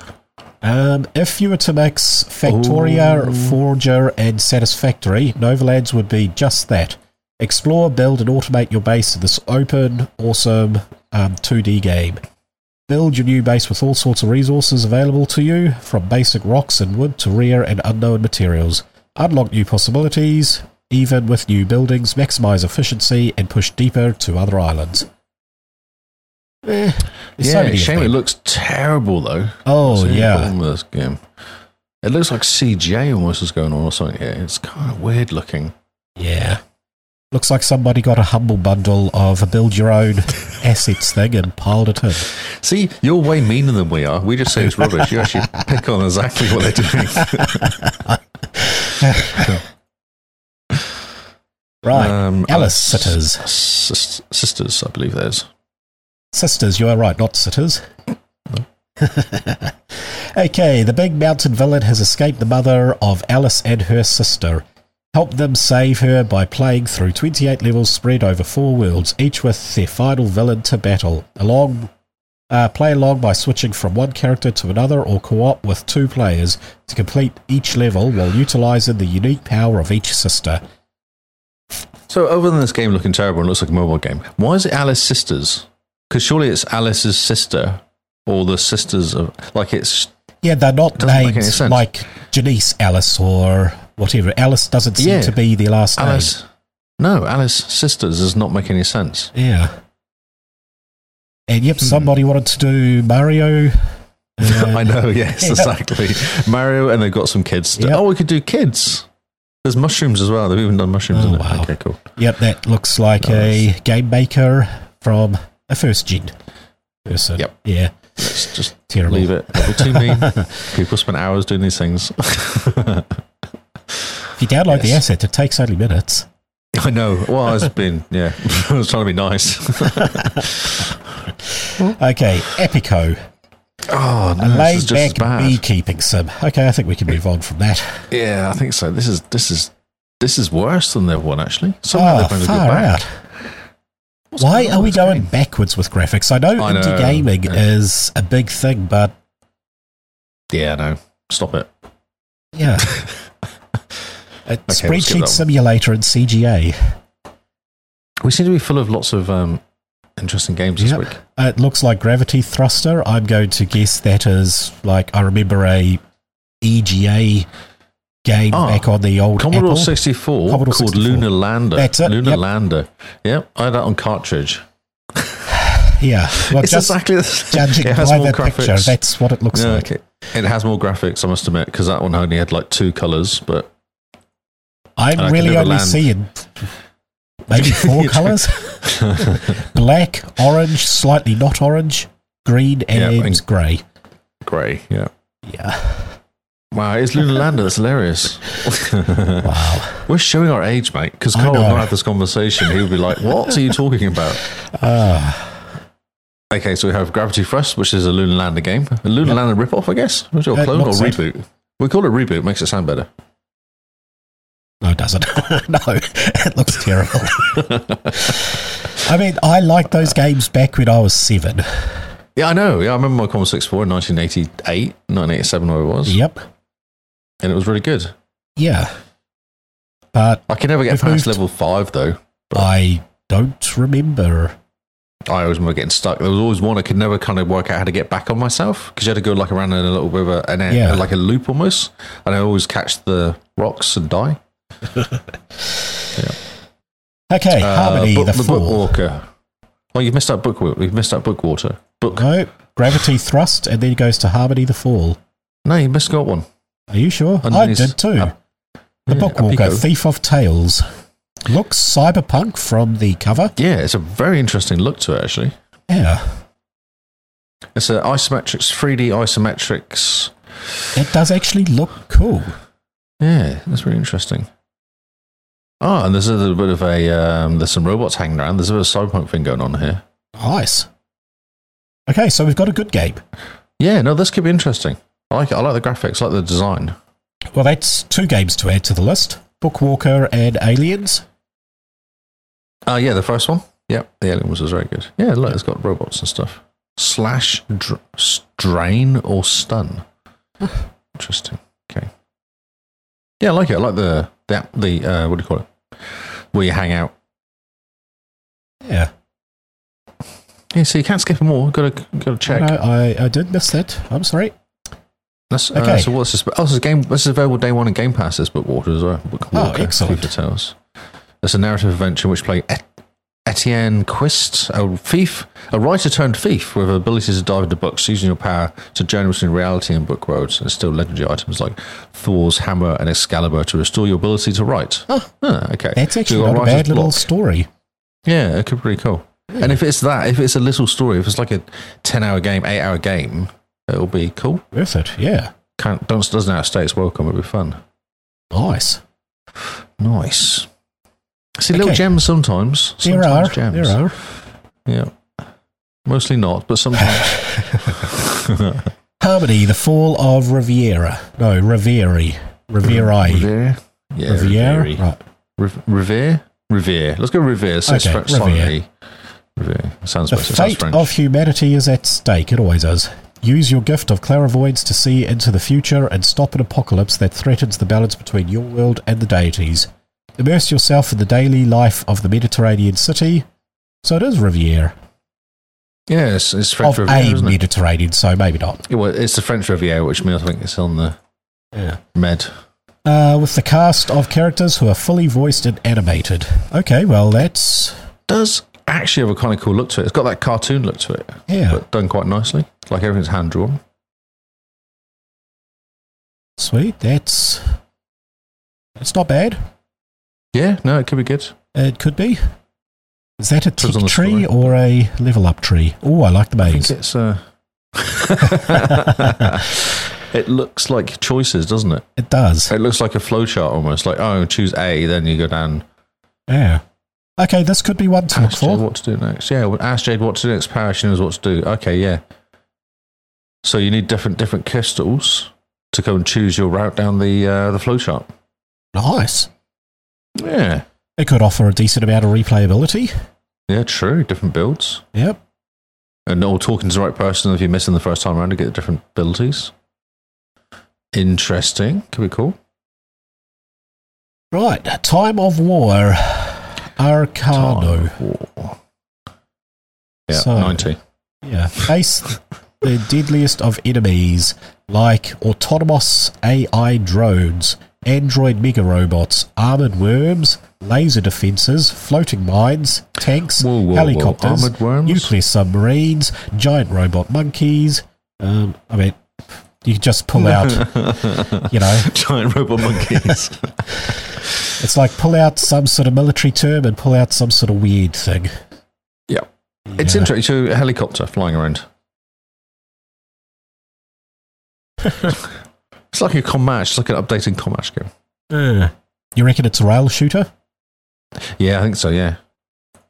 S2: Um, if you were to mix Factoria, Ooh. Forger, and Satisfactory, Novalands would be just that. Explore, build, and automate your base in this open, awesome um, 2D game. Build your new base with all sorts of resources available to you, from basic rocks and wood to rare and unknown materials. Unlock new possibilities, even with new buildings, maximize efficiency, and push deeper to other islands.
S1: Eh, yeah, so shame it looks terrible though.
S2: Oh yeah,
S1: this game. It looks like CGI almost is going on or something. Yeah, it's kind of weird looking.
S2: Yeah, looks like somebody got a humble bundle of a build your own assets thing and piled it in.
S1: See, you're way meaner than we are. We just say it's rubbish. You actually pick on exactly what they're doing.
S2: right, um, Alice
S1: uh,
S2: sitters,
S1: s- sisters, I believe there's.
S2: Sisters, you are right, not sitters. No. okay, the big mountain villain has escaped the mother of Alice and her sister. Help them save her by playing through 28 levels spread over four worlds, each with their final villain to battle. Along, uh, play along by switching from one character to another or co op with two players to complete each level while utilizing the unique power of each sister.
S1: So, other than this game looking terrible and looks like a mobile game, why is it Alice Sisters? because surely it's Alice's sister or the sisters of like it's
S2: yeah they're not named like Janice Alice or whatever Alice doesn't seem yeah. to be the last
S1: Alice
S2: name.
S1: no Alice sisters does not make any sense
S2: yeah and yep hmm. somebody wanted to do Mario
S1: uh, I know yes yeah. exactly Mario and they've got some kids yep. oh we could do kids there's mushrooms as well they've even done mushrooms oh, wow. okay cool
S2: yep that looks like nice. a game maker from a first gen person.
S1: Yep.
S2: Yeah.
S1: Let's just
S2: Terrible.
S1: leave it. Level too mean. People spend hours doing these things.
S2: if you download yes. the asset, it takes only minutes.
S1: I know. Well, I was being, yeah, I was trying to be nice.
S2: okay, Epico.
S1: Oh, no,
S2: a laid back beekeeping sim. Okay, I think we can move on from that.
S1: Yeah, I think so. This is this is this is worse than the one actually.
S2: Somehow oh, they're going to go back. Out. What's Why are we going game? backwards with graphics? I know I indie know, gaming yeah. is a big thing, but
S1: yeah, no, stop it.
S2: Yeah, a okay, spreadsheet we'll simulator and CGA.
S1: We seem to be full of lots of um, interesting games yep. this week.
S2: Uh, it looks like Gravity Thruster. I'm going to guess that is like I remember a EGA game oh, back on the old
S1: Commodore
S2: Apple.
S1: 64 Commodore called 64. Lunar Lander.
S2: That's it.
S1: Lunar yep. Lander. Yep, I had that on cartridge.
S2: yeah, well,
S1: it's
S2: just
S1: exactly the same.
S2: Judging it has by more that graphics. picture, that's what it looks yeah, like.
S1: Okay. It has more graphics, I must admit, because that one only had like two colors. But
S2: I'm really only land. seeing maybe four colors: black, orange, slightly not orange, green, and, yep, and grey.
S1: Grey, yeah,
S2: yeah.
S1: Wow, it's Lunar Lander. That's hilarious.
S2: wow.
S1: We're showing our age, mate, because Carl would not have this conversation. He would be like, What are you talking about?
S2: Uh,
S1: okay, so we have Gravity Thrust, which is a Lunar Lander game. A Lunar yep. Lander ripoff, I guess? Or
S2: Uh,
S1: clone or reboot? It. We call it reboot, makes it sound better.
S2: No, it doesn't. no, it looks terrible. I mean, I liked those games back when I was seven.
S1: Yeah, I know. Yeah, I remember my Commodore 64 in 1988, 1987, where it was.
S2: Yep
S1: and it was really good.
S2: Yeah, but
S1: I can never get past level five though.
S2: I don't remember.
S1: I always remember getting stuck. There was always one I could never kind of work out how to get back on myself because you had to go like around in a little bit of a, an, yeah. like a loop almost, and I always catch the rocks and die.
S2: yeah. Okay, uh, Harmony book, the, the
S1: Bookwalker. Oh, you've missed out book. We've missed out Bookwater. Book.
S2: No, Gravity Thrust, and then goes to Harmony the Fall.
S1: No, you missed got one.
S2: Are you sure? Underneath, I did too. Uh, the yeah, Bookwalker, Thief of Tales. Looks cyberpunk from the cover.
S1: Yeah, it's a very interesting look to it, actually.
S2: Yeah.
S1: It's an isometrics, 3D isometrics.
S2: It does actually look cool.
S1: Yeah, that's really interesting. Oh, and there's a little bit of a, um, there's some robots hanging around. There's a bit of cyberpunk thing going on here.
S2: Nice. Okay, so we've got a good game.
S1: Yeah, no, this could be interesting. I like it. I like the graphics, I like the design.
S2: Well, that's two games to add to the list Bookwalker and Aliens.
S1: Uh, yeah, the first one. Yep, the Alien was, was very good. Yeah, look, it's got robots and stuff. Slash, dr- strain, or stun. Interesting. Okay. Yeah, I like it. I like the the the uh, what do you call it? Where you hang out.
S2: Yeah.
S1: Yeah. So you can't skip them all. Got to got to check.
S2: No, I I did miss that. I'm sorry.
S1: That's, uh, okay. So what's this? Oh, this is game. This is available day one in Game Pass. This book water as well. Book
S2: oh, excellent.
S1: Details. It's a narrative adventure in which play Et- Etienne Quist, a thief, a writer turned thief with abilities to dive into books, using your power to journey between reality and book worlds, and still legendary items like Thor's hammer and Excalibur to restore your ability to write.
S2: Oh,
S1: ah, okay.
S2: That's actually so not a bad little block. story.
S1: Yeah, it could be pretty cool. Yeah. And if it's that, if it's a little story, if it's like a ten-hour game, eight-hour game, it'll be cool.
S2: Worth it, yeah.
S1: Can't, don't, doesn't outstay its welcome. It'll be fun.
S2: Nice,
S1: nice. See, little okay. gems sometimes.
S2: There
S1: sometimes
S2: are. Gems. There are.
S1: Yeah. Mostly not, but sometimes.
S2: Harmony, the fall of Riviera. No, Rivieri. Rivieri.
S1: Riviera? Yeah, Riviera. Riviera. Right. Riv- Revere? Revere. Let's go Revere. So okay, it's Revere. Revere. It sounds
S2: the
S1: better.
S2: fate
S1: French.
S2: of humanity is at stake. It always is. Use your gift of clairvoyance to see into the future and stop an apocalypse that threatens the balance between your world and the deities. Immerse yourself in the daily life of the Mediterranean city. So it is Riviera.
S1: Yes, it's French
S2: of
S1: Riviera.
S2: A Mediterranean,
S1: it?
S2: so maybe not.
S1: Yeah, well, it's the French Riviera, which means I think it's on the yeah. Med.
S2: Uh, with the cast of characters who are fully voiced and animated. Okay, well, that's.
S1: Does actually have a kind of cool look to it. It's got that cartoon look to it.
S2: Yeah.
S1: But done quite nicely. Like everything's hand drawn.
S2: Sweet. That's. That's not bad.
S1: Yeah, no, it could be good.
S2: It could be. Is that a tick tree story. or a level up tree? Oh, I like the maze.
S1: I it's uh... it looks like choices, doesn't it?
S2: It does.
S1: It looks like a flowchart almost. Like, oh, choose A, then you go down.
S2: Yeah. Okay, this could be one to
S1: ask
S2: look for.
S1: Jade what to do next? Yeah, ask Jade what to do next. Power, she knows what to do. Okay, yeah. So you need different different crystals to go and choose your route down the uh, the flowchart.
S2: Nice.
S1: Yeah.
S2: It could offer a decent amount of replayability.
S1: Yeah, true. Different builds.
S2: Yep.
S1: And all talking to the right person if you're missing the first time around to get the different abilities. Interesting. Could be cool.
S2: Right. Time of War. Arcano. Of war.
S1: Yeah, so, 90.
S2: Yeah. Face the deadliest of enemies like autonomous AI drones android mega robots, armored worms, laser defences, floating mines, tanks,
S1: whoa, whoa,
S2: helicopters,
S1: whoa.
S2: nuclear submarines, giant robot monkeys. Um, I mean, you just pull out, you know,
S1: giant robot monkeys.
S2: it's like pull out some sort of military term and pull out some sort of weird thing.
S1: Yeah, yeah. it's interesting. So, a helicopter flying around. It's like a Comash, it's like an updating Comash game.
S2: Uh, you reckon it's a rail shooter?
S1: Yeah, I think so, yeah.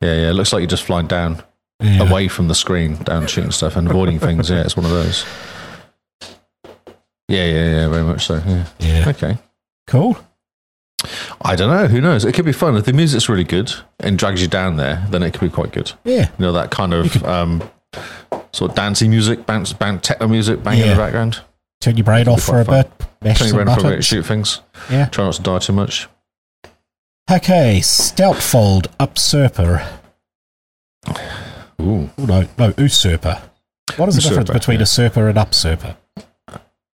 S1: Yeah, yeah. It looks like you're just flying down yeah. away from the screen, down shooting stuff and avoiding things. Yeah, it's one of those. Yeah, yeah, yeah, very much so. Yeah.
S2: yeah.
S1: Okay.
S2: Cool.
S1: I don't know. Who knows? It could be fun. If the music's really good and drags you down there, then it could be quite good.
S2: Yeah.
S1: You know, that kind of um, sort of dancing music, bounce, bounce, techno music, bang yeah. in the background
S2: turn your brain off for a fun. bit.
S1: turn your brain off for a bit, shoot things.
S2: Yeah.
S1: Try not to die too much.
S2: Okay, Stoutfold Usurper.
S1: Ooh.
S2: Oh, no, no, Usurper. What is the usurper, difference between yeah. usurper and upsurper?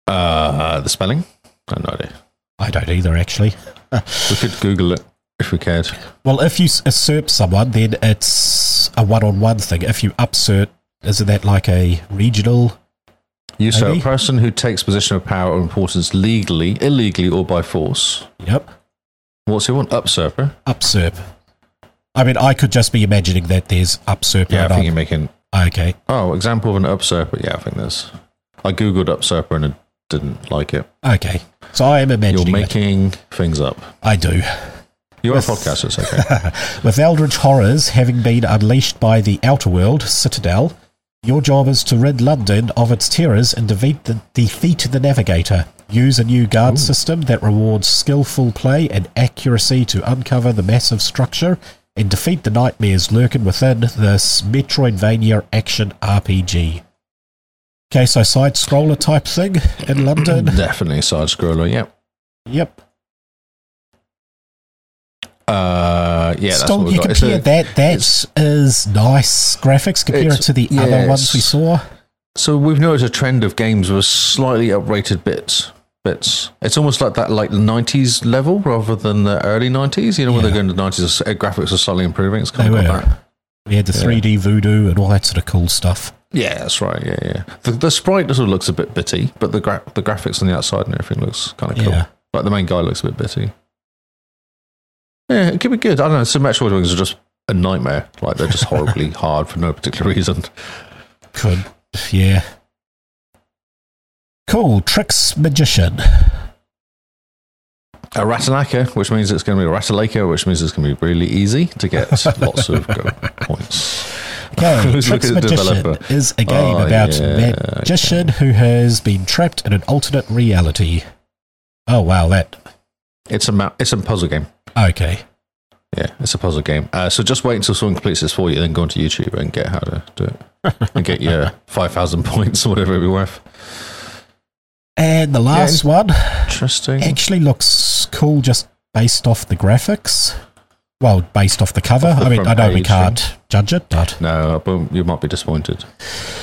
S1: Uh, the spelling? I have no idea.
S2: I don't either, actually.
S1: we could Google it if we cared.
S2: Well, if you usurp someone, then it's a one on one thing. If you upsurp, isn't that like a regional
S1: Usurp, Maybe? a person who takes position of power or importance legally, illegally, or by force.
S2: Yep.
S1: What's he want? Upsurper?
S2: Upsurp. I mean, I could just be imagining that there's upsurper.
S1: Yeah, I think
S2: up.
S1: you're making.
S2: Okay.
S1: Oh, example of an upsurper. Yeah, I think there's. I googled upsurper and it didn't like it.
S2: Okay. So I am imagining.
S1: You're making
S2: it.
S1: things up.
S2: I do.
S1: You're with, a podcaster, it's okay.
S2: with Eldritch Horrors having been unleashed by the Outer World, Citadel, Your job is to rid London of its terrors and defeat the, defeat the Navigator. Use a new guard Ooh. system that rewards skillful play and accuracy to uncover the massive structure and defeat the nightmares lurking within this Metroidvania action RPG. Okay, so side scroller type thing in London.
S1: Definitely side scroller, yep.
S2: Yep.
S1: Uh, yeah,
S2: Still, you compare a, that. That is nice graphics compared to the yeah, other ones we saw.
S1: So we've noticed a trend of games with slightly uprated bits. Bits. It's almost like that, like '90s level rather than the early '90s. You know, yeah. when they're going to '90s, graphics are slightly improving. It's kind they of were. that.
S2: We had the yeah. 3D voodoo and all that sort of cool stuff.
S1: Yeah, that's right. Yeah, yeah. The, the sprite sort of looks a bit bitty, but the gra- the graphics on the outside and everything looks kind of cool. Yeah. Like the main guy looks a bit bitty. Yeah, it could be good. I don't know. Some Metroid wings are just a nightmare. Like they're just horribly hard for no particular reason.
S2: Could, yeah. Cool. Tricks Magician.
S1: A Ratanaka, which means it's going to be a Ratalaka, which means it's going to be really easy to get lots of points.
S2: Okay, Tricks Magician is a game oh, about yeah, a magician okay. who has been trapped in an alternate reality. Oh wow, that
S1: it's a ma- it's a puzzle game.
S2: Okay.
S1: Yeah, it's a puzzle game. Uh, so just wait until someone completes this for you, then go onto YouTube and get how to do it, and get your five thousand points or whatever it be worth.
S2: And the last yeah, one,
S1: interesting,
S2: actually looks cool just based off the graphics. Well, based off the cover. Off the I mean, I know we can't thing. judge it, but
S1: no, but you might be disappointed.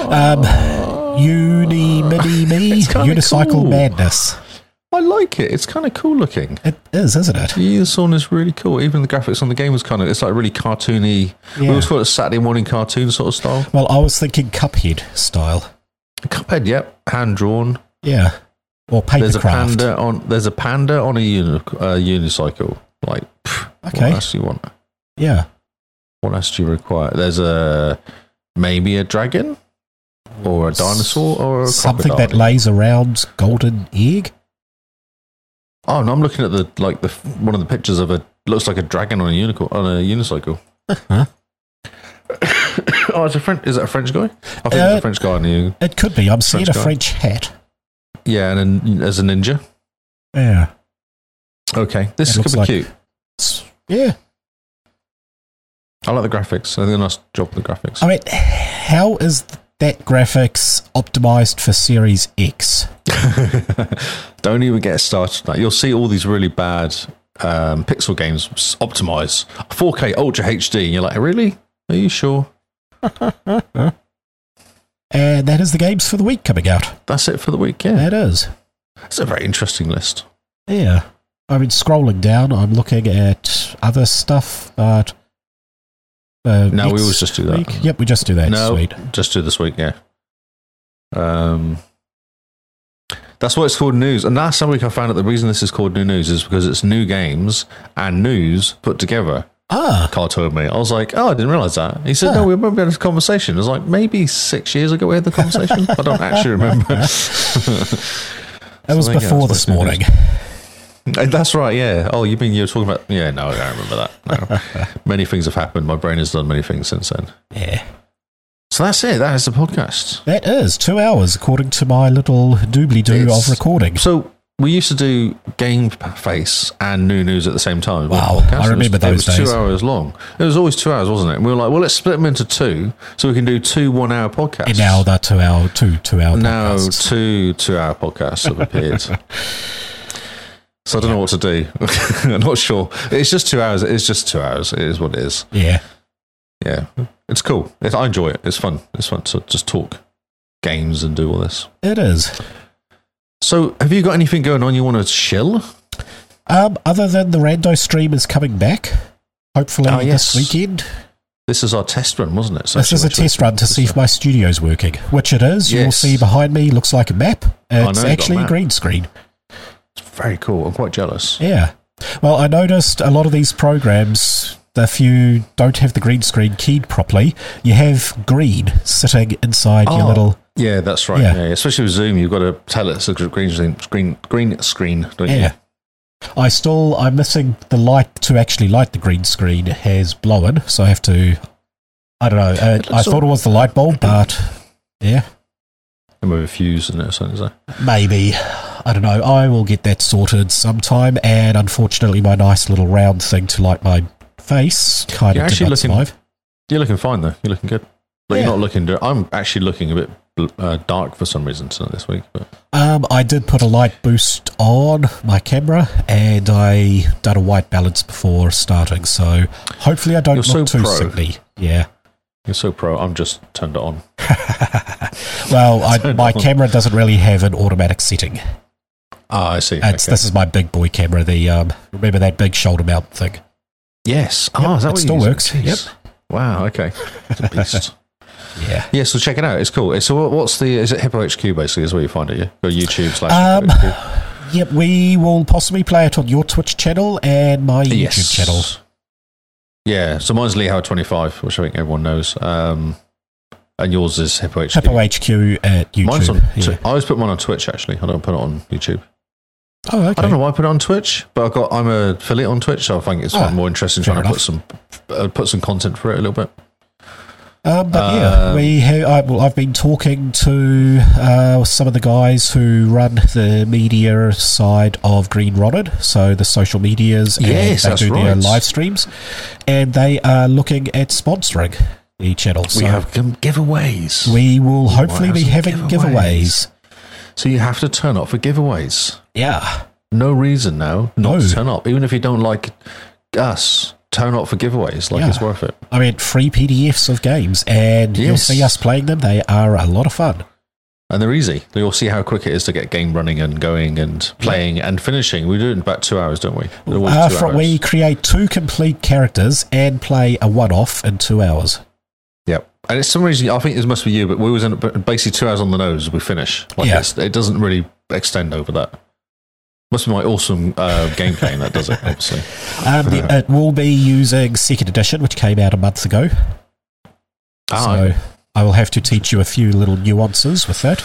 S2: Um, oh. Uni Mini Me Unicycle cool. Madness.
S1: I like it. It's kind of cool looking.
S2: It is, isn't it?
S1: Yeah, this one is really cool. Even the graphics on the game was kind of, it's like really cartoony. Yeah. We always call it Saturday morning cartoon sort of style.
S2: Well, I was thinking Cuphead style.
S1: Cuphead, yep. Hand drawn.
S2: Yeah. Or paper
S1: there's a
S2: craft.
S1: panda on There's a panda on a uni, uh, unicycle. Like, pff, okay. what else do you want?
S2: Yeah.
S1: What else do you require? There's a, maybe a dragon? Or a dinosaur or a
S2: Something
S1: crocodile.
S2: that lays around golden egg?
S1: Oh, and no, I'm looking at the like the one of the pictures of a looks like a dragon on a unicorn on a unicycle. Uh-huh. oh, it's a French. Is it a French guy? I think uh, it's a French guy on you.
S2: It could be. I'm seeing French a guy. French hat.
S1: Yeah, and then as a ninja.
S2: Yeah.
S1: Okay, this it could be like, cute.
S2: Yeah.
S1: I like the graphics. I think a nice job with the graphics.
S2: I mean, how is that graphics optimized for Series X?
S1: Don't even get started. Like, you'll see all these really bad um, pixel games optimize 4K Ultra HD, and you're like, really? Are you sure?
S2: and that is the games for the week coming out.
S1: That's it for the week. Yeah,
S2: that is.
S1: It's a very interesting list.
S2: Yeah, I mean, scrolling down, I'm looking at other stuff, but.
S1: Uh, no, we always just do that.
S2: Week? Yep, we just do that.
S1: No,
S2: Sweet.
S1: just do this week. Yeah. Um, that's why it's called news. And last week I found out the reason this is called new news is because it's new games and news put together.
S2: Ah.
S1: Carl told me. I was like, oh, I didn't realize that. He said, ah. no, we remember having this conversation. I was like, maybe six years ago we had the conversation. I don't actually remember. that
S2: so was before go, this morning.
S1: That's right. Yeah. Oh, you mean you were talking about? Yeah. No, I don't remember that. No. many things have happened. My brain has done many things since then.
S2: Yeah.
S1: So that's it. That is the podcast.
S2: That is two hours, according to my little doobly doo of recording.
S1: So we used to do Game Face and New News at the same time.
S2: Wow, I remember
S1: it was,
S2: those
S1: it was
S2: days.
S1: Two hours long. It was always two hours, wasn't it? And we were like, well, let's split them into two, so we can do two one-hour podcasts.
S2: And now that two-hour, two two-hour.
S1: Now
S2: podcasts.
S1: two two-hour podcasts have appeared. So I don't know what to do. I'm not sure. It's just two hours. It's just two hours. It is what it is.
S2: Yeah.
S1: Yeah. It's cool. It, I enjoy it. It's fun. It's fun to just talk games and do all this.
S2: It is.
S1: So have you got anything going on you want to chill?
S2: Um, other than the Rando stream is coming back, hopefully oh, yes. this weekend.
S1: This is our test run, wasn't it?
S2: So this is a test run to see if my studio's working, which it is. Yes. You'll see behind me looks like a map. It's actually a map. green screen.
S1: It's very cool. I'm quite jealous.
S2: Yeah. Well, I noticed a lot of these programs, if you don't have the green screen keyed properly, you have green sitting inside oh, your little.
S1: Yeah, that's right. Yeah. yeah. Especially with Zoom, you've got to tell it it's a green screen, green, green screen, don't yeah. you?
S2: I still, I'm missing the light to actually light the green screen has blown, so I have to. I don't know. Uh, I thought all- it was the light bulb, but Yeah.
S1: And with a fuse in it or something, is there?
S2: Maybe. I don't know. I will get that sorted sometime. And unfortunately, my nice little round thing to light my face kind
S1: You're
S2: of
S1: actually
S2: did not
S1: looking-
S2: survive.
S1: You're looking fine though. You're looking good. But
S2: Yeah.
S1: you're not looking. dir- I'm actually looking a bit bl- uh, dark for some reason tonight this week. But
S2: Um, I did put a light boost on my camera, and I done a white balance before starting. So hopefully, I don't
S1: You're so
S2: look too
S1: pro.
S2: sickly. Yeah.
S1: you're so pro. I'm just turned it on.
S2: Well, I,
S1: Turned
S2: my
S1: on.
S2: camera doesn't really have an automatic setting.
S1: Ah, I see.
S2: It's,
S1: Okay.
S2: This is my big boy camera. The um, remember that big shoulder mount thing?
S1: yes. Ah, is that
S2: it
S1: what
S2: still
S1: you're
S2: works.
S1: using? Jeez. Wow. Okay. It's a beast.
S2: Yeah.
S1: Yeah. So check it out. It's cool. It's- So what- what's the? Is it Hippo HQ basically? Is where you find it? Yeah. Go YouTube slash.
S2: Um,
S1: Hippo HQ.
S2: Yep, we will possibly play it on your Twitch channel and my YouTube
S1: Yes.
S2: channel.
S1: Yeah. So mine's Lee Howard 25, which I think everyone knows. Um, and yours is Hippo HQ.
S2: Hippo HQ at YouTube.
S1: Mine's on.
S2: yeah.
S1: I always put mine on Twitch. Actually, I don't put it on YouTube.
S2: Oh, okay.
S1: I don't know why I put it on Twitch, but I got I'm a affiliate on Twitch, so I think it's
S2: Ah,
S1: more interesting
S2: fair
S1: trying to put some
S2: enough.
S1: uh, put some content for it a little bit.
S2: Um, but yeah,
S1: Um,
S2: we have. I, well, I've been talking to uh, some of the guys who run the media side of Green Rodded, so the social medias,
S1: Yes,
S2: and
S1: that's
S2: they do their
S1: right.
S2: live streams, and they are looking at sponsoring the channel. so
S1: some giveaways.
S2: we will hopefully
S1: have
S2: be
S1: some
S2: having giveaways.
S1: So you have to turn up for giveaways.
S2: Yeah,
S1: No reason now not
S2: No.
S1: to turn up, even if you don't like us. Turn up for giveaways, like
S2: Yeah.
S1: it's worth it.
S2: I mean, free PDFs of games, and you'll
S1: Yes.
S2: see us playing them. They are a lot of fun.
S1: And they're easy. You'll see how quick it is to get game running and going and playing and finishing. We do it in about two hours, don't we? They're always
S2: Uh,
S1: two
S2: from,
S1: hours.
S2: we create two complete characters and play a one-off in two hours.
S1: Yep. And it's some reason I think it must be you, but we was in but basically two hours on the nose. We finish. Like
S2: Yeah.
S1: it's, it doesn't really extend over that. Must be my awesome uh, gameplay that does it. Obviously,
S2: Um, the, it will be using second edition, which came out a month ago.
S1: Ah,
S2: so I will have to teach you a few little nuances with that.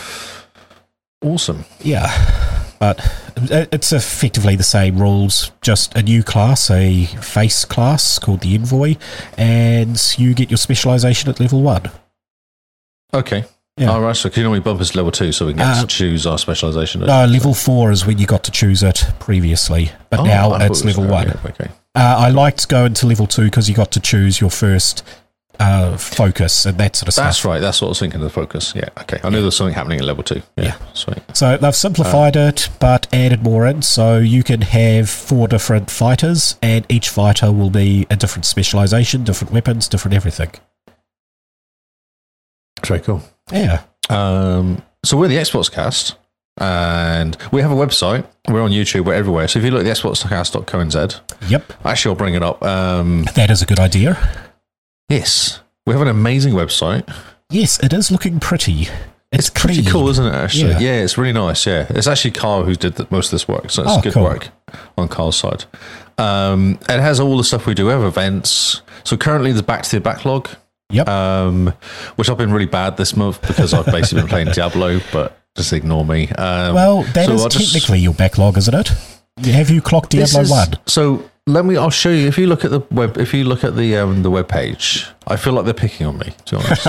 S1: awesome.
S2: Yeah, but it- it's effectively the same rules, just a new class, a face class called the Envoy, and you get your specialization at level one.
S1: Okay.
S2: Yeah.
S1: All right. So can you normally bump us to level two, so we can get
S2: Uh,
S1: to choose our specialization.
S2: No, Uh, level four is when you got to choose it previously, but
S1: Oh,
S2: now
S1: I thought
S2: it's
S1: it was-
S2: level one.
S1: okay, Okay.
S2: Uh, I liked going to level two because you got to choose your first uh, focus and that sort of stuff.
S1: That's right. That's what I was thinking of the focus. Yeah. Okay. I knew there was something happening at level two. Yeah. Sweet.
S2: So they've simplified
S1: Uh.
S2: it, but added more in. So you can have four different fighters, and each fighter will be a different specialization, different weapons, different everything.
S1: Very cool.
S2: Yeah.
S1: Um, so we're the Xbox Cast, and we have a website. We're on YouTube. We're everywhere. So if you look at xboxcast.co.nz,
S2: Yep.
S1: actually, I'll bring it up. Um,
S2: That is a good idea.
S1: yes, we have an amazing website.
S2: Yes, it is looking pretty. It's,
S1: It's pretty
S2: clean.
S1: cool, isn't it? Actually,
S2: Yeah.
S1: yeah, it's really nice. Yeah, it's actually Carl who did the, most of this work, so it's
S2: Oh,
S1: good
S2: cool.
S1: work on Carl's side. Um, it has all the stuff we do. We have events. So currently, the back to the backlog.
S2: Yep.
S1: Um, which I've been really bad this month because I've basically been playing Diablo, but just ignore me. Um,
S2: Well, that
S1: so
S2: is
S1: I'll just-
S2: technically your backlog, isn't it? Have you clocked
S1: This
S2: Diablo
S1: is-
S2: 1?
S1: So let me. I'll show you. If you look at the web, if you look at the um, the web page, I feel like they're picking on me. To be honest,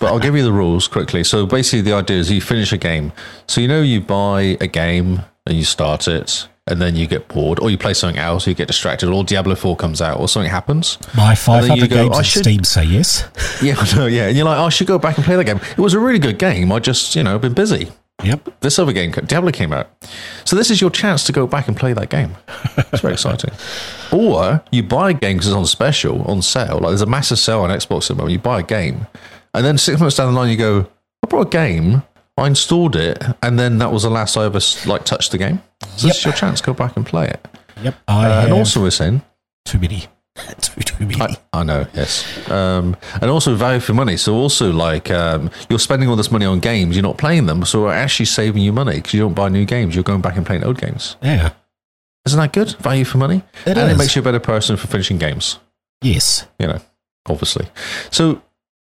S1: but I'll give you the rules quickly. So basically, the idea is you finish a game. So you know you buy a game and you start it, and then you get bored, or you play something else, or you get distracted, or Diablo Four comes out, or something happens.
S2: My
S1: And
S2: five
S1: then you
S2: other
S1: go,
S2: games
S1: "I
S2: on
S1: should-
S2: Steam say yes.
S1: Yeah, no, yeah. And you're like, I should go back and play that game. It was a really good game. I just, you know, been busy.
S2: Yep.
S1: This other game, Diablo, came out. So this is your chance to go back and play that game. It's very exciting. Or you buy a game because it's on special, on sale. Like there's a massive sale on Xbox at the moment. You buy a game, and then six months down the line, you go, I bought a game. I installed it, and then that was the last I ever like touched the game. So this is your chance. Go back and play it.
S2: Yep. I
S1: Uh,
S2: have
S1: and also, we're saying
S2: too many. too, too many.
S1: I, I know, yes. Um, and also value for money. So also like um, you're spending all this money on games, you're not playing them, so we're actually saving you money because you don't buy new games. You're going back and playing old games.
S2: yeah.
S1: Isn't that good? Value for money,
S2: It
S1: and
S2: is.
S1: it makes you a better person for finishing games.
S2: Yes.
S1: You know, obviously. So,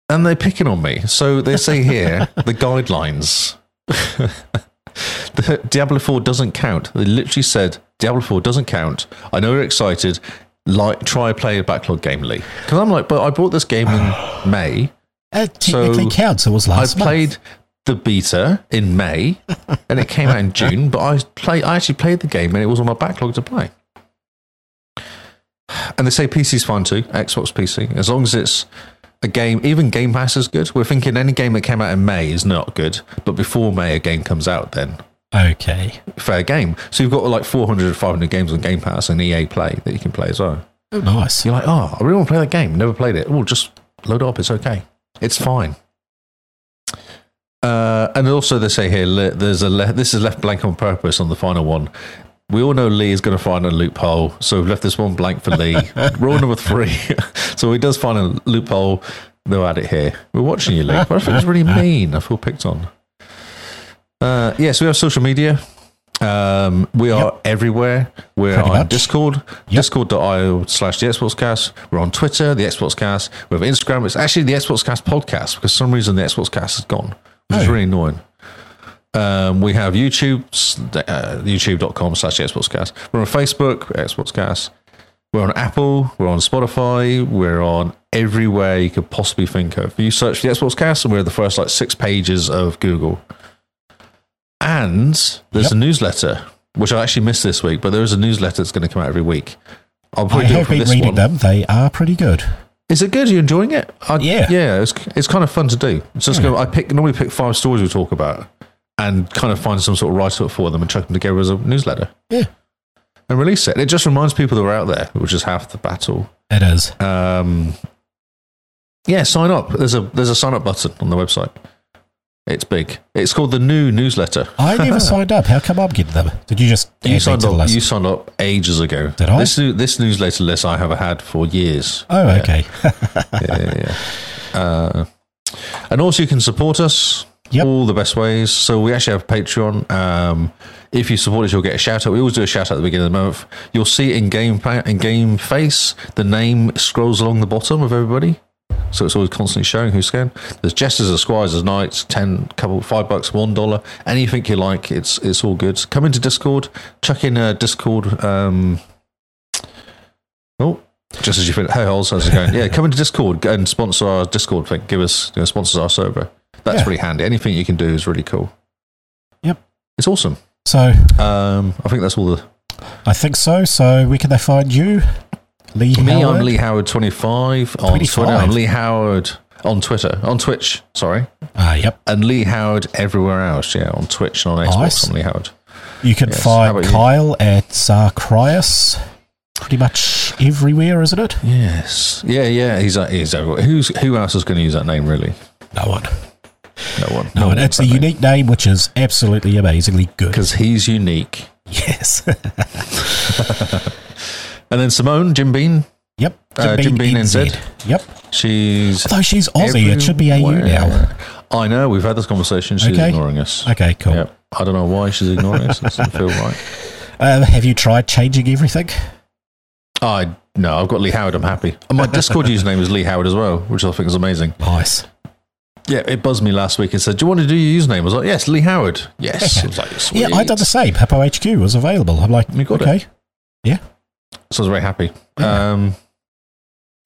S1: and they're picking on me. So they say here the guidelines. the Diablo Four doesn't count. They literally said Diablo Four doesn't count. I know you're excited. Like, try play a backlog game, Lee. Because I'm like, but I bought this game in May.
S2: It technically so counts. It was last
S1: I played month. the beta in May, and it came out in June. But I play, I actually played the game, and it was on my backlog to play. And they say PC's fine too, Xbox PC, as long as it's a game. Even Game Pass is good. We're thinking any game that came out in May is not good, but before May a game comes out, then
S2: okay,
S1: fair game. So you've got like 400, 500 games on Game Pass and EA Play that you can play as well.
S2: Oh, nice.
S1: You're like, oh, I really want to play that game. Never played it. Well, just load it up. It's okay. It's fine. Uh, and also, they say here le- there's a le- this is left blank on purpose on the final one. We all know Lee is going to find a loophole, so we've left this one blank for Lee. Rule number three. so he does find a loophole. They'll add it here. We're watching you, Lee. But I think it's really mean. I feel picked on. Uh, yes, yeah, so we have social media. Um, we are yep. everywhere. We're Pretty on much. Discord, yep. discord.io slash the Xboxcast. We're on Twitter, the Xboxcast. We have Instagram. It's actually the Xboxcast podcast because for some reason the Xboxcast is gone, which oh. is really annoying. Um, we have YouTube, uh, youtube.com slash Xboxcast. We're on Facebook, Xboxcast. We're on Apple. We're on Spotify. We're on everywhere you could possibly think of. You search the Xboxcast and we're the first like six pages of Google. And there's yep. a newsletter, which I actually missed this week, but there is a newsletter that's going to come out every week.
S2: I'll I have been reading one. them. They are pretty good.
S1: Is it good? Are you enjoying it? I,
S2: yeah.
S1: Yeah, it's, it's kind of fun to do. So yeah. gonna, I pick normally pick five stories we talk about and kind of find some sort of write up for them and chuck them together as a newsletter.
S2: Yeah.
S1: And release it. It just reminds people that are out there, which is half the battle.
S2: It is.
S1: Um, yeah, sign up. There's a there's a sign up button on the website. It's big. It's called the new newsletter.
S2: I never signed up. How come I'm getting them? Did you just
S1: you signed up? You signed up ages ago.
S2: Did I?
S1: This, this newsletter list I have had for years.
S2: Oh, yeah. okay.
S1: yeah, yeah, yeah. Uh, and also, you can support us
S2: yep.
S1: all the best ways. So we actually have Patreon. Um, if you support us, you'll get a shout out. We always do a shout out at the beginning of the month. You'll see in game in game face the name scrolls along the bottom of everybody. So it's always constantly showing who's scan. There's jesters, there's squires, there's knights, ten, couple, five bucks, one dollar, anything you like. It's it's all good. Come into Discord, chuck in a Discord. Um, oh, just as you feel, hey, holes, how's it going? yeah, come into Discord and sponsor our Discord thing. Give us you know, sponsors our server. That's yeah. really handy. Anything you can do is really cool.
S2: Yep,
S1: it's awesome.
S2: So,
S1: um, I think that's all the.
S2: I think so. So, where can they find you?
S1: Lee Me, Howard? I'm Lee Howard 25 on 25. Twitter. I'm Lee Howard on Twitter, on Twitch, sorry.
S2: Uh, yep.
S1: And Lee Howard everywhere else, yeah, on Twitch and on Xbox, nice. I'm Lee Howard.
S2: You can yes. find Kyle you? at Sarcrius pretty much everywhere, isn't it?
S1: Yes. Yeah, yeah, he's, uh, he's everywhere. Who's, who else is going to use that name, really?
S2: No one.
S1: No one.
S2: No, no one. It's a name. unique name, which is absolutely amazingly good.
S1: Because he's unique.
S2: Yes.
S1: And then Simone, Jim Bean.
S2: Yep.
S1: Jim, uh, Bean, Jim Bean NZ. NZ.
S2: Yep.
S1: She's.
S2: Although she's Aussie, everywhere. it should be AU now.
S1: I know. We've had this conversation. She's
S2: okay.
S1: ignoring us.
S2: Okay, cool. Yep.
S1: I don't know why she's ignoring us. It doesn't feel right.
S2: Um, have you tried changing everything?
S1: I no. I've got Lee Howard. I'm happy. And my Discord username is Lee Howard as well, which I think is amazing.
S2: Nice.
S1: Yeah, it buzzed me last week and said, "Do you want to do your username?" I was like, "Yes, Lee Howard." Yes. I was like, Sweet.
S2: Yeah, I done the same. Hippo HQ was available. I'm like, you got okay, it. yeah.
S1: So I was very happy. Yeah. Um,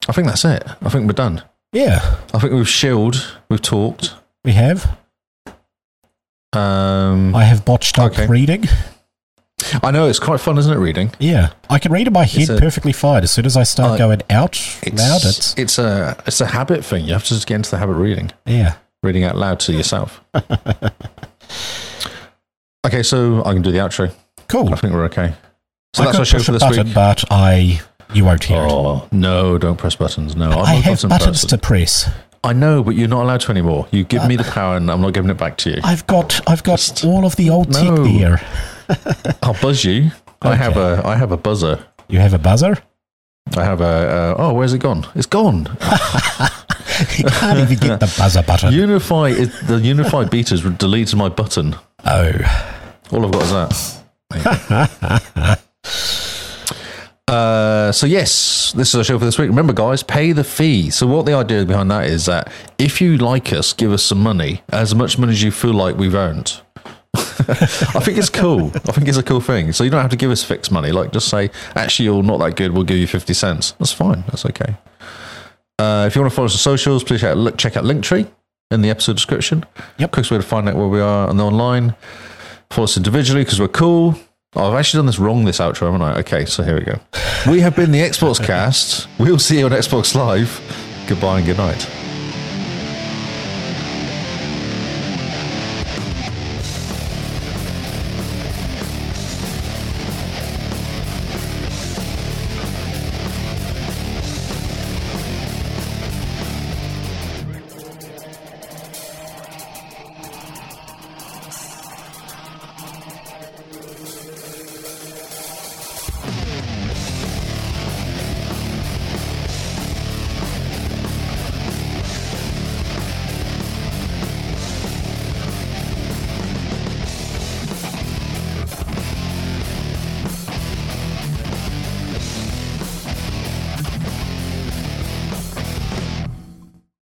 S1: I think that's it. I think we're done.
S2: Yeah.
S1: I think we've shilled. We've talked.
S2: We have.
S1: Um,
S2: I have botched up okay. reading.
S1: I know it's quite fun, isn't it? Reading.
S2: Yeah, I can read in my head a, perfectly fine. As soon as I start uh, going out
S1: it's,
S2: loud, it's
S1: it's a it's a habit thing. You have to just get into the habit of reading.
S2: Yeah,
S1: reading out loud to yourself. okay, so I can do the outro.
S2: Cool.
S1: I think we're okay.
S2: So I that's our show for this button, week. But I, you won't hear
S1: oh,
S2: it.
S1: No, don't press buttons. No,
S2: i have Oh, button buttons person. to press.
S1: I know, but you're not allowed to anymore. You give uh, me the power, and I'm not giving it back to you.
S2: I've got, I've got Just, all of the old no. tech here.
S1: I'll buzz you. Okay. I have a, I have a buzzer.
S2: You have a buzzer.
S1: I have a. Uh, oh, where's it gone? It's gone.
S2: you can't even get the buzzer button.
S1: Unify is, the Unify beaters deletes my button.
S2: Oh,
S1: all I've got is that. Uh, so yes, this is our show for this week. Remember, guys, pay the fee. So what the idea behind that is that if you like us, give us some money, as much money as you feel like we've earned. I think it's cool. I think it's a cool thing. So you don't have to give us fixed money. Like just say, actually, you're not that good. We'll give you fifty cents. That's fine. That's okay. Uh, if you want to follow us on socials, please check out, check out Linktree in the episode description.
S2: Yep.
S1: Quickest way to find out where we are on the online. Follow us individually because we're cool. Oh, I've actually done this wrong this outro, haven't I? Okay, so here we go. We have been the Xbox Cast. We'll see you on Xbox Live. Goodbye and good night.